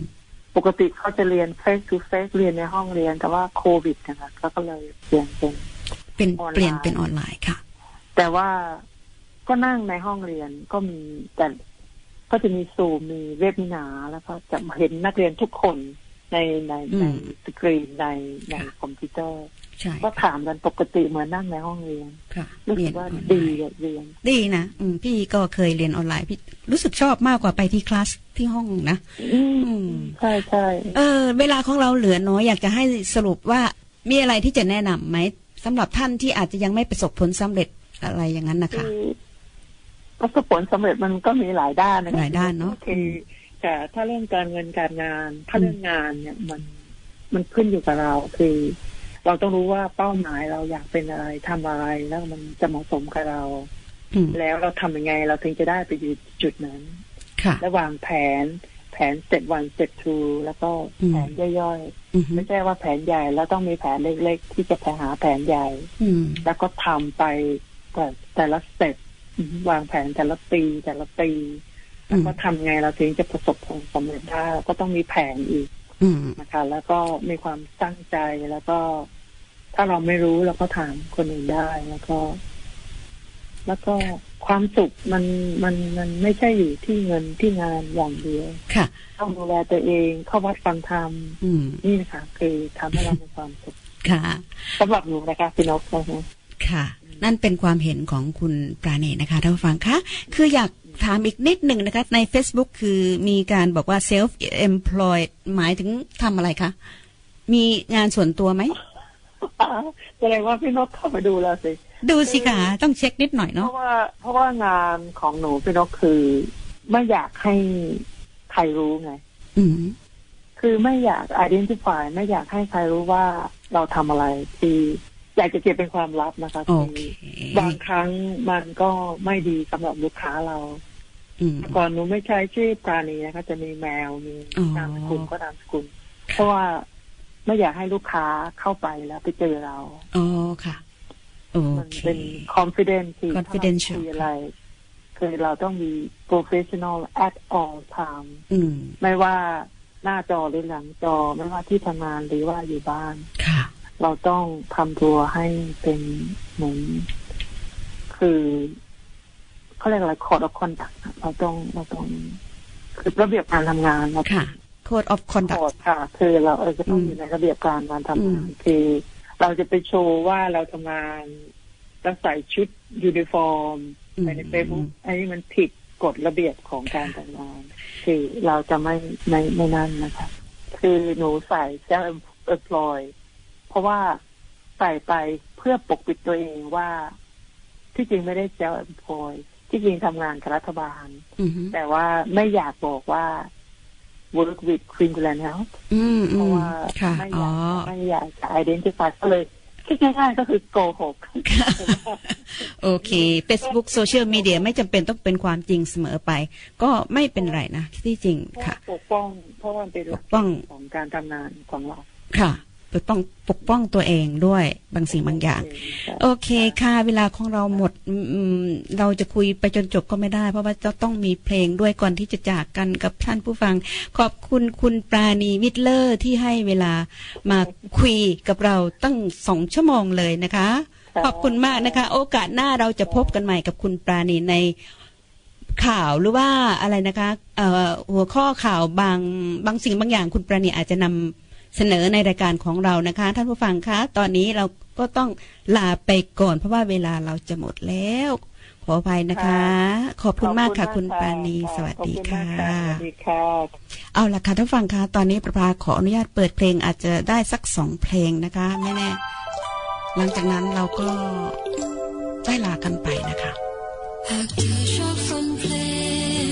Speaker 4: ปกติเขาจะเรียน face to face เรียนในห้องเรียน แต่ว่าโควิดนะคะเขาก็เลยเปลี่ยนเป็น
Speaker 1: เป็น
Speaker 4: ออนไลน์
Speaker 1: เปลี่ยนเป็นออนไลน์ค่ะ
Speaker 4: แต่ว่าก็นั่งในห้องเรียนก็มีแต่ก็จะมีซูมมีเวบินาร์แล้วก็จะเห็นนักเรียนทุกคนในใน
Speaker 1: อื
Speaker 4: ใน
Speaker 1: ม
Speaker 4: สกรีนในในคอมพิวเตอร์
Speaker 1: ใช่
Speaker 4: ก็ถามกันปกติเหมือนนั่งในห้องเรียน
Speaker 1: ค่ะ
Speaker 4: รู้
Speaker 1: เรี
Speaker 4: สึ
Speaker 1: ยนอ
Speaker 4: กว่า
Speaker 1: อนไล
Speaker 4: ดี
Speaker 1: น์
Speaker 4: อะเรียน
Speaker 1: ดีนะอืมพี่ก็เคยเรียนออนไลน์พี่รู้สึกชอบมากกว่าไปที่คลาสที่ห้องนะ
Speaker 4: อื
Speaker 1: ม
Speaker 4: ใช่ใช่
Speaker 1: เออ เวลาของเราเหลือน้อยอยากจะให้สรุปว่ามีอะไรที่จะแนะนำไหมสำหรับท่านที่อาจจะยังไม่ประสบผลสำเร็จอะไรอย่างนั้นนะคะ
Speaker 4: คือประสบผลสำเร็จมันก็มีหลายด้านนะ
Speaker 1: หลายด้านเนอะ
Speaker 4: คือแต่ถ้าเรื่องการเงินการงาน ถ้าเรื่องงานเนี่ยมันมันขึ้นอยู่กับเรา คือ เราต้องรู้ว่าเป้าหมายเราอยากเป็นอะไรทำอะไรแล้วมันจะเหมาะสมกับเรา
Speaker 1: อืม
Speaker 4: แล้วเราทำยังไง เราถึงจะได้ไปอยู่จุดนั้น
Speaker 1: ค่ะ
Speaker 4: และวางแผน แผน step one step two แล้วก็แผนย่อยๆ ไม่ใช่ว่าแผนใหญ่แล้วต้องมีแผนเล็ก ๆ ที่จะไปหาแผนใหญ่
Speaker 1: อืม
Speaker 4: แล้วก็ทำไปแต่แต่ละสเต็ปวางแผนแต่ละปีแต่ละปี แล้วก็ทำไงเราถึงจะประสบความสำเร็จได้เราก็ต้องมีแผนอีก
Speaker 1: อืม
Speaker 4: นะคะ แล้วก็มีความตั้งใจแล้วก็ ถ้าเราไม่รู้เราก็ถามคนอื่นได้แล้วก็ แล้วก็ความสุขมันมันมันไม่ใช่อยู่ที่เงินที่งานอย่างเดียว
Speaker 1: ค่ะ
Speaker 4: ต้องดูแลตัวเองเข้าวัดฟังธรรม
Speaker 1: อืม
Speaker 4: นี่นะคะคือทำให้เรามีความสุข
Speaker 1: ค่ะ
Speaker 4: สำหรับหนูนะคะพี่นกนะคะ
Speaker 1: ค่ะ นั่นเป็นความเห็นของคุณปราเนศนะคะท่านผู้ฟังคะคืออยากถามอีกนิดหนึ่งนะคะ ใน Facebook คือมีการบอกว่า self employed หมายถึงทำอะไรคะ มีงานส่วนตัวไหม
Speaker 4: แสดงว่าพี่นกเข้ามาดูแล้วสิ
Speaker 1: ดูสิคะต้องเช็คนิดหน่อย
Speaker 4: เพ
Speaker 1: เนาะ
Speaker 4: ราะว่าเพราะว่างานของหนูพี่นกคือไม่อยากให้ใครรู้ไง
Speaker 1: อืม
Speaker 4: คือไม่อยาก identify ไม่อยากให้ใครรู้ว่าเราทำอะไรคืออยากจะเก็บเป็นความลับนะคะ
Speaker 1: โอ
Speaker 4: คือ
Speaker 1: เค
Speaker 4: บางครั้งมันก็ไม่ดีสำหรับลูกค้าเรา
Speaker 1: อืม
Speaker 4: ก่อนหนูไม่ใช้ชื่อปราณีนะคะ จะมีแมวมี
Speaker 1: อ๋อ
Speaker 4: นามสกุลก็นามสกุลเพราะว่าไม่อยากให้ลูกค้าเข้าไปแล้วไปเจอเรา
Speaker 1: อ๋อค่ะ โอ
Speaker 4: มัน
Speaker 1: เค
Speaker 4: เป็น confidence ที่
Speaker 1: confidential
Speaker 4: คืออะไร คือเราต้องมี professional at all time
Speaker 1: อืม
Speaker 4: ไม่ว่าหน้าจอหรือหลังจอ ไม่ว่าที่ทำงานหรือว่าอยู่บ้าน
Speaker 1: ค่ะ
Speaker 4: เราต้องทำตัวให้เป็นเหมือนคือเขาเรียกอะไร code of conduct อะเราต้องเราต้องคือระเบียบการทำงานเรา
Speaker 1: ค่ะ code of
Speaker 4: โห
Speaker 1: conduct
Speaker 4: ดค่ะ คือเราเออจะต้องอยู่ในระเบียบการการทำงานคือเราจะไปโชว์ว่าเราทำงานเราใส่ชุดยูนิฟอร์มไปในเฟซบุ๊กอันนี้มันผิดกฎระเบียบของการทำงาน คือเราจะไม่ไม่ไม่นั่นนะคะ คือหนูใส่ self employed เพราะว่าใส่ไปเพื่อปกปิดตัวเองว่าที่จริงไม่ได้ self employed ที่จริงทำงานกับรัฐบาล
Speaker 1: อืม
Speaker 4: แต่ว่าไม่อยากบอกว่า work with Queensland Health
Speaker 1: อืม
Speaker 4: เพ
Speaker 1: อื
Speaker 4: ราะ
Speaker 1: ม
Speaker 4: ว่า
Speaker 1: ค่ะ
Speaker 4: ไม่อ
Speaker 1: อ๋อ
Speaker 4: ยากไม่อยากจะ identify ก็เลยคิดง่ายๆก็คือโกหก
Speaker 1: โอเค Facebook social media ไม่จำเป็นต้องเป็นความจริงเสมอไป ก็ไม่เป็นไรนะ ที่จริงค่ะ
Speaker 4: ปกป้อง เพราะว่ามันเป็นหลัก
Speaker 1: ป้อง
Speaker 4: ของการทำงานของเรา
Speaker 1: ค่ะปกป้องปกป้องตัวเองด้วยบางสิ่งบางอย่าง โอเคค่ะ เวลาของเราหมดอืมเราจะคุยไปจนจบก็ไม่ได้ เพราะว่าจะต้องมีเพลงด้วยก่อนที่จะจากกันกับท่านผู้ฟัง ขอบคุณคุณปราณีวิทเลอร์ที่ให้เวลามาคุยกับเราตั้งสองชั่วโมงเลยนะคะ ขอบคุณมากนะคะ โอกาสหน้าเราจะพบกันใหม่กับคุณปราณีในข่าวหรือว่าอะไรนะคะเอ่อหัวข้อข่าวบางบางสิ่งบางอย่างคุณปราณีอาจจะนำ เสนอในรายการของเรานะคะ ท่านผู้ฟังคะ ตอนนี้เราก็ต้องลาไปก่อน เพราะว่าเวลาเราจะหมดแล้ว ขออภัยนะคะ ขอบคุณมากค่ะ คุณปานีสวัสดีค่ะ เอาล่ะค่ะท่านผู้ฟังคะตอนนี้ประภาขออนุญาตเปิดเพลงอาจจะได้สักสองเพลงนะคะแน่ๆหลังจากนั้นเราก็ได้ลากันไปนะคะ
Speaker 5: หากเธอชอบฟังเพลง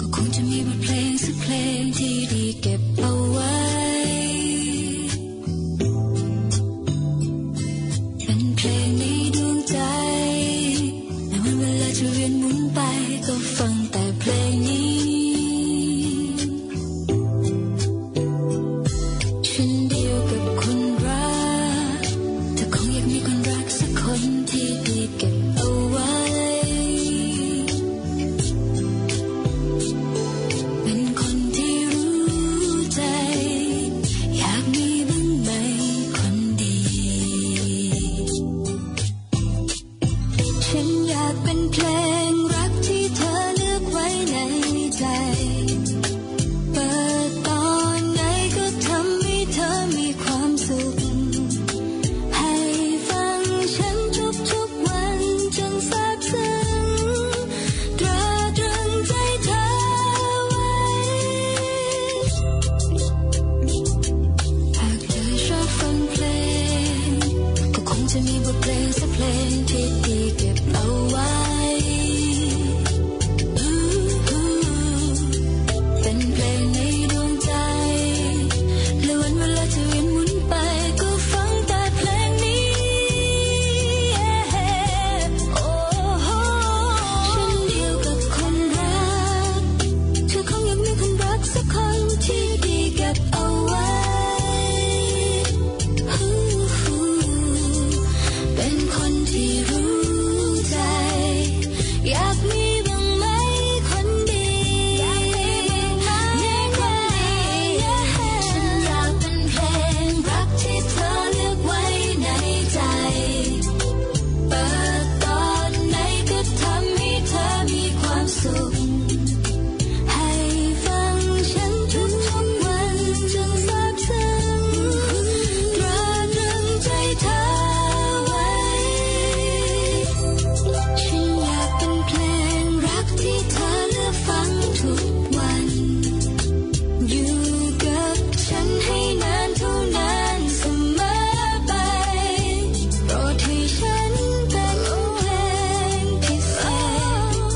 Speaker 5: ก็คงจะมีบทเพลงสักเพลงที่ดีเก็บเอาไว้ เป็นเพลงในดวงใจในวันเวลาจะเวียนหมุนไปก็ฟังแต่เพลงนี้ ฉันเดียวกับคนรัก เธอคงอยากมีคนรักสักคนที่ดีเก็บเอาไว้ เป็นคนที่รู้ใจ อยากมีบ้างไหมคนดี ฉันอยากเป็นเพลงรักที่เธอเลือกไว้ในใจ เปิดตอนไหนก็ทำให้เธอมีความสุข ให้ฟังฉันทุกๆวันจนซาบซึ้งตราตรึงใจเธอไว้ หากเธอชอบฟังเพลง ก็คงจะมีบทเพลงสักเพลงที่ดีเก็บเอาไว้ เป็นเพลงในดวงใจ และวันเวลาจะเวียนหมุนไปก็ฟังแต่เพลงนี้ โอ้โหฉันเดียวกับคนรัก เธอคงยังมีคนรักสัก คนที่รู้ใจ อยากมีบ้างไหมคนดีอยากมีบ้างไหมคนดีฉันอยากเป็นเพลงรักที่เธอเลือกไว้ในใจ เปิดตอนไหนก็ทำให้เธอมีความสุข ให้ฟังฉันทุกทุกวันจนซาบซึ้งตราตรึงใจเธอไว้ ฉันอยากเป็นเพลงรักที่เธอเลือกฟังทุกวัน อยู่กับฉันให้นานเท่านานเสมอไป โปรดให้ฉันเป็นเพลงพิเศ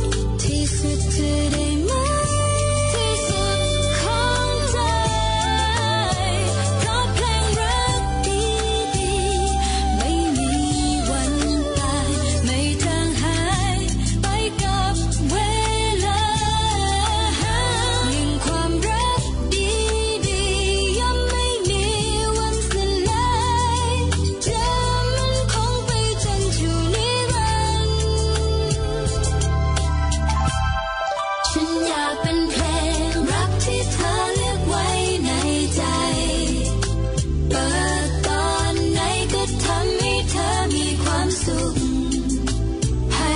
Speaker 5: ษที่สุดจะได้ไหม ที่สุดของใจ เพราะเพลงรักดีๆไม่มีวันตาย ไม่จางหายไปกับเวลา ยิ่งความรักดีๆย่อมไม่มีวันสลายจะมันคงไปจนถึงนิรันดร์ฉันอยากเป็นเพลงรักที่เธอเลือกไว้ในใจ เปิดตอนไหนก็ทำให้เธอมีความสุข ให้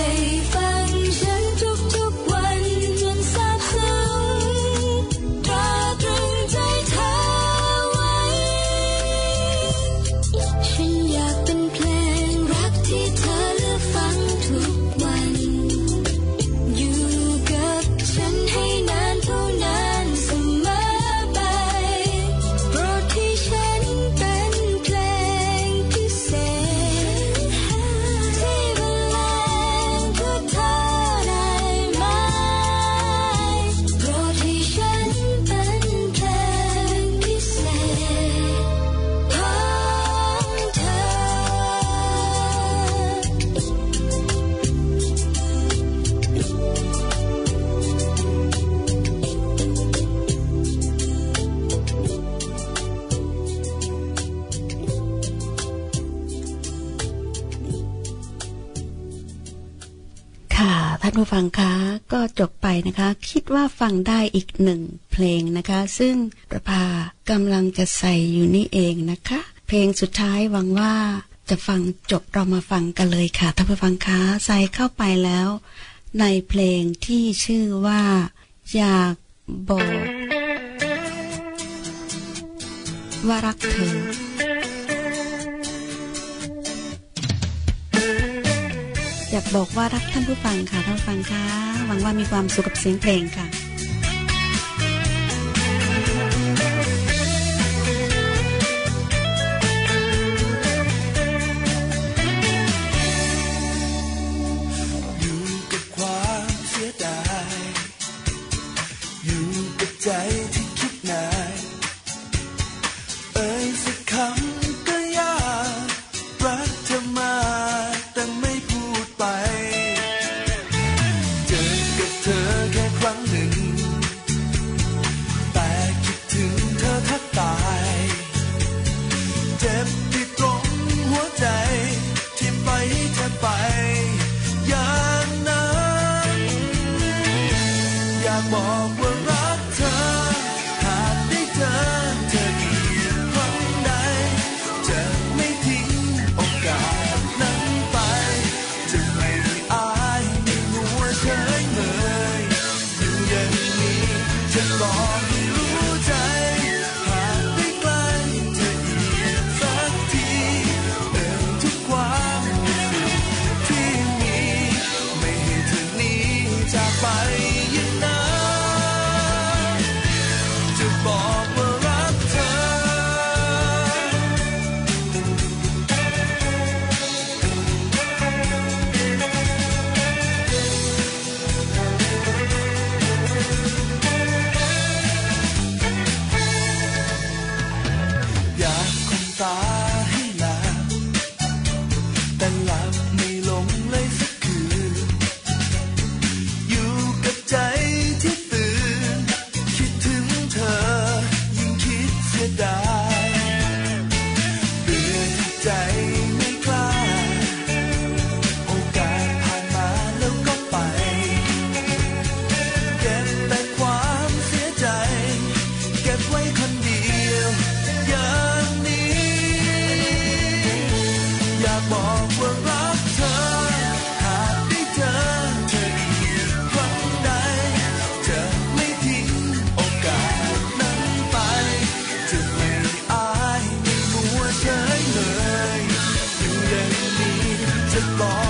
Speaker 5: ฟังฉันทุกๆวันจนซาบซึ้งตราตรึงใจเธอไว้ ฉันอยากเป็นเพลงรักที่เธอเลือกฟังทุกวัน อยู่กับฉันให้นานเท่านานเสมอไป โปรดให้ฉันเป็นเพลงพิเศษ ที่บรรเลงเพื่อเธอได้ไหม โปรดให้ฉันเป็นเพลงพิเศษของเธอ
Speaker 1: ค่ะท่านผู้ฟังคะก็จบไปนะคะ คิดว่าฟังได้อีกหนึ่งเพลงนะคะ ซึ่งประภากำลังจะใส่อยู่นี่เองนะคะ เพลงสุดท้ายหวังว่าจะฟังจบเรามาฟังกันเลยค่ะท่านผู้ฟังคะใส่เข้าไปแล้ว ในเพลงที่ชื่อว่า อยากบอก ว่ารักเธอ อยากบอกว่ารักท่านผู้ฟังค่ะท่านผู้ฟังคะหวังว่ามีความสุขกับเสียงเพลงค่ะ
Speaker 14: ความเสียดาย อยู่กับใจที่คิดนายเอ่ยสักคำก็ยากรักเธอมาแต่ไม่พูดไป เจอกับเธอแค่ครั้งหนึ่ง
Speaker 13: Dạ อกว่ารักเธอ หากได้เจอเธออีกครั้งใดจะไม่ทิ้งโอกาสนั้นไป จะไม่อายไม่กลัวเฉยเลยอยู่อย่างนี้จะรอ